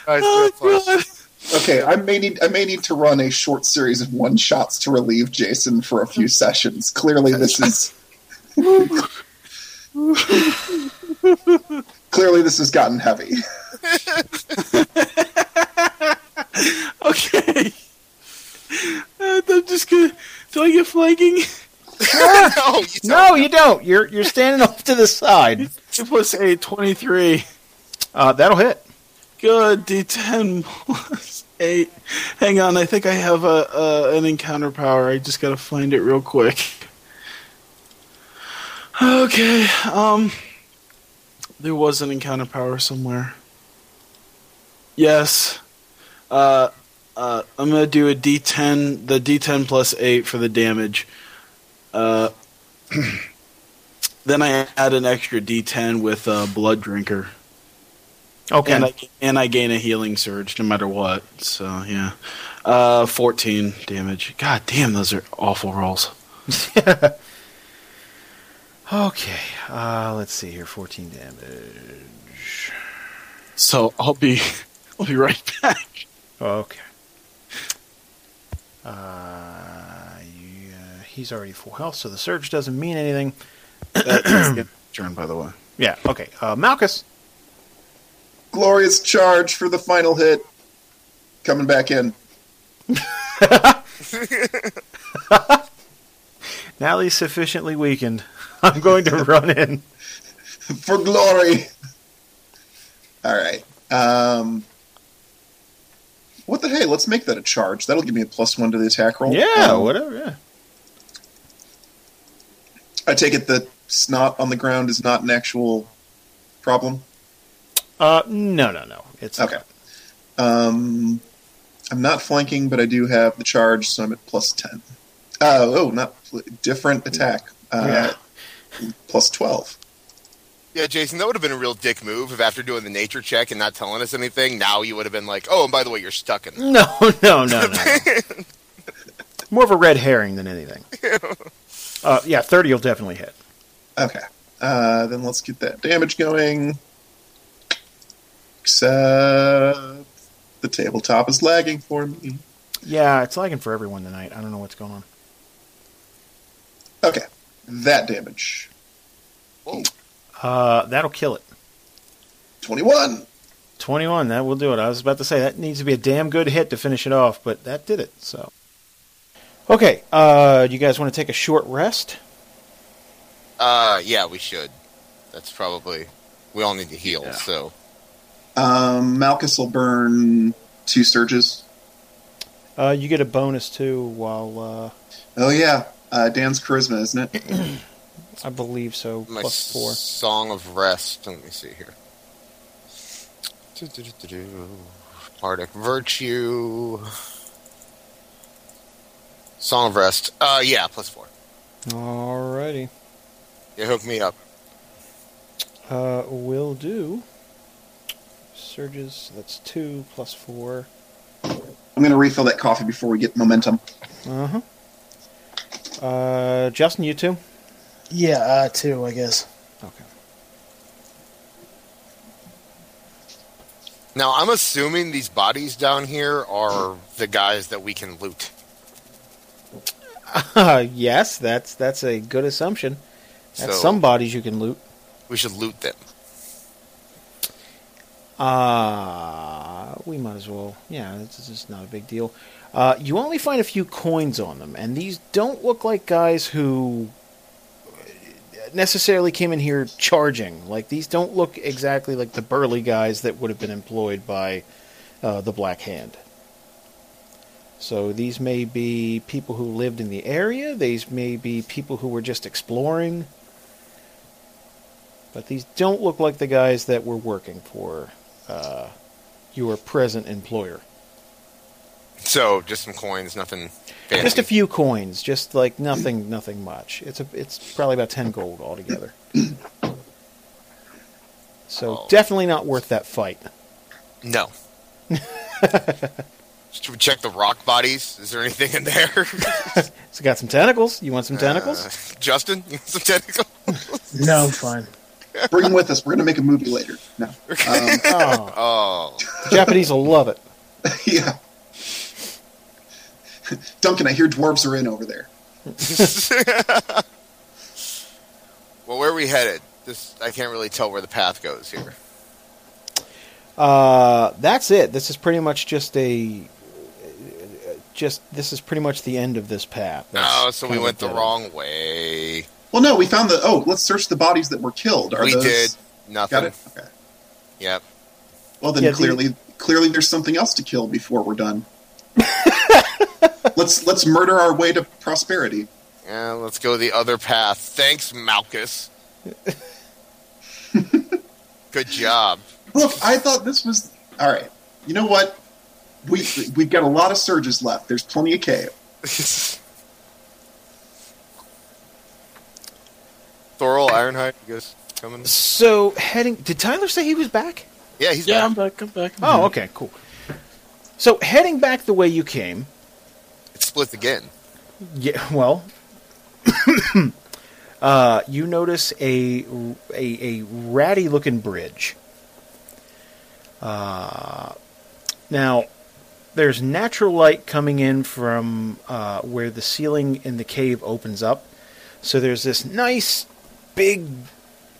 S5: Oh god.
S4: Okay, I may need I may need to run a short series of one shots to relieve Jason for a few sessions. Clearly, this is clearly this has gotten heavy.
S5: Okay. Uh, I'm just gonna. Do I get flanking?
S6: [laughs] no, [laughs] you
S2: No, you don't. You're you're standing off to the side.
S5: Two plus eight, 23.
S2: Uh, that'll hit.
S5: Good. D10 plus 8. Hang on, I think I have a, a an encounter power. I just gotta find it real quick. Okay, um. There was an encounter power somewhere. Yes. Uh, uh, I'm gonna do a D10, the D10 plus 8 for the damage. Uh, [clears throat] then I add an extra D10 with uh, Blood Drinker.
S2: Okay.
S5: And I, and I gain a healing surge no matter what. So yeah, uh, fourteen damage. God damn, those are awful rolls.
S2: [laughs] okay. Uh, let's see here. 14 damage.
S5: So I'll be, [laughs] I'll be right [coughs] back.
S2: Okay. Uh, yeah, he's already full health, so the surge doesn't mean anything.
S5: That's turn, by the way.
S2: Yeah. Okay. Uh, Malchus.
S4: Glorious charge for the final hit. Coming back in.
S2: Now that he's sufficiently weakened, [laughs] I'm going to run in.
S4: for glory. All right. Um, what the hey? Let's make that a charge. That'll give me a plus one to the attack roll.
S2: Yeah.
S4: Um,
S2: Whatever. Yeah.
S4: I take it the snot on the ground is not an actual problem.
S2: Uh, no, no, no. It's
S4: Okay. Um, I'm not flanking, but I do have the charge, so I'm at plus ten. Uh, oh, not fl- different attack. Uh, Plus twelve.
S6: Yeah, Jason, that would have been a real dick move if after doing the nature check and not telling us anything, now you would have been like, oh, and by the way, you're stuck in.
S2: No, [laughs] no, no, no. [laughs] More of a red herring than anything. [laughs] Uh, yeah, 30 will definitely hit.
S4: Okay. Uh, then let's get that damage going. Except the tabletop is lagging for me.
S2: Yeah, it's lagging for everyone tonight. I don't know what's going on.
S4: Okay, that damage.
S6: Whoa.
S2: Uh, that'll kill it.
S4: 21.
S2: 21, that will do it. I was about to say, that needs to be a damn good hit to finish it off, but that did it, so. Okay, uh, you guys want to take a short rest?
S6: Uh, yeah, we should. That's probably. We all need to heal, so.
S4: Um, Malchus will burn two surges.
S2: Uh, you get a bonus too while, uh,
S4: Oh, yeah. Uh, Dan's charisma, isn't it?
S2: uh, I believe so,
S6: My
S2: plus four.
S6: s- Song of Rest. Let me see here. Do-do-do-do-do. Bardic Virtue. Song of Rest. Uh, yeah, plus four.
S2: Alrighty.
S6: You hook me up.
S2: Uh, will do. Surges, that's two, plus four.
S4: I'm going to refill that coffee before we get momentum.
S2: Uh-huh. Uh, Justin, you too? [laughs]
S3: Yeah, uh, two, I guess.
S2: Okay.
S6: Now, I'm assuming these bodies down here are the guys that we can loot.
S2: Uh, yes, that's that's a good assumption. At
S6: So-
S2: some bodies you can loot.
S6: We should loot them.
S2: Uh, we might as well. Yeah, this is not a big deal. Uh, you only find a few coins on them, and these don't look like guys who necessarily came in here charging. Like these don't look exactly like the burly guys that would have been employed by uh, the Black Hand. So these may be people who lived in the area. These may be people who were just exploring. But these don't look like the guys that were working for uh, your present employer.
S6: So, just some coins, nothing fancy.
S2: Just a few coins, just like nothing, nothing much. It's a, it's probably about ten gold altogether. So
S6: Oh.
S2: definitely not worth that fight.
S4: [laughs]
S6: No. Should we check the rock bodies? Is there anything
S4: [laughs]
S6: in there?
S2: It's got some tentacles. You want some
S6: [laughs]
S2: tentacles?
S6: Uh, Justin, you want some tentacles?
S3: No, fine.
S4: Bring them with us. We're going to make a movie later.
S6: [laughs]
S4: No. Um,
S2: oh,
S6: Oh,
S2: the Japanese will love it.
S4: [laughs] yeah. Duncan, I hear dwarves are in over there.
S6: well, where are we headed? This I can't really tell where the path goes here.
S2: Uh, that's it. This is pretty much just a. Just this is pretty much the end of this path. That's
S6: Oh, so we
S2: kind of
S6: went
S2: a
S6: the
S2: dead end.
S6: wrong way.
S4: Well, no, we found the. Oh, let's search the bodies that were killed. Are
S6: we
S4: those,
S6: did nothing.
S4: Got it. Okay.
S6: Yep.
S4: Well, then
S2: Yeah, the-
S4: clearly, clearly, there's something else to kill before
S2: [laughs]
S4: we're done. let's let's murder our way to prosperity.
S6: Yeah, let's go the other path.
S4: [laughs]
S6: Thanks, Malchus. Good job.
S4: Look, I thought this was all right. You know what? We we've got a lot of surges left. There's plenty of cave.
S6: Thorol [laughs] Ironhide, you guys coming?
S2: So heading. Did Tyler say he was back?
S6: Yeah, he's
S5: Yeah,
S6: yeah.
S5: I'm back. I'm back.
S2: Oh, okay, cool. So heading back the way you came,
S6: It splits again.
S2: yeah, [laughs] well, [coughs] uh, you notice a a, a ratty looking bridge. Uh, now, there's natural light coming in from uh, where the ceiling in the cave opens up. So there's this nice big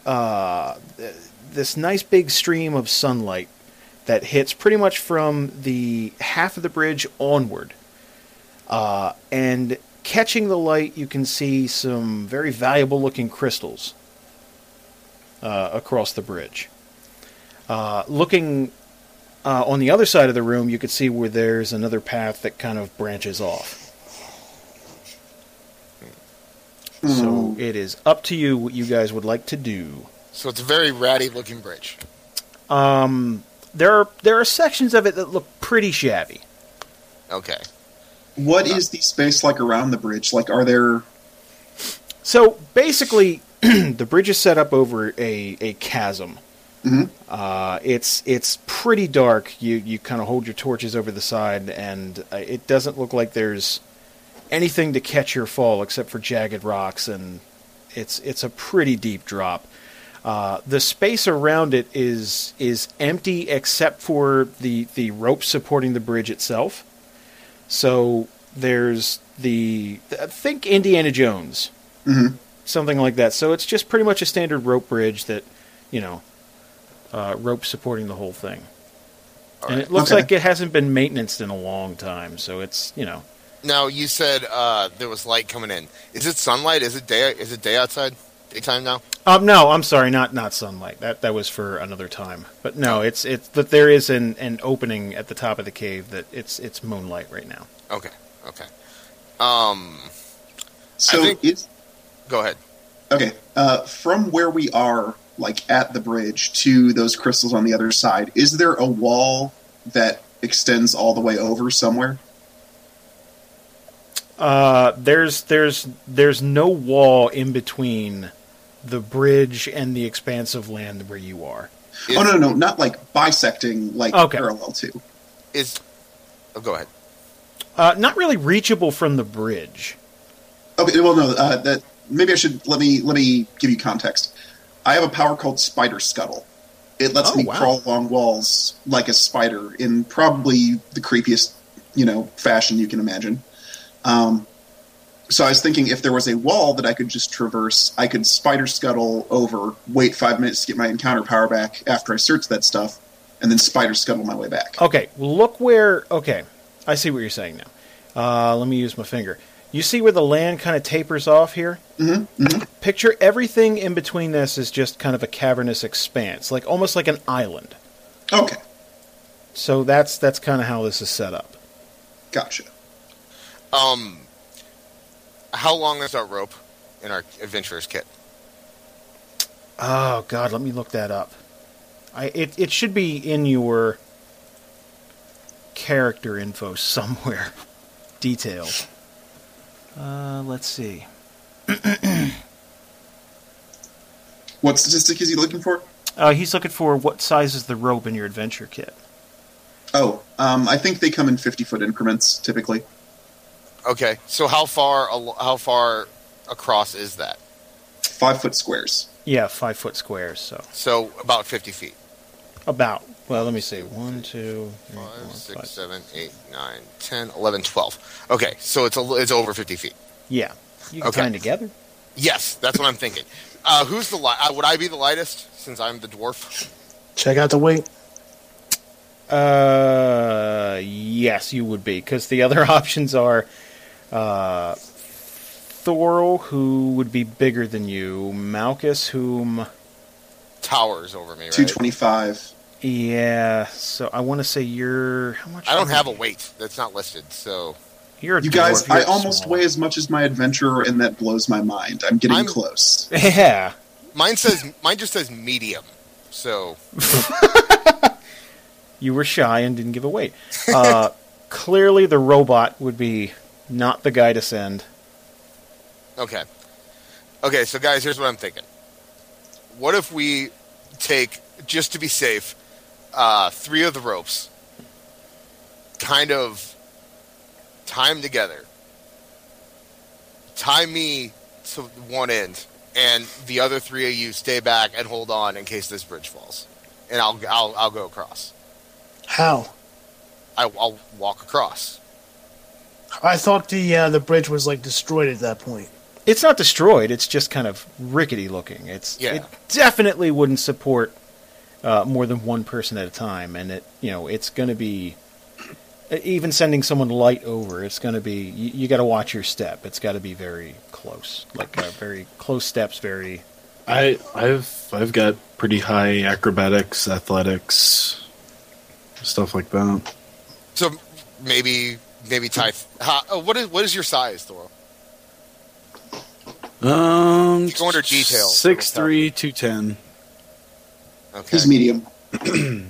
S2: uh, th- this nice big stream of sunlight that hits pretty much from the half of the bridge onward. Uh, and catching the light, you can see some very valuable looking crystals uh, across the bridge. Uh, looking uh, on the other side of the room, you could see where there's another path that kind of branches off. So it is up to you what you guys would like to do.
S6: So it's a very ratty looking bridge.
S2: Um, there are there are sections of it that look pretty shabby.
S6: Okay.
S4: What is the space like around the bridge? Like, are there?
S2: So basically, [clears throat] the bridge is set up over a, a chasm.
S4: Mhm.
S2: Uh, it's it's pretty dark. You you kind of hold your torches over the side, and uh, it doesn't look like there's anything to catch your fall except for jagged rocks, and it's it's a pretty deep drop. Uh, the space around it is is empty except for the the rope supporting the bridge itself. So there's the I think Indiana Jones,
S6: Mm-hmm.
S4: Mhm.
S2: something like that. So it's just pretty much a standard rope bridge that, you know, uh, rope supporting the whole thing.
S6: All
S2: and
S6: right.
S2: it looks
S4: Okay.
S2: like it hasn't been maintained in a long time, so it's you know
S6: Now you said uh, there was light coming in. Is it sunlight? Is it day? Is it day outside? Daytime now?
S2: Um, no, I'm sorry, not not sunlight. That that was for another time. But no, it's it's that there is an, an opening at the top of the cave that it's it's moonlight right now.
S6: Okay. Okay. Um.
S4: So
S6: think-
S4: it's
S6: Go ahead.
S4: okay. Uh, from where we are, like at the bridge to those crystals on the other side, is there a wall that extends all the way over somewhere?
S2: Uh, there's there's there's no wall in between the bridge and the expanse of land where you are.
S6: Is,
S4: Oh no, no, no, not like bisecting, like
S2: Okay.
S4: parallel to.
S6: Is oh, go ahead.
S2: Uh, not really reachable from the bridge.
S4: Okay, well, no, uh, that maybe I should let me let me give you context. I have a power called Spider Scuttle. It lets
S2: Oh,
S4: me
S2: wow.
S4: crawl along walls like a spider in probably the creepiest, you know, fashion you can imagine. Um, so I was thinking if there was a wall that I could just traverse, I could Spider Scuttle over, wait five minutes to get my encounter power back after I search that stuff, and then Spider Scuttle my way back.
S2: Okay, look where. Okay, I see what you're saying now. Uh, let me use my finger. You see where the land kind of tapers off here?
S4: Mm-hmm,
S2: picture everything in between this is just kind of a cavernous expanse, like almost like an island. Oh.
S4: Okay,
S2: So that's that's kind of how this is set up.
S4: gotcha.
S6: Um. How long is our rope in our adventurer's kit?
S2: Oh God, let me look that up. I it it should be in your character info somewhere, [laughs] detailed. Uh, let's see.
S4: What statistic is he looking for?
S2: Uh, he's looking for what size is the rope in your adventure kit.
S4: Oh, um, I think they come in fifty foot increments typically.
S6: Okay. So how far? al- How far across is that?
S4: five foot squares.
S2: Yeah, five foot squares. So
S6: So about fifty feet.
S2: about. Well, let me see. One, two, three, four,
S6: Five,
S2: five.
S6: six, seven, eight, nine, ten, eleven, twelve. Okay. So it's a, li- it's over fifty feet.
S2: Yeah, you can
S6: Okay.
S2: tie 'em together.
S6: Yes, that's what I'm thinking. Uh, who's the light? Uh, would I be the lightest since I'm the dwarf?
S3: Check out the weight.
S2: Uh, yes, you would be, because the other [laughs] options are uh, Thorl, who would be bigger than you, Malchus, whom.
S6: Towers over me, right?
S4: Two twenty five.
S2: Yeah, so I want to say you're how much?
S6: I don't
S2: are
S6: have a
S2: you?
S6: weight that's not listed, so
S2: You're a
S4: You guys,
S2: dwarf, you're
S4: I almost
S2: small.
S4: weigh as much as my adventurer, and that blows my mind. I'm getting
S6: I'm-
S4: close.
S2: [laughs] Yeah,
S6: mine says mine just says medium. So
S2: you were shy and didn't give a weight. Uh, clearly, the robot would be not the guy to send.
S6: okay, okay. So guys, here's what I'm thinking. What if we take just to be safe, uh, three of the ropes, kind of time together, tie me to one end, and the other three of you stay back and hold on in case this bridge falls, and I'll I'll I'll go across.
S3: How?
S6: I, I'll walk across.
S3: I thought the uh, the bridge was like destroyed at that point.
S2: it's not destroyed. It's just kind of rickety looking. It's
S6: Yeah.
S2: it definitely wouldn't support uh, more than one person at a time, and it you know it's going to be e, even sending someone light over. It's going to be you, you got to watch your step. It's got to be very close, like uh, very close steps. Very
S5: I I've I've got pretty high acrobatics, athletics, stuff like that.
S6: So maybe maybe tie. Ha, oh, what is what is your size, Thor?
S5: Um,
S6: Go under details.
S5: Six three two ten,
S6: Okay.
S4: He's medium.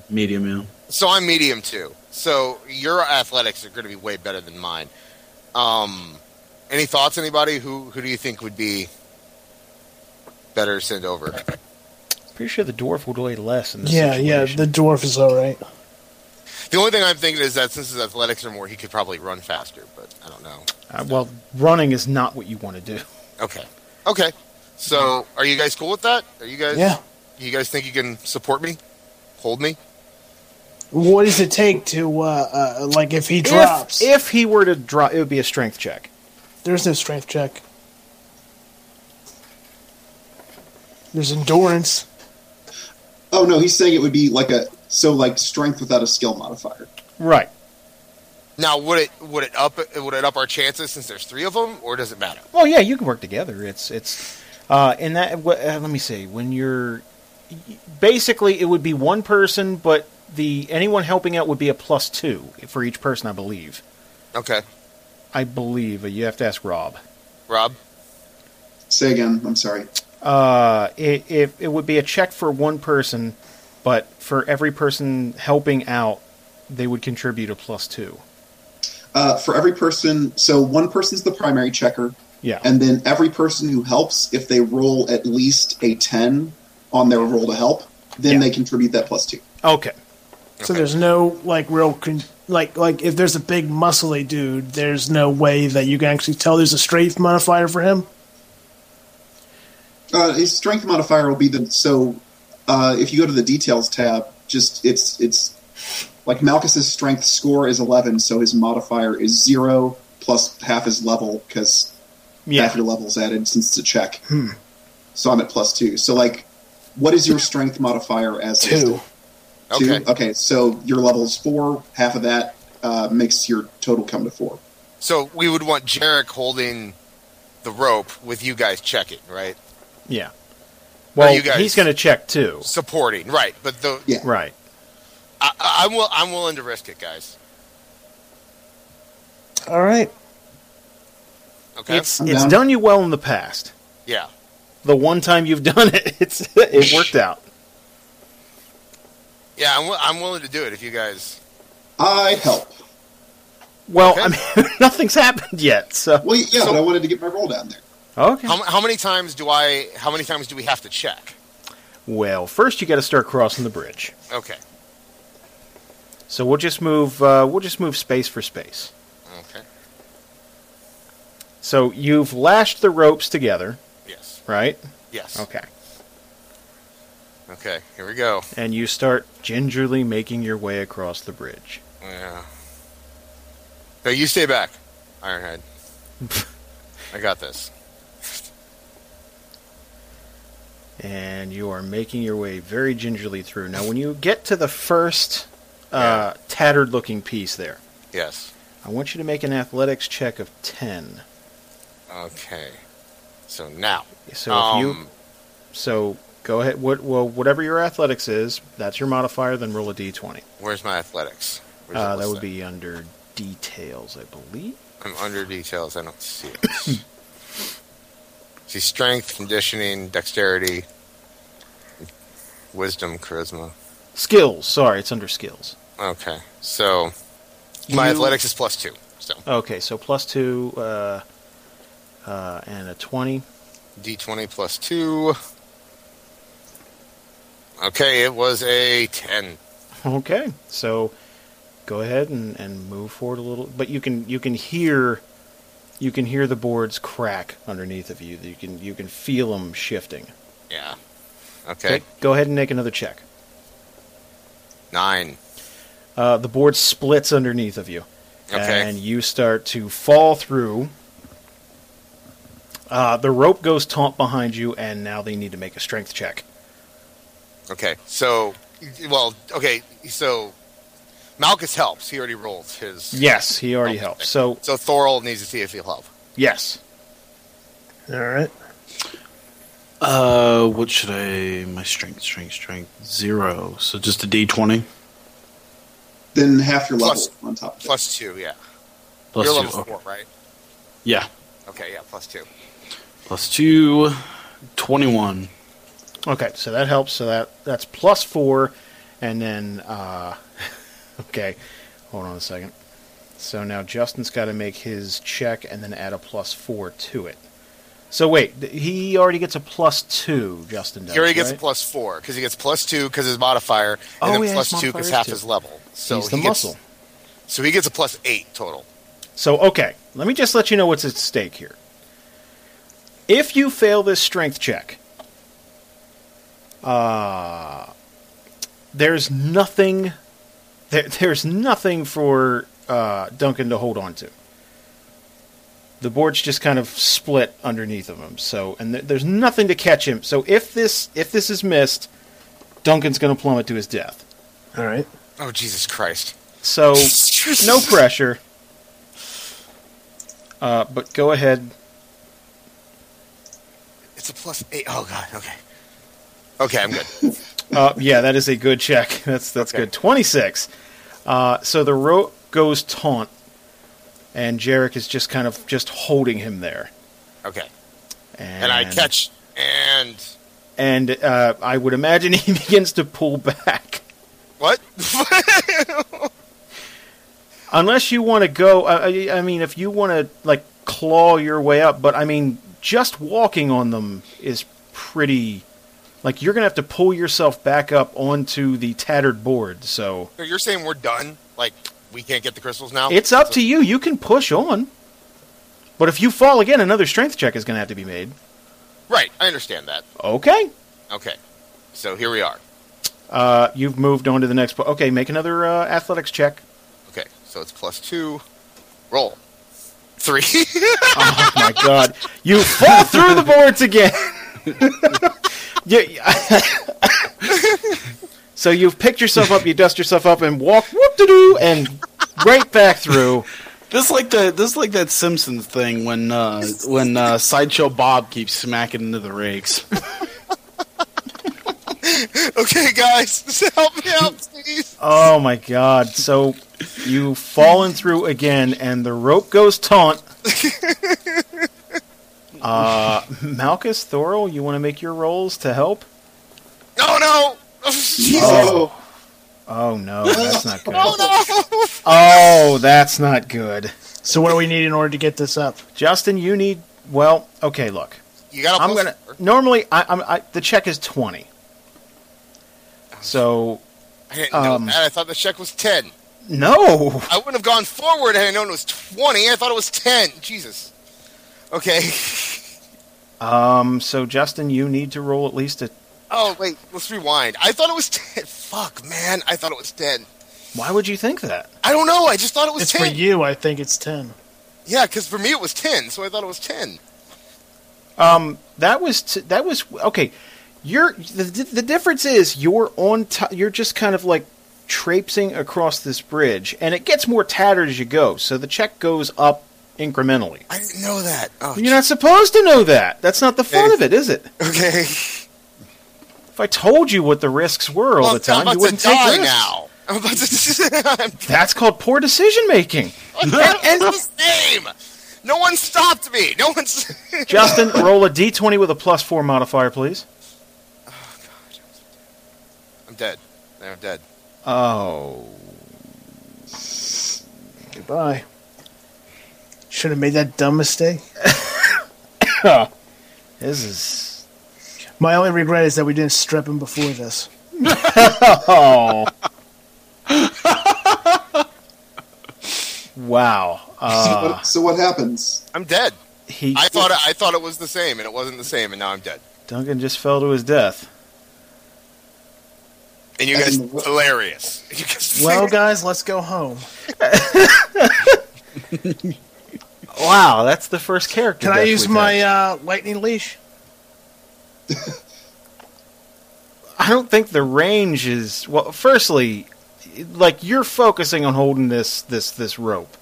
S5: medium. Yeah.
S6: so I'm medium too. So your athletics are going to be way better than mine. Um, any thoughts, anybody? Who who do you think would be better send over?
S2: pretty sure the dwarf would weigh less in this.
S3: yeah, yeah.
S2: situation.
S3: The dwarf is all right.
S6: The only thing I'm thinking is that since his athletics are more, he could probably run faster. But I don't know.
S2: Uh, well, running is not what you want to do.
S6: Okay. Okay. So are you guys cool with that? Are you guys?
S3: Yeah.
S6: You guys think you can support me? Hold me?
S3: What does it take to uh, uh like if he drops?
S2: If, if he were to drop, it would be a strength check.
S3: There's no strength check. There's endurance.
S4: Oh no, he's saying it would be like a so like strength without a skill modifier.
S2: Right.
S6: Now, would it would it up would it up our chances since there's three of them, or does it matter?
S2: Well, yeah, you can work together. It's it's uh, and that wh- uh, let me see. When you're basically, it would be one person, but the anyone helping out would be a plus two for each person, I believe.
S6: Okay,
S2: I believe uh, you have to ask Rob.
S6: Rob.
S4: Say again. I'm sorry.
S2: Uh, it, it it would be a check for one person, but for every person helping out, they would contribute a plus two.
S4: Uh, for every person, so one person's the primary checker,
S2: Yeah.
S4: and then every person who helps, if they roll at least a ten on their roll to help, then
S2: Yeah.
S4: they contribute that plus two.
S2: okay.
S3: So there's no like real con- like like if there's a big muscly dude, there's no way that you can actually tell there's a strength modifier for him.
S4: Uh, his strength modifier will be the so. Uh, if you go to the details tab, just it's it's like Malchus's strength score is eleven, so his modifier is zero plus half his level because
S2: Yeah. Hmm.
S4: half your level's added since it's a check. So I'm at plus two. So like, what is your strength modifier as
S3: Two.
S4: Two?
S6: Okay.
S4: Okay. So your level's four. Half of that uh, makes your total come to four.
S6: So we would want Jarek holding the rope with you guys checking, right?
S2: Yeah. Well,
S6: you guys-
S2: he's going to check too.
S6: Supporting, right? But the
S4: Yeah.
S2: Right.
S6: I, I, I'm will, I'm willing to risk it, guys.
S3: All right.
S6: Okay.
S2: It's
S4: I'm
S2: it's
S4: down.
S2: done you well in the past.
S6: yeah.
S2: The one time you've done it, [laughs] it's it worked out.
S6: Yeah, I'm, wi- I'm willing to do it if you guys.
S4: I help.
S2: Well,
S6: Okay.
S2: I mean, [laughs] nothing's happened yet, so Um,
S4: Well, yeah, but I wanted to get my roll down there.
S2: okay.
S6: How, how many times do I? How many times do we have to check?
S2: Well, first you got to start crossing the bridge.
S6: Okay.
S2: So we'll just move. Uh, we'll just move space for space.
S6: Okay.
S2: So you've lashed the ropes together,
S6: Yes.
S2: right?
S6: Yes.
S2: Okay.
S6: Okay. Here we go.
S2: And you start gingerly making your way across the bridge.
S6: Yeah. No, you stay back,
S2: [laughs]
S6: Ironhead. I got this.
S2: and you are making your way very gingerly through. Now, when you get to the first uh, tattered looking piece there,
S6: Yes.
S2: I want you to make an athletics check of 10.
S6: Okay. So now.
S2: So
S6: um,
S2: if you so go ahead what well whatever your athletics is, that's your modifier then roll a d20.
S6: Where's my athletics? Where's
S2: Uh,
S6: it
S2: that would
S6: listed?
S2: be under details, I believe.
S6: I'm under details. I don't see it. see strength, conditioning, dexterity, wisdom, charisma.
S2: Skills, sorry, it's under skills.
S6: Okay. So my
S2: You-
S6: athletics is plus two. So
S2: Okay, so plus 2 uh, uh, and a 20.
S6: d20 plus two. Okay, it was a ten.
S2: [laughs] Okay, so go ahead and, and move forward a little, but you can you can hear you can hear the boards crack underneath of you. You can you can feel them shifting.
S6: Yeah. Okay.
S2: go ahead and make another check.
S6: Nine.
S2: Uh, the board splits underneath of you,
S6: Okay.
S2: and you start to fall through. Uh, the rope goes taunt behind you, and now they need to make a strength check.
S6: Okay. So, well, okay. So, Malchus helps. He already rolled his.
S2: Yes, he already
S6: Oh,
S2: helped. So
S6: So Thorol needs to see if he'll help.
S2: yes,
S3: All right.
S5: Uh, what should I? My strength, strength, strength, zero. So just a D twenty
S4: Then half your level
S6: Plus-
S4: on top. Of it.
S6: Plus two. Yeah.
S5: plus
S6: You're
S5: two.
S6: level
S5: okay.
S6: four, right?
S5: Yeah,
S6: Okay. Yeah. Plus two.
S5: plus two. 21.
S2: Okay, so that helps. So that that's plus four, and then uh, [laughs] okay, hold on a second. So now Justin's got to make his check and then add a plus four to it. So wait, th- he already gets a plus two. Justin does.
S6: Here he gets
S2: right?
S6: a plus four because he gets plus two because his modifier, and
S2: Oh,
S6: then
S2: yeah,
S6: plus
S2: his
S6: two
S2: modifier is
S6: because half
S2: two.
S6: his level. So
S2: He's the
S6: he gets,
S2: muscle.
S6: So he gets a plus eight total.
S2: So, okay, let me just let you know what's at stake here. If you fail this strength check, uh, there's nothing there, there's nothing for uh, Duncan to hold on to. The board's just kind of split underneath of him. So and th- there's nothing to catch him. So if this if this is missed, Duncan's going to plummet to his death.
S3: All right.
S6: Oh, Jesus Christ.
S2: So
S6: [laughs]
S2: no pressure. Uh, but go ahead.
S6: It's a plus eight. Oh, God. Okay. Okay,
S2: [laughs]
S6: I'm good.
S2: Uh, yeah, that is a good check. [laughs] That's that's
S6: Okay.
S2: good. Twenty six. Uh, so the rope goes taunt, and Jarek is just kind of just holding him there.
S6: Okay.
S2: And,
S6: And I catch and.
S2: And uh, I would imagine [laughs] he begins to pull back.
S6: What? [laughs]
S2: Unless you want to go, I, I- I mean, if you want to like claw your way up, but I mean, just walking on them is pretty. Like you're gonna have to pull yourself back up onto the tattered board. So
S6: So You're saying we're done? Like, we can't get the crystals now?
S2: It's up to you. You can push on. But if you fall again, another strength check is going to have to be made.
S6: Right, I understand that.
S2: Okay.
S6: Okay. So here we are.
S2: Uh, you've moved on to the next. Po- okay, make another uh, athletics check.
S6: Okay, so it's plus two. Roll. Three. [laughs]
S2: Oh my god. You fall through the boards again. [laughs] You- [laughs] so you've picked yourself up, you dust yourself up, and walk whoop de doo, and right back through.
S5: This is like the this is like that Simpsons thing when uh, when uh, sideshow Bob keeps smacking into the rakes.
S6: okay, guys, [laughs] help me out, please.
S2: Oh my god. So you've fallen through again and the rope goes taunt. Uh Malchus Thorl, you want to make your rolls to help?
S6: No, no.
S2: Oh. Oh no, that's not
S6: No, [laughs]
S2: good.
S6: no.
S2: Oh, that's not good.
S3: So what do we need in order to get this up?
S2: Justin, you need well, okay, look.
S6: You got to
S2: I'm gonna normally I, I'm I, the check is twenty. So
S6: I didn't
S2: um,
S6: know that. I thought the check was 10.
S2: no.
S6: I wouldn't have gone forward had I known it was 20. I thought it was 10. Jesus. Okay. [laughs]
S2: Um so Justin, you need to roll at least a
S6: Oh, wait. Let's rewind. I thought it was 10. Fuck, man. I thought it was 10.
S2: why would you think that?
S6: I don't know. I just thought it was
S3: It's
S6: 10.
S3: for you. I think it's ten.
S6: Yeah, because for me it was 10, so I thought it was 10.
S2: Um, that was t- that was okay. You're the, the difference is you're on top. You're just kind of like traipsing across this bridge, and it gets more tattered as you go. So the check goes up incrementally.
S6: I didn't know that. Oh,
S2: You're not supposed to know that. That's not the fun of it, is it?
S6: [laughs] okay.
S2: If I told you what the risks were all
S6: Well,
S2: the time, you
S6: I'm about to
S2: wouldn't take
S6: die
S2: risks.
S6: now. [laughs] I'm about to. I'm
S2: That's called poor decision
S6: [laughs]
S2: making.
S6: and, the [laughs] same. No one stopped me. No one's.
S2: Justin, roll a d20 with a plus four modifier, please.
S6: [laughs] I'm dead. I'm dead.
S2: Oh,
S3: Goodbye. Should have made that dumb mistake.
S2: this is
S3: My only regret is that we didn't strip him before this.
S2: Oh. [laughs] wow.
S4: so,
S2: Uh,
S4: what, so what happens?
S6: I'm dead.
S2: he
S6: I thought I thought it was the same, and it wasn't the same, and now I'm dead.
S2: Duncan just fell to his death.
S6: And you
S4: I
S6: guys
S4: mean, what-
S6: hilarious. [laughs] You guys,
S3: Well, guys, let's go home.
S2: Wow, that's the first character.
S3: Can I
S2: death
S3: use
S2: we've
S3: my
S2: had.
S3: uh, lightning leash?
S2: I don't think the range is well. Firstly, like you're focusing on holding this this this rope.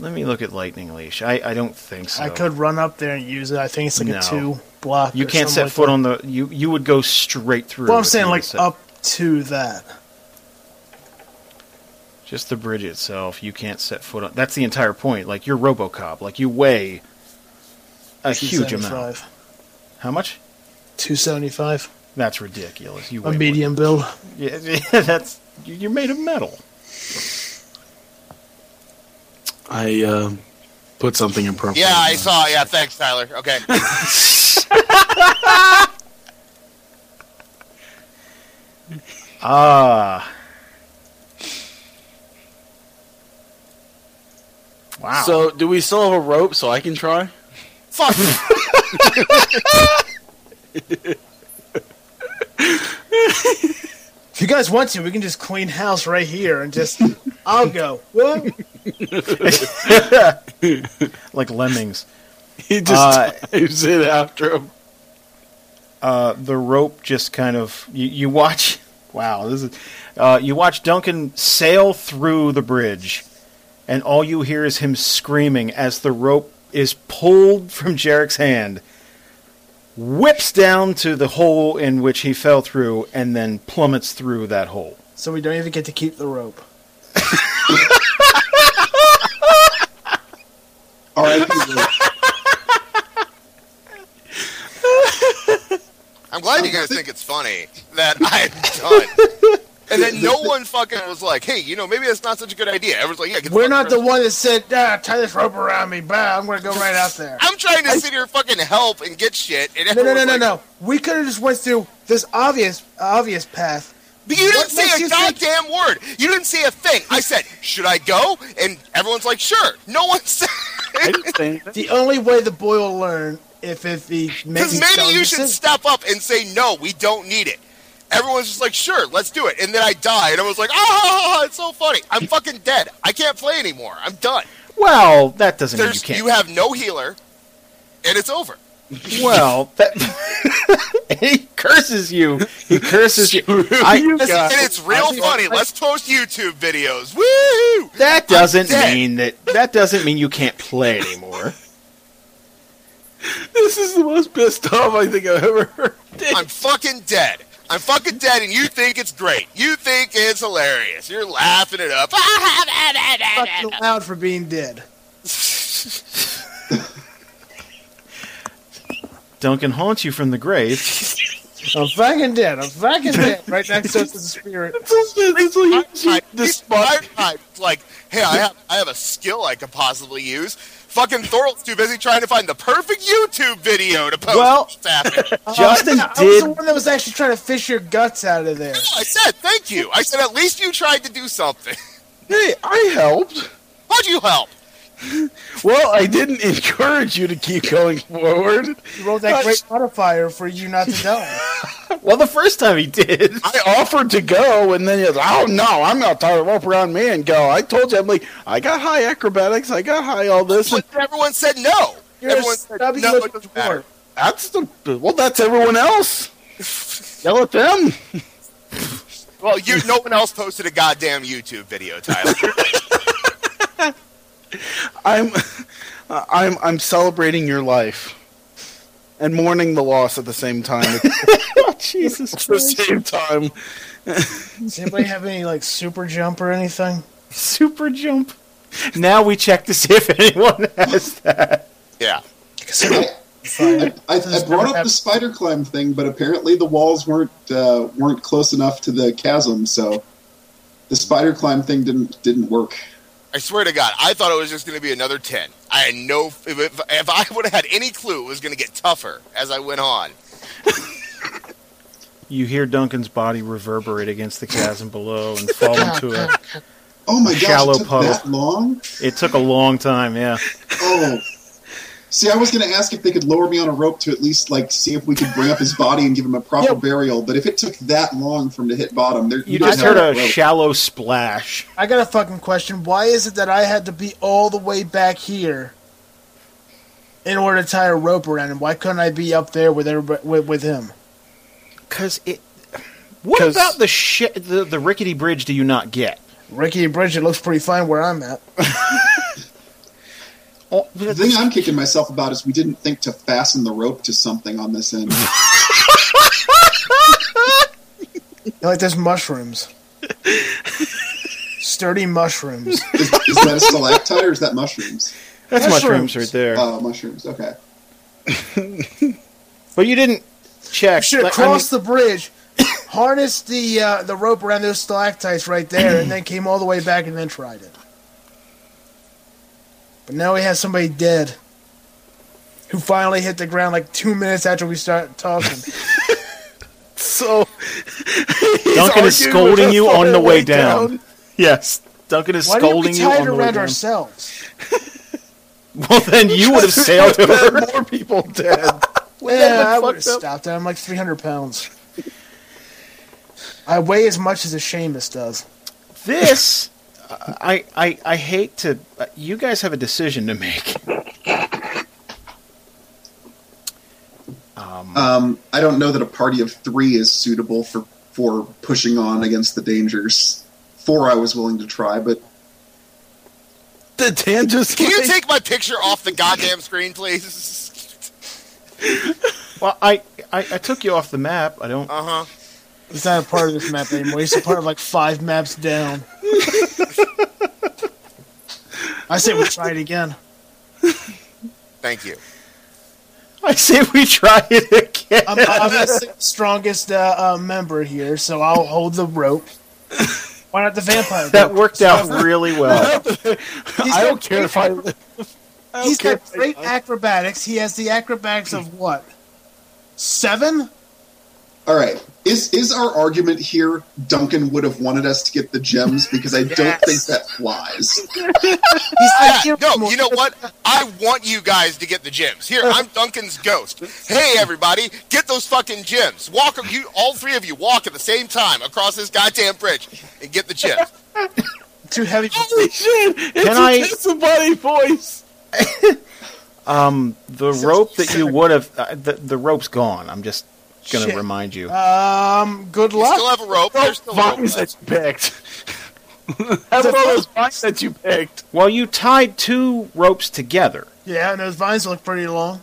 S2: Let me look at lightning leash. I, I don't think so.
S3: I could run up there and use it. I think it's like
S2: No.
S3: a two block.
S2: You
S3: or
S2: can't
S3: something
S2: set
S3: like
S2: foot
S3: that.
S2: on the. You you would go straight through.
S3: Well, I'm
S2: if
S3: saying
S2: you
S3: like
S2: set-
S3: up to that.
S2: Just the bridge itself, you can't set foot on. That's the entire point. Like you're RoboCop. Like you weigh a huge amount.
S3: 275.
S2: How much?
S3: 275.
S2: That's ridiculous. You
S3: A
S2: weigh more- [laughs]
S3: medium build.
S2: Yeah, yeah, that's you- you're made of metal.
S5: [laughs] I uh, put something appropriate.
S6: yeah, I saw. Yeah, thanks, Tyler.
S3: [laughs]
S6: Okay.
S2: Ah. wow.
S5: So do we still have a rope so I can try? [laughs]
S6: Fuck.
S3: If you guys want to, we can just clean house right here and
S2: [laughs]
S3: just. I'll go. What?
S2: like lemmings.
S5: He just
S2: Uh,
S5: dives in after him.
S2: uh, the rope just kind of you, you watch. [laughs] Wow, this is uh, you watch Duncan sail through the bridge, and all you hear is him screaming as the rope is pulled from Jarek's hand, whips down to the hole in which he fell through, and then plummets through that hole.
S3: So we don't even get to keep the rope.
S4: All right, people.
S6: I'm glad you guys think it's funny that I'm done. And then no one fucking was like, hey, you know, maybe that's not such a good idea. Everyone's like, yeah, get
S3: We're
S6: fucking
S3: not
S6: rest-
S3: the one that said, ah, tie this rope around me. Bah, I'm going to go right out there.
S6: I'm trying to sit here fucking help and get shit. And
S3: No, no, no,
S6: everyone's
S3: no,
S6: like,
S3: no. We could have just went through this obvious, obvious path.
S6: But you
S3: What
S6: didn't
S3: makes
S6: say
S3: you
S6: a
S3: think-
S6: goddamn word. You didn't say a thing. I said, should I go? And everyone's like, sure. No one [laughs] said.
S5: I didn't say anything.
S3: The only way the boy will learn if if he makes
S6: Because
S3: his
S6: maybe
S3: own
S6: you should
S3: decision.
S6: step up and say, no, we don't need it. Everyone's just like, sure, let's do it. And then I die, and I was like, ah, it's so funny. I'm fucking dead. I can't play anymore. I'm done.
S2: Well, that doesn't mean you
S6: There's,
S2: can't.
S6: you, have no healer, and it's over.
S2: well, that [laughs] he curses you. He curses you. I,
S3: Uh,
S6: and it's real funny. Let's post YouTube videos. Woo!
S2: that doesn't
S6: dead.
S2: mean that. That doesn't mean you can't play anymore.
S5: [laughs] This is the most pissed off I think I've ever heard. [laughs]
S6: I'm fucking dead. I'm fucking dead, and you think it's great. You think it's hilarious. You're laughing it up. [laughs]
S3: fucking loud for being dead.
S2: Duncan haunts you from the grave.
S3: I'm fucking dead. I'm fucking
S6: [laughs]
S3: dead. Right next to us is the spirit.
S6: I- I- I- like, hey, I have, I have a skill I could possibly use. Fucking Thorl's too busy trying to find the perfect YouTube video to post.
S2: Well-
S3: [laughs]
S6: What's happening?
S2: Justin
S3: Uh, I was
S2: did.
S3: the one that was actually trying to fish your guts out of there.
S6: I said thank you. I said at least you tried to do something. [laughs]
S5: Hey, I helped.
S6: How'd you help?
S5: Well, I didn't [laughs] encourage you to keep going forward.
S3: You rolled that great modifier for you not to
S6: [laughs]
S3: die.
S2: Well, the first time he did.
S5: I offered to go, and then you're like, oh no, I'm not tired. Rope around me and go. I told you, I'm like, I got high acrobatics, I got high all this. And
S6: But everyone said no.
S3: You're
S6: everyone
S3: a
S6: said
S3: stubby
S6: no. It
S3: little
S6: doesn't matter.
S3: dwarf.
S5: that's the well, that's everyone else. Yell at them.
S6: Well, you no one else posted a goddamn YouTube video, Tyler.
S3: [laughs]
S5: I'm, [laughs] I'm, I'm celebrating your life, and mourning the loss at the
S2: [laughs]
S5: same time.
S2: Jesus
S5: at the same time.
S3: Does anybody have any like super jump or anything?
S2: Super jump. Now we check to see if anyone has that.
S6: yeah.
S4: I, I, I, I brought up the spider climb thing, but apparently the walls weren't uh, weren't close enough to the chasm, so the spider climb thing didn't didn't work.
S6: I swear to God, I thought it was just going to be another 10. I had no. If, if, if I [laughs] would have had any clue, it was going to get tougher as I went on.
S2: You hear Duncan's body reverberate against the chasm below and fall into a.
S4: Oh my gosh,
S2: Shallow
S4: it took
S2: puddle.
S4: that long.
S2: It took a long time, yeah.
S4: Oh. See, I was going to ask if they could lower me on a rope to at least like see if we could bring up his body and give him a proper burial. But if it took that long for him to hit bottom, there
S2: You
S4: don't
S2: just
S4: have
S2: heard a
S4: rope.
S2: shallow splash.
S3: I got a fucking question. Why is it that I had to be all the way back here in order to tie a rope around him? Why couldn't I be up there with everybody, with, with him?
S2: Because it. What
S5: 'Cause-
S2: about the, shi the the rickety bridge do you not get?
S3: Ricky and Bridget looks pretty fine where I'm at.
S2: Oh,
S4: The thing I'm kicking myself about is we didn't think to fasten the rope to something on this end.
S3: They're like there's mushrooms. Sturdy mushrooms.
S4: is, is that a stalactite or is
S2: [laughs]
S4: that mushrooms?
S2: that's mushrooms
S3: mushrooms.
S2: right there.
S4: Oh, mushrooms. Okay.
S2: but you didn't check.
S3: Should have
S2: Like, I mean-
S3: crossed the bridge, [coughs] harnessed the uh, the rope around those stalactites right there, and then came all the way back and then tried it. But now we have somebody dead who finally hit the ground like two minutes after we start
S2: [laughs]
S3: talking.
S5: So [laughs]
S2: Duncan is
S5: arguing with
S2: scolding
S5: us
S2: you on the way down.
S5: down.
S2: Yes, Duncan is
S3: Why do we
S2: scolding you
S3: tie it
S2: on the way
S3: around
S2: down.
S3: ourselves?
S2: Well, then you would have [laughs] sailed over.
S5: [laughs]
S1: more people dead.
S3: Yeah, I
S5: fucked
S3: would have
S5: up.
S3: stopped. I'm like 300 pounds. I weigh as much as a Seamus does.
S2: This, I, I, I hate to. uh, You guys have a decision to make. Um,
S4: Um, I don't know that a party of three is suitable for for pushing on against the dangers. Four, I was willing to try, but
S5: The Dan just
S6: Can you
S5: like-
S6: take my picture off the goddamn screen, please? [laughs]
S2: well, I, I, I took you off the map. I don't.
S6: Uh huh.
S3: He's not a part of this map anymore. He's a part of like five maps down. I say we try it again.
S6: Thank you.
S2: I say we try it again.
S3: I'm, I'm the sixth strongest uh, uh, member here, so I'll hold the rope. Why not the vampire?
S2: that
S3: rope?
S2: worked out really [laughs] well.
S5: I don't care if I.
S3: He's
S5: care
S3: got great acrobatics. He has the acrobatics of what? Seven?
S4: all right. Is is our argument here? Duncan would have wanted us to get the gems because I don't
S3: Yes.
S4: think that flies.
S3: He's
S6: Yeah,
S3: like, "Here,
S6: no,
S3: more."
S6: you know what? I want you guys to get the gems. Here, I'm Duncan's ghost. Hey, everybody, get those fucking gems. Walk, you, all three of you, walk at the same time across this goddamn bridge and get the gems.
S3: Too heavy. for-
S5: Holy shit! It's
S2: Can
S5: Can
S2: I-
S5: a disembodied voice.
S2: Um, the rope that you would have, uh, the the rope's gone. I'm just gonna
S3: Shit.
S2: remind you.
S3: Um, good
S6: You still
S3: luck.
S6: have a rope. There's still a rope
S5: Vines
S6: left.
S5: that you picked. [laughs] Have all those vines that you picked.
S2: Well, you tied two ropes together.
S3: Yeah, and those vines look pretty long.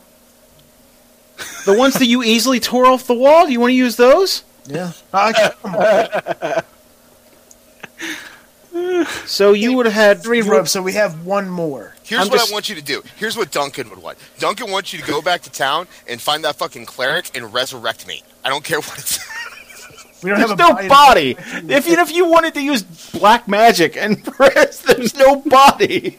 S2: The ones that you easily tore off the wall. Do you want to use those?
S3: Yeah. Uh, I got
S2: So you would have had
S3: three
S2: you
S3: ropes, so we have one more.
S6: Here's
S2: I'm
S6: what
S2: just-
S6: I want you to do. Here's what Duncan would want. Duncan wants you to go back to town and find that fucking cleric and resurrect me. I don't care what it's. [laughs]
S3: We don't
S2: [laughs]
S3: have
S2: There's no
S3: a
S2: body. If you, if you wanted to use black magic and [laughs] press, there's no body.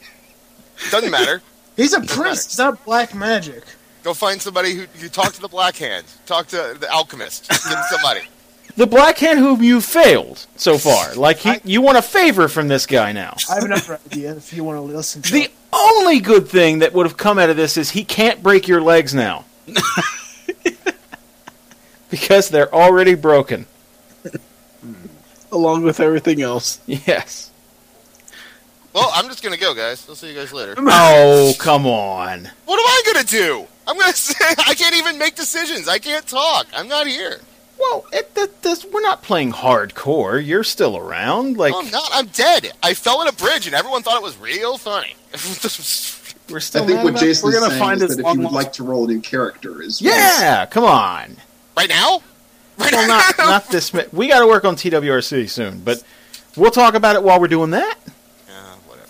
S6: Doesn't matter.
S3: He's a priest. It's not black magic.
S6: Go find somebody who you talk to the Black Hand. Talk to the alchemist. Get somebody.
S2: The black hand whom you failed so far. Like he, you want a favor from this guy now.
S3: I have another idea. If you want to listen to
S2: The
S3: it.
S2: only good thing that would have come out of this is he can't break your
S3: [laughs]
S2: legs now. because they're already broken.
S5: Along with everything else.
S3: [laughs]
S2: Yes.
S6: Well, I'm just gonna go, guys. I'll see you guys later.
S2: Oh, come on.
S6: What am I gonna do? I'm gonna [laughs] say I can't even make decisions. I can't talk. I'm not here.
S2: Well, it, that, that's, we're not playing hardcore. You're still around. Like
S6: Oh, No, I'm not. I'm dead. I fell in a bridge and everyone thought it was real funny. [laughs]
S2: we're still.
S4: I think
S2: mad
S4: what
S2: about-
S4: Jason
S5: we're
S4: is
S5: gonna
S4: saying
S5: find
S4: is
S5: his
S4: that if
S5: long
S4: you would
S5: lost-
S4: like to roll a new character, is
S2: Yeah, come on.
S6: right now? Right
S2: Well,
S6: now?
S2: not
S6: [laughs]
S2: not this. mi- We got to work on TWRC soon, but we'll talk about it while we're doing that.
S6: Yeah, Uh, whatever.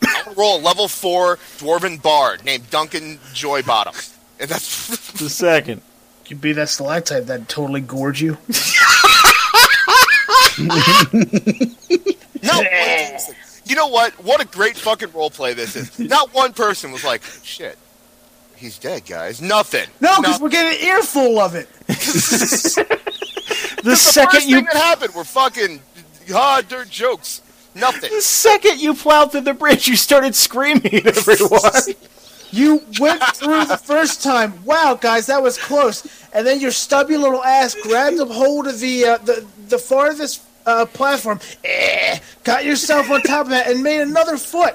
S6: [coughs] I wanna roll a level four dwarven bard named Duncan Joy Bottom, and that's [laughs]
S2: The second.
S3: You'd be that stalactite that'd totally gorge you.
S6: no. You know what? What a great fucking role play this
S3: [laughs]
S6: is. Not one person was like, "Shit, he's dead, guys." Nothing.
S3: No, because we're getting an earful of it.
S2: [laughs] The,
S6: the
S2: second
S6: first
S2: you.
S6: thing that happened were fucking hard dirt jokes. Nothing.
S3: [laughs]
S2: The second you plowed through the bridge, you started [laughs] screaming at everyone.
S3: You [laughs] went through the first time. Wow, guys, that was close. And then your stubby little ass grabbed a hold of the uh, the the farthest uh, platform, eh, got yourself on top of that, and made another foot.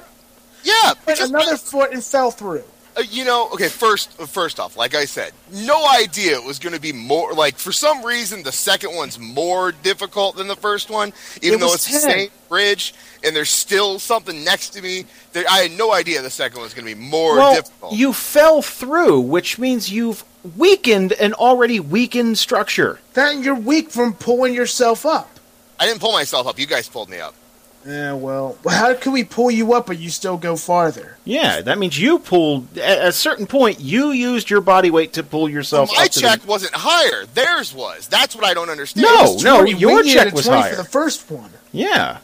S6: Yeah,
S3: Went
S6: just-
S3: another foot and fell through.
S6: uh, you know, okay. First, uh, first off, like I said, no idea it was going to be more. Like for some reason, the second one's more difficult than the first one,
S3: It
S6: even though
S3: was
S6: it's the
S3: 10.
S6: same bridge and there's still something next to me. There, I had no idea the second one was going to be more
S2: well,
S6: difficult.
S2: you fell through, which means you've weakened an already weakened structure.
S3: Then you're weak from pulling yourself up.
S6: I didn't pull myself up. You guys pulled me up.
S3: Yeah, well, how can we pull you up but you still go farther?
S2: Yeah, that means you pulled. At a certain point, you used your body weight to pull yourself.
S6: My
S2: up to the-
S6: check wasn't higher. Theirs was. That's what I don't understand.
S2: no, no,
S3: 20.
S2: your
S3: We needed
S2: check
S3: a
S2: was
S3: 20
S2: higher.
S3: for the first one.
S2: Yeah,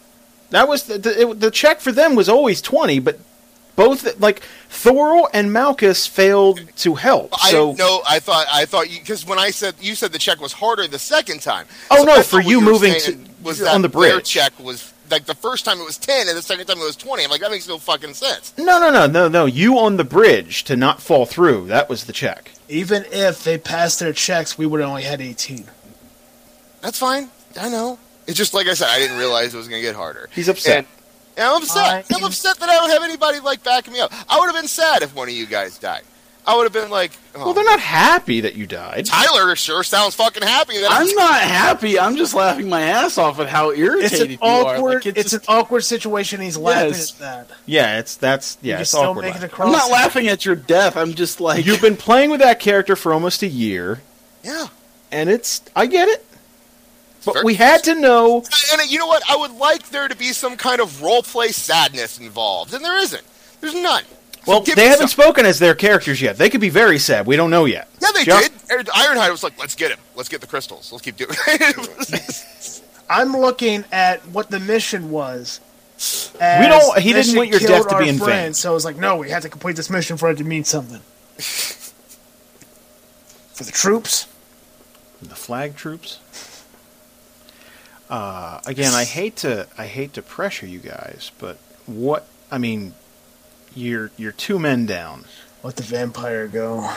S2: that was the the, it, the check for them was always twenty, but both like Thorol and Malchus failed to help.
S6: I
S2: so
S6: didn't know. I thought. I thought you because when I said you said the check was harder the second time.
S2: Oh, no,
S6: I thought
S2: for
S6: what
S2: you
S6: were
S2: moving
S6: saying
S2: to-
S6: was
S2: on
S6: that
S2: the
S6: their
S2: bridge.
S6: check was like the first time it was ten, and the second time it was twenty. I'm like, that makes no fucking sense.
S2: No, no, no, no, no. You on the bridge to not fall through. That was the check.
S3: Even if they passed their checks, we would have only had 18.
S6: That's fine. I know. It's just like I said, I didn't realize it was going to get harder.
S2: He's upset.
S6: And- and I'm upset. I'm upset that I don't have anybody like backing me up. I would have been sad if one of you guys died. I would have been like, oh,
S2: well, they're not happy that you died.
S6: Tyler sure sounds fucking happy that
S5: I'm not happy. I'm just laughing my ass off at how
S3: It's
S5: irritated
S3: an
S5: you are.
S3: awkward.
S5: Like,
S3: it's
S5: it's just-
S3: an awkward situation. He's laughing
S5: Yes.
S3: at that.
S2: Yeah, it's that's yeah,
S3: You're
S2: it's
S3: still
S2: awkward.
S3: making
S2: laughing.
S3: a cross.
S5: I'm not laughing at your death. I'm just like
S2: You've been playing with that character for almost a year,
S6: Yeah.
S2: and it's I get it, but
S6: Fair.
S2: we had to know.
S6: And you know what? I would like there to be some kind of role play sadness involved, and there isn't. There's none. So
S2: Well,
S6: give
S2: they
S6: me
S2: haven't
S6: some-
S2: spoken as their characters yet. They could be very sad. We don't know yet.
S6: Yeah, they
S2: Jeff-
S6: did. Iron- Ironhide was like, "Let's get him. Let's get the crystals. Let's keep doing." it. [laughs]
S3: I'm looking at what the mission was. as
S2: We don't- he didn't
S3: mission
S2: want your
S3: killed
S2: death to
S3: our
S2: be in
S3: friend,
S2: vain.
S3: So I was like, no, we had to complete this mission for it to mean
S2: [laughs]
S3: something. for the troops,
S2: the flag troops. Uh, again, I hate to I hate to pressure you guys, but what I mean, you're you're two men down.
S3: let the vampire go.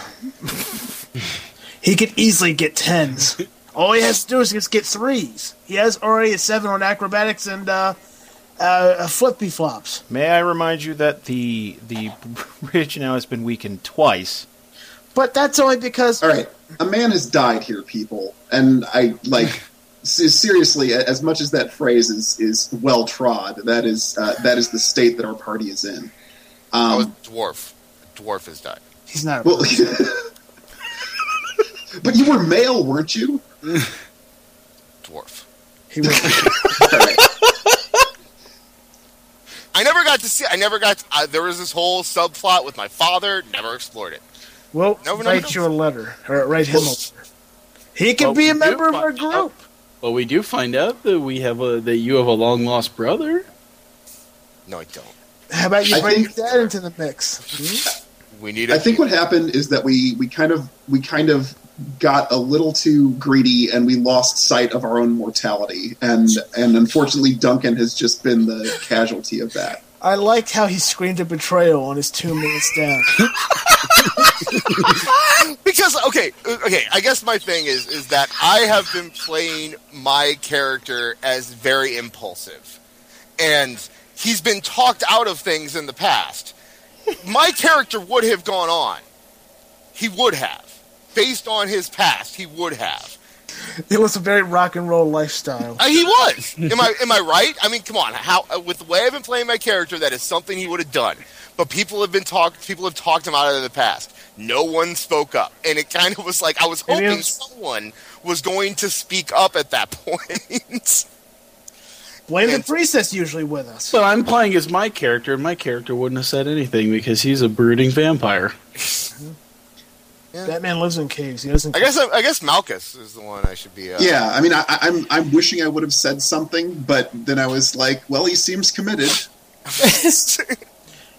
S3: he could easily get tens. All he has to do is just get threes. He has already a seven on acrobatics and uh, uh, flippy flops.
S2: May I remind you that the the [laughs] bridge now has been weakened twice.
S3: But that's only because
S4: All right, a man has died here, people, and I
S5: [laughs]
S4: like se- seriously. a- As much as that phrase is is well trod, that is uh, that is the state that our party is in.
S6: I was
S4: Um,
S6: dwarf. Dwarf has died.
S3: he's not.
S4: well, [laughs] but you were male, weren't you?
S6: Dwarf.
S3: He
S4: [laughs]
S3: was,
S4: All right.
S6: I never got to see. I never got. To, I, there was this whole subplot with my father. Never explored it.
S3: we'll
S6: No, no,
S3: write
S6: no.
S3: you a letter or write him a letter. He could
S5: Well,
S3: be a
S5: we
S3: member
S5: do
S3: of our
S5: find
S3: group.
S5: Well, we do find out that we have a that you have a long lost brother.
S6: No, I don't.
S3: How about you
S4: I
S3: bring
S4: think-
S3: that into the mix? Hmm?
S6: We need.
S4: I
S6: a-
S4: think what happened is that we we kind of we kind of got a little too greedy and we lost sight of our own mortality and and unfortunately Duncan has just been the casualty of that.
S3: I liked how he screamed a betrayal on his two minutes down.
S6: [laughs] because okay uh, okay i guess my thing is is that i have been playing my character as very impulsive and he's been talked out of things in the past my character would have gone on he would have based on his past he would have
S3: it was a very rock and roll lifestyle.
S6: Uh, he was am i am i right i mean come on how uh, with the way i've been playing my character that is something he would have done but people have been talked people have talked him out of it in the past no one spoke up and it kind of was like i was
S3: It
S6: hoping
S3: is-
S6: someone was going to speak up at that [laughs] point
S3: Blame the
S6: and-
S3: priestess usually with us.
S5: But I'm playing as my character, and my character wouldn't have said anything because he's a brooding vampire.
S3: That man lives in caves. He doesn't.
S6: i guess i, I guess malchus is the one i should be uh,
S4: Yeah, I mean I, I- I'm I'm wishing I would have said something, but then I was like, well, he seems committed.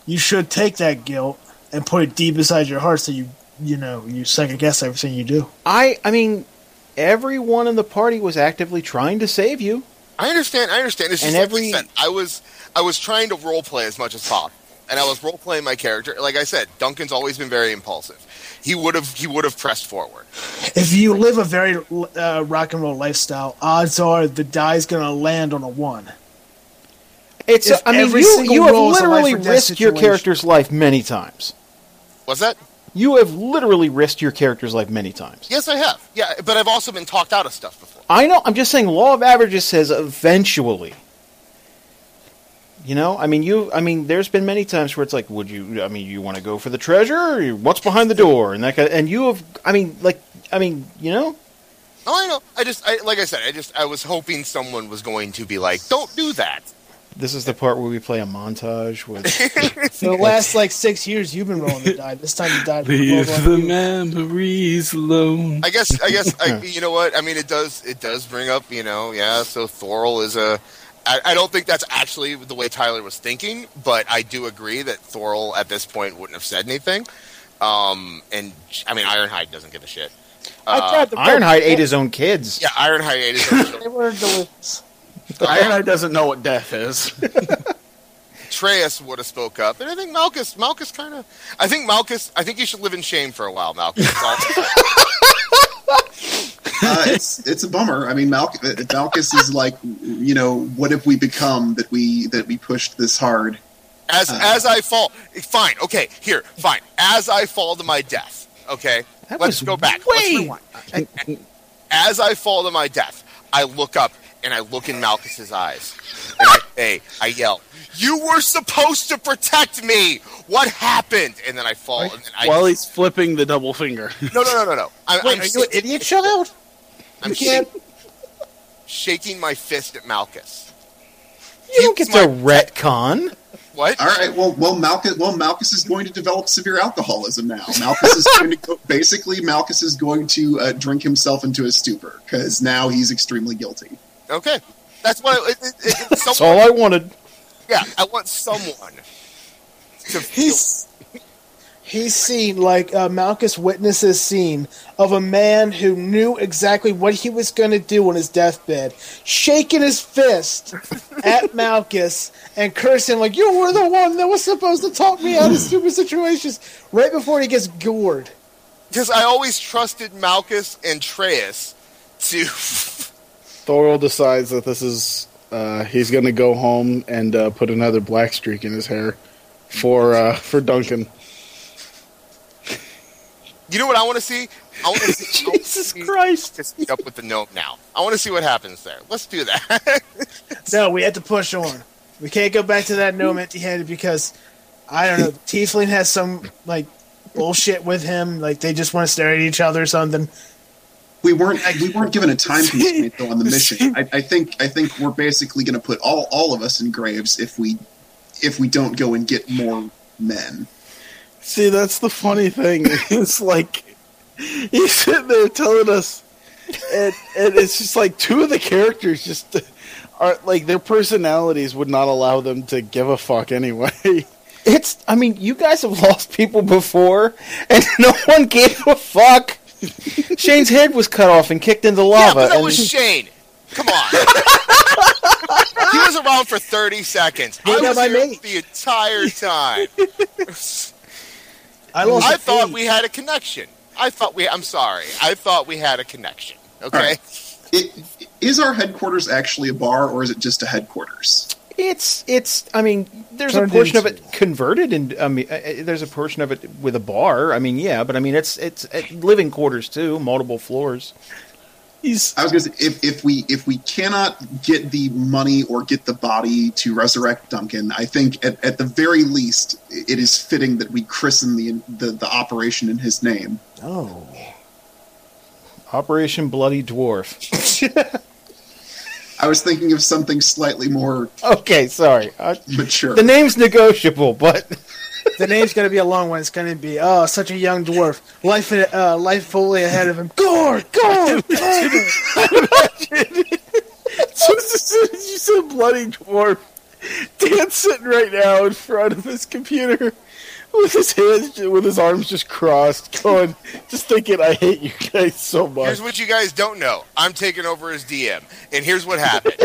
S3: You should take that guilt and put it deep inside your heart, so you you know you second guess everything you do.
S2: I I mean, everyone in the party was actively trying to save you.
S6: I understand. I understand. It's just
S2: And
S6: like
S2: every-
S6: I, said, I was I was trying to role play as much as possible, and I was role playing my character. Like I said, Duncan's always been very impulsive. He would have he would have pressed forward.
S3: If you live a very uh, rock and roll lifestyle, odds are the die's gonna land on a one.
S2: It's
S3: If
S2: I mean,
S3: every
S2: you
S3: single
S2: you have
S3: role is a life
S2: literally
S3: or death
S2: risked your
S3: situation.
S2: character's life many times.
S6: Was that?
S2: You have literally risked your character's life many times.
S6: Yes, I have. Yeah, but I've also been talked out of stuff before.
S2: I know. I'm just saying, law of averages says eventually. You know, I mean, you. I mean, there's been many times where it's like, would you? I mean, you want to go for the treasure? Or what's behind the door? And that kind. and you have. I mean, like. I mean, you know.
S6: No, I know. I just I, like I said. I just I was hoping someone was going to be like, "Don't do that."
S2: This is the part where we play a montage
S6: [laughs]
S2: with.
S3: the last like six years, you've been rolling the die. This time you died.
S5: Leave
S3: rolled on
S5: [laughs] the
S3: you.
S5: memories alone.
S6: I guess. I guess. I, you know what? I mean, it does. It does bring up. You know. Yeah. So Thorl is a. I, I don't think that's actually the way Tyler was thinking, but I do agree that Thorl at this point wouldn't have said anything. Um, and I mean, Ironhide doesn't give a shit.
S3: I tried to
S6: uh,
S2: Ironhide ate his own kids.
S6: Yeah, Ironhide is.
S3: They were delicious.
S5: Ironhide doesn't know what death is.
S6: Atreus would have spoke up, and I think Malchus. Malchus kind of. I think Malchus. I think you should live in shame for a while, Malchus. That's all.
S4: uh, it's it's a bummer. I mean, Mal- Malchus is like, you know, what have we become that we that we pushed this hard?
S6: as
S4: Uh.
S6: as I fall, fine. Okay, here, fine. As I fall to my death. Okay,
S2: That
S6: let's
S2: was
S6: go back.
S2: way-
S6: Let's rewind. As I fall to my death, I look up and I look in Malchus's eyes, and I say, I yell, "You were supposed to protect me. What happened?" And then I fall. And then I,
S5: While he's flipping the
S1: [laughs]
S5: double finger.
S6: no, no, no, no, no. I,
S3: Wait,
S6: I'm
S3: are you an
S6: shaking-
S3: idiot child?
S6: I'm
S3: You can't.
S6: shaking, shaking my fist at Malchus.
S2: You don't
S6: He's
S2: get to retcon.
S6: What?
S4: All right. Well, well, Malchus. Well, Malchus is going to develop severe alcoholism now. Malchus is going to go, [laughs] basically Malchus is going to uh, drink himself into a stupor because now he's extremely guilty.
S6: Okay, that's why. It, it, it,
S2: [laughs]
S6: it's
S1: That's all I wanted.
S6: Yeah, I want someone to feel.
S3: He's he's seen like uh, Malchus witnesses scene of a man who knew exactly what he was going to do on his deathbed, shaking his [laughs] fist at Malchus and cursing like, "You were the one that was supposed to talk me out of stupid situations." Right before he gets gored.
S6: Because I always trusted Malchus and Treus to. [laughs]
S1: Thorol decides that this is uh, he's going to go home and uh, put another black streak in his hair for uh, for Duncan.
S6: You know what I want to see? I want to see. I wanna
S2: Jesus
S6: see
S2: Christ.
S6: Malchus meet up with the gnome now. I want to see what happens there. Let's do that. [laughs]
S3: No, we had to push on. We can't go back to that gnome empty-handed because I don't know. the Tiefling has some like bullshit with him. Like they just want to stare at each other or something.
S4: We weren't we weren't given a time constraint though on the mission. I, I think I think we're basically going to put all all of us in graves if we if we don't go and get more men.
S1: See, that's the funny thing. [laughs] It's like he's sitting there telling us, and, and it's just like two of the characters just are like their personalities would not allow them to give a fuck anyway.
S2: It's. I mean, you guys have lost people before, and [laughs] no one gave a fuck. Shane's head was cut off and kicked into
S6: yeah,
S2: lava.
S6: but that
S2: and-
S6: was Shane. Come on. he was around for 30 seconds. I
S3: Ain't that
S6: was
S3: my
S6: here
S3: mate?
S6: the entire time.
S3: I lost.
S6: I
S3: an
S6: thought
S3: eight.
S6: we had a connection. I thought we. I'm sorry. I thought we had a connection. Okay.
S4: All right. It, is our headquarters actually a bar or is it just a headquarters?
S2: It's it's. I mean, there's
S3: Turned
S2: a portion of
S3: into-
S2: it converted, and I mean, uh, uh, there's a portion of it with a bar. I mean, yeah, but I mean, it's it's uh, living quarters too, multiple floors.
S5: He's
S4: I was going to say if, if we if we cannot get the money or get the body to resurrect Duncan, I think at, at the very least it is fitting that we christen the the, the operation in his name.
S3: Oh.
S2: Operation Bloody Dwarf.
S4: I was thinking of something slightly more
S2: [laughs] Okay, sorry. Uh,
S4: mature.
S2: the name's negotiable, [laughs] but
S3: The name's gonna be a long one. It's gonna be oh, such a young dwarf. Life, uh, life fully ahead of him. Gore, gore.
S2: [laughs]
S3: gore.
S1: Just as soon as you said bloody dwarf, Dan's sitting right now in front of his computer with his hands, with his arms just crossed, going, just thinking, "I hate you guys so much."
S6: Here's what you guys don't know. I'm taking over as DM, and here's what happened. [laughs]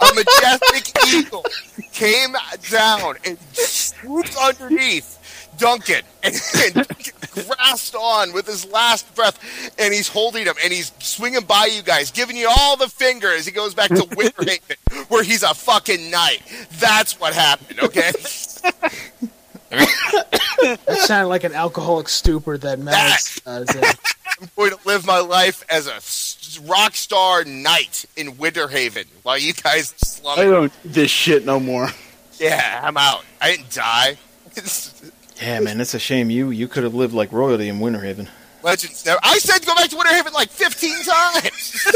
S6: An eagle, a majestic eagle came down and swooped underneath Duncan and, and Duncan grasped on with his last breath, and he's holding him, and he's swinging by you guys, giving you all the finger as he goes back to Winterhaven, where he's a fucking knight. That's what happened, okay? [laughs]
S3: That sounded like an alcoholic stupor that uh, Max does.
S6: I'm going to live my life as a s- rock star knight in Winterhaven while you guys slum
S1: I don't do this shit no more.
S6: Yeah, I'm out. I didn't die.
S2: yeah, man, it's a shame you you could have lived like royalty in Winterhaven.
S6: Legends never. I said go back to Winterhaven like 15 times.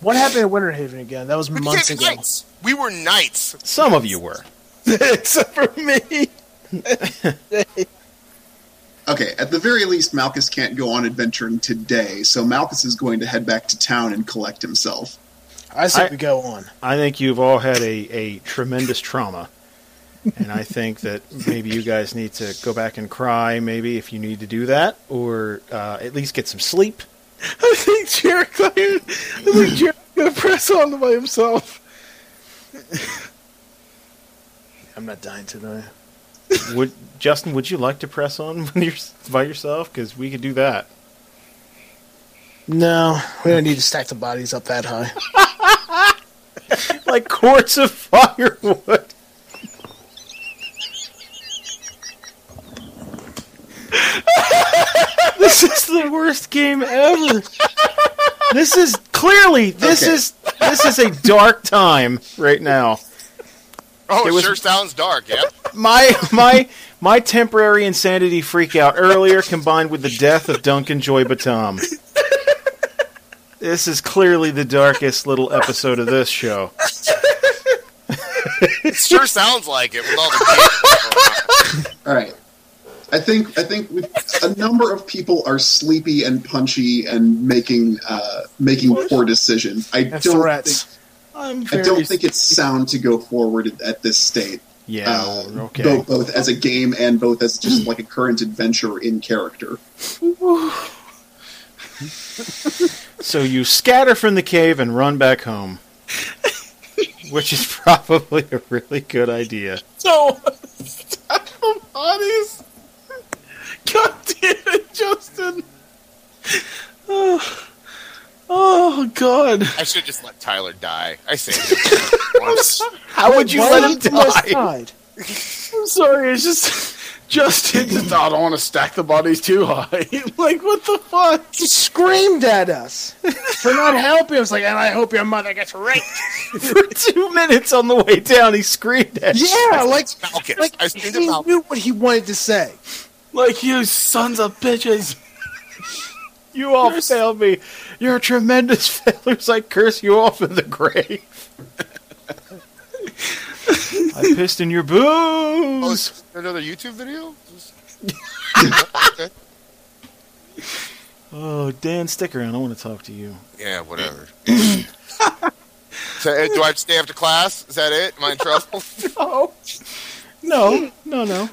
S3: What happened in Winterhaven again? That was
S6: We
S3: months
S6: became
S3: ago.
S6: knights. We were knights.
S2: Some of you were.
S3: [laughs]
S1: Except for me.
S4: Okay, at the very least, Malchus can't go on adventuring today, so Malchus is going to head back to town and collect himself.
S3: I said
S2: I-
S3: we go on.
S2: I think you've all had a, a tremendous trauma. And I think that maybe you guys need to go back and cry, maybe if you need to do that, or uh, at least get some sleep.
S1: I think Jericho. I think Jericho's gonna press on by himself.
S2: I'm not dying today. would Justin? Would you like to press on [laughs] with your, by yourself? Because we could do that.
S3: No, we don't need to stack the bodies up that high.
S2: [laughs] like quarts of firewood. [laughs] this is the worst game ever. This is clearly this
S4: Okay.
S2: is this is a dark time right now.
S6: Oh,
S2: It
S6: it
S2: was-
S6: sure sounds dark. Yep.
S2: My my my temporary insanity freakout earlier combined with the death of Duncan Joy Batam. This is clearly the darkest little episode of this show.
S6: it sure sounds like it with all the. games
S4: All right. I think I think we a number of people are sleepy and punchy and making uh, making poor decisions. I
S3: And
S4: don't
S3: threats.
S5: I'm
S4: think, I
S5: very.
S4: don't think it's sound to go forward at this state.
S2: Yeah,
S4: uh,
S2: okay.
S4: both, both as a game and both as just like a current adventure in character.
S2: So you scatter from the cave and run back home, which is probably a really good idea. [laughs]
S1: So,
S5: [laughs]
S1: bodies. God damn it,
S5: [sighs]
S1: Justin. Oh, oh God.
S6: I should just let Tyler die. I saved him. Once.
S2: How would you
S3: Why
S2: let him
S3: did you guys
S5: [laughs]
S2: die?
S3: hide?
S1: I'm sorry. It's just Justin did not want to stack the bodies too
S5: [laughs]
S1: high. like what the fuck?
S3: He screamed at us for not helping. I was like, and I hope your mother gets raped.
S2: For two minutes on the way down, he screamed at you.
S3: [laughs] yeah, like,
S6: Malchus.
S3: like
S6: I
S3: he
S6: screamed at Malchus.
S3: knew what he wanted to say.
S1: Like you sons of bitches.
S2: You all failed me. You're tremendous [laughs] failures. I curse you off in the grave. [laughs] I pissed in your
S6: Oh,
S2: booze.
S6: is there another YouTube video? Just- Okay.
S2: Oh, Dan, stick around. I want to talk to you.
S6: Yeah, whatever. so, uh, do I stay after class? Is that it? Am I in trouble?
S2: No, [laughs] no, no.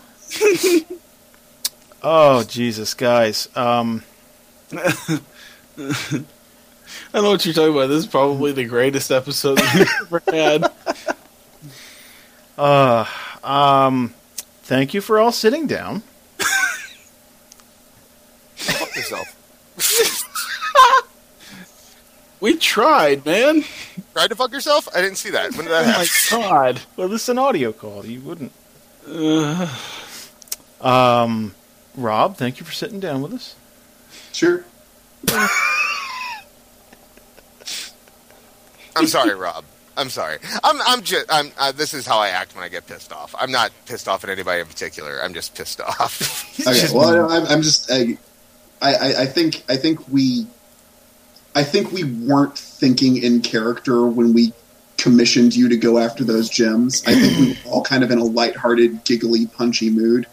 S2: oh, Jesus, guys. Um,
S5: I know what you're talking about. This is probably the greatest episode we've [laughs] ever had.
S2: uh, um, thank you for all sitting down.
S6: Fuck yourself.
S5: We tried, man.
S6: Tried to fuck yourself? I didn't see that. When
S2: [laughs]
S6: did that
S5: Oh my
S6: happen?
S5: god.
S2: Well, this is an audio call. You wouldn't.
S5: Uh,
S2: Um, Rob, thank you for sitting down with us.
S4: Sure.
S6: I'm sorry, Rob. I'm sorry. I'm I'm just I'm uh, this is how I act when I get pissed off. I'm not pissed off at anybody in particular. I'm just pissed [laughs] off.
S4: Okay. Well, I, I'm, I'm just. I, I, I think. I think we. I think we weren't thinking in character when we commissioned you to go after those gems. I think we were all kind of in a lighthearted, giggly, punchy mood,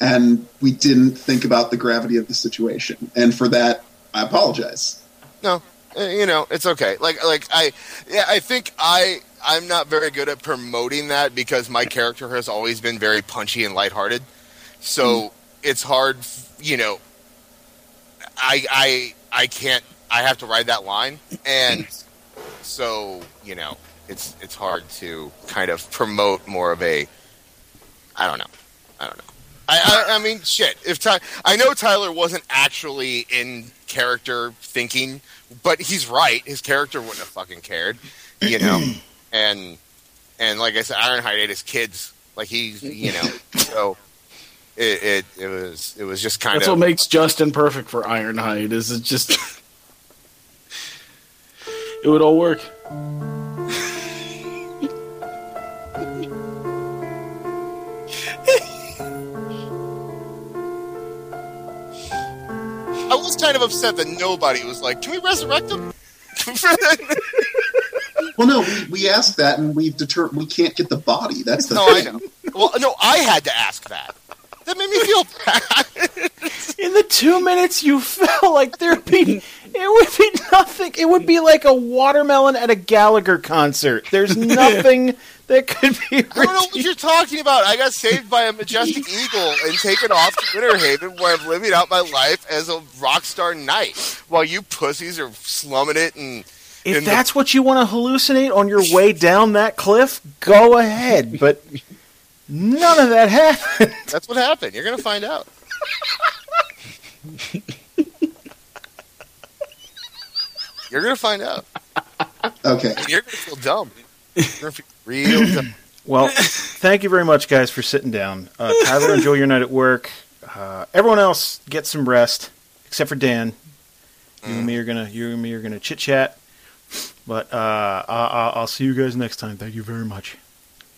S4: and we didn't think about the gravity of the situation. And for that, I apologize.
S6: no, uh, you know it's okay. Like like I yeah I think I I'm not very good at promoting that because my character has always been very punchy and lighthearted. So it's hard, f- you know. I I I can't. I have to ride that line, and so you know it's it's hard to kind of promote more of a. I don't know. I don't know. I, I, I mean, shit. If Ty- I know Tyler wasn't actually in character thinking, but he's right. His character wouldn't have fucking cared, you know. and and like I said, Ironhide ate his kids. Like he's, you know, so it it, it was it was just kind
S5: that's
S6: of
S5: what makes Justin perfect for Ironhide. Is it just? [laughs] it would all work.
S6: I was kind of upset that nobody was like, "Can we resurrect him?" [laughs]
S4: Well, no, we, we asked that, and we've deter- we can't get the body. That's the
S6: no, I
S4: thing.
S6: know. Well, no, I had to ask that. That made me feel bad.
S2: [laughs] In the two minutes you felt like there'd be It would be nothing. It would be like a watermelon at a Gallagher concert.
S6: [laughs]
S2: There's nothing that could be.
S6: I don't know what you're talking about. I got saved by a majestic eagle and taken off to Winter Haven, where I'm living out my life as a rock star knight, while you pussies are slumming it and.
S2: If
S6: in the-
S2: that's what you want to hallucinate on your way down that cliff, go ahead. But none of that happened.
S6: That's what happened. You're gonna find out. You're gonna find out.
S4: Okay.
S6: And you're gonna feel dumb. You're gonna feel real dumb.
S2: Well, thank you very much, guys, for sitting down. Uh, Tyler, enjoy your night at work. Uh, everyone else, get some rest, except for Dan. You and me are gonna, you and me are gonna chit chat. But uh, I- I- I'll see you guys next time. Thank you very much.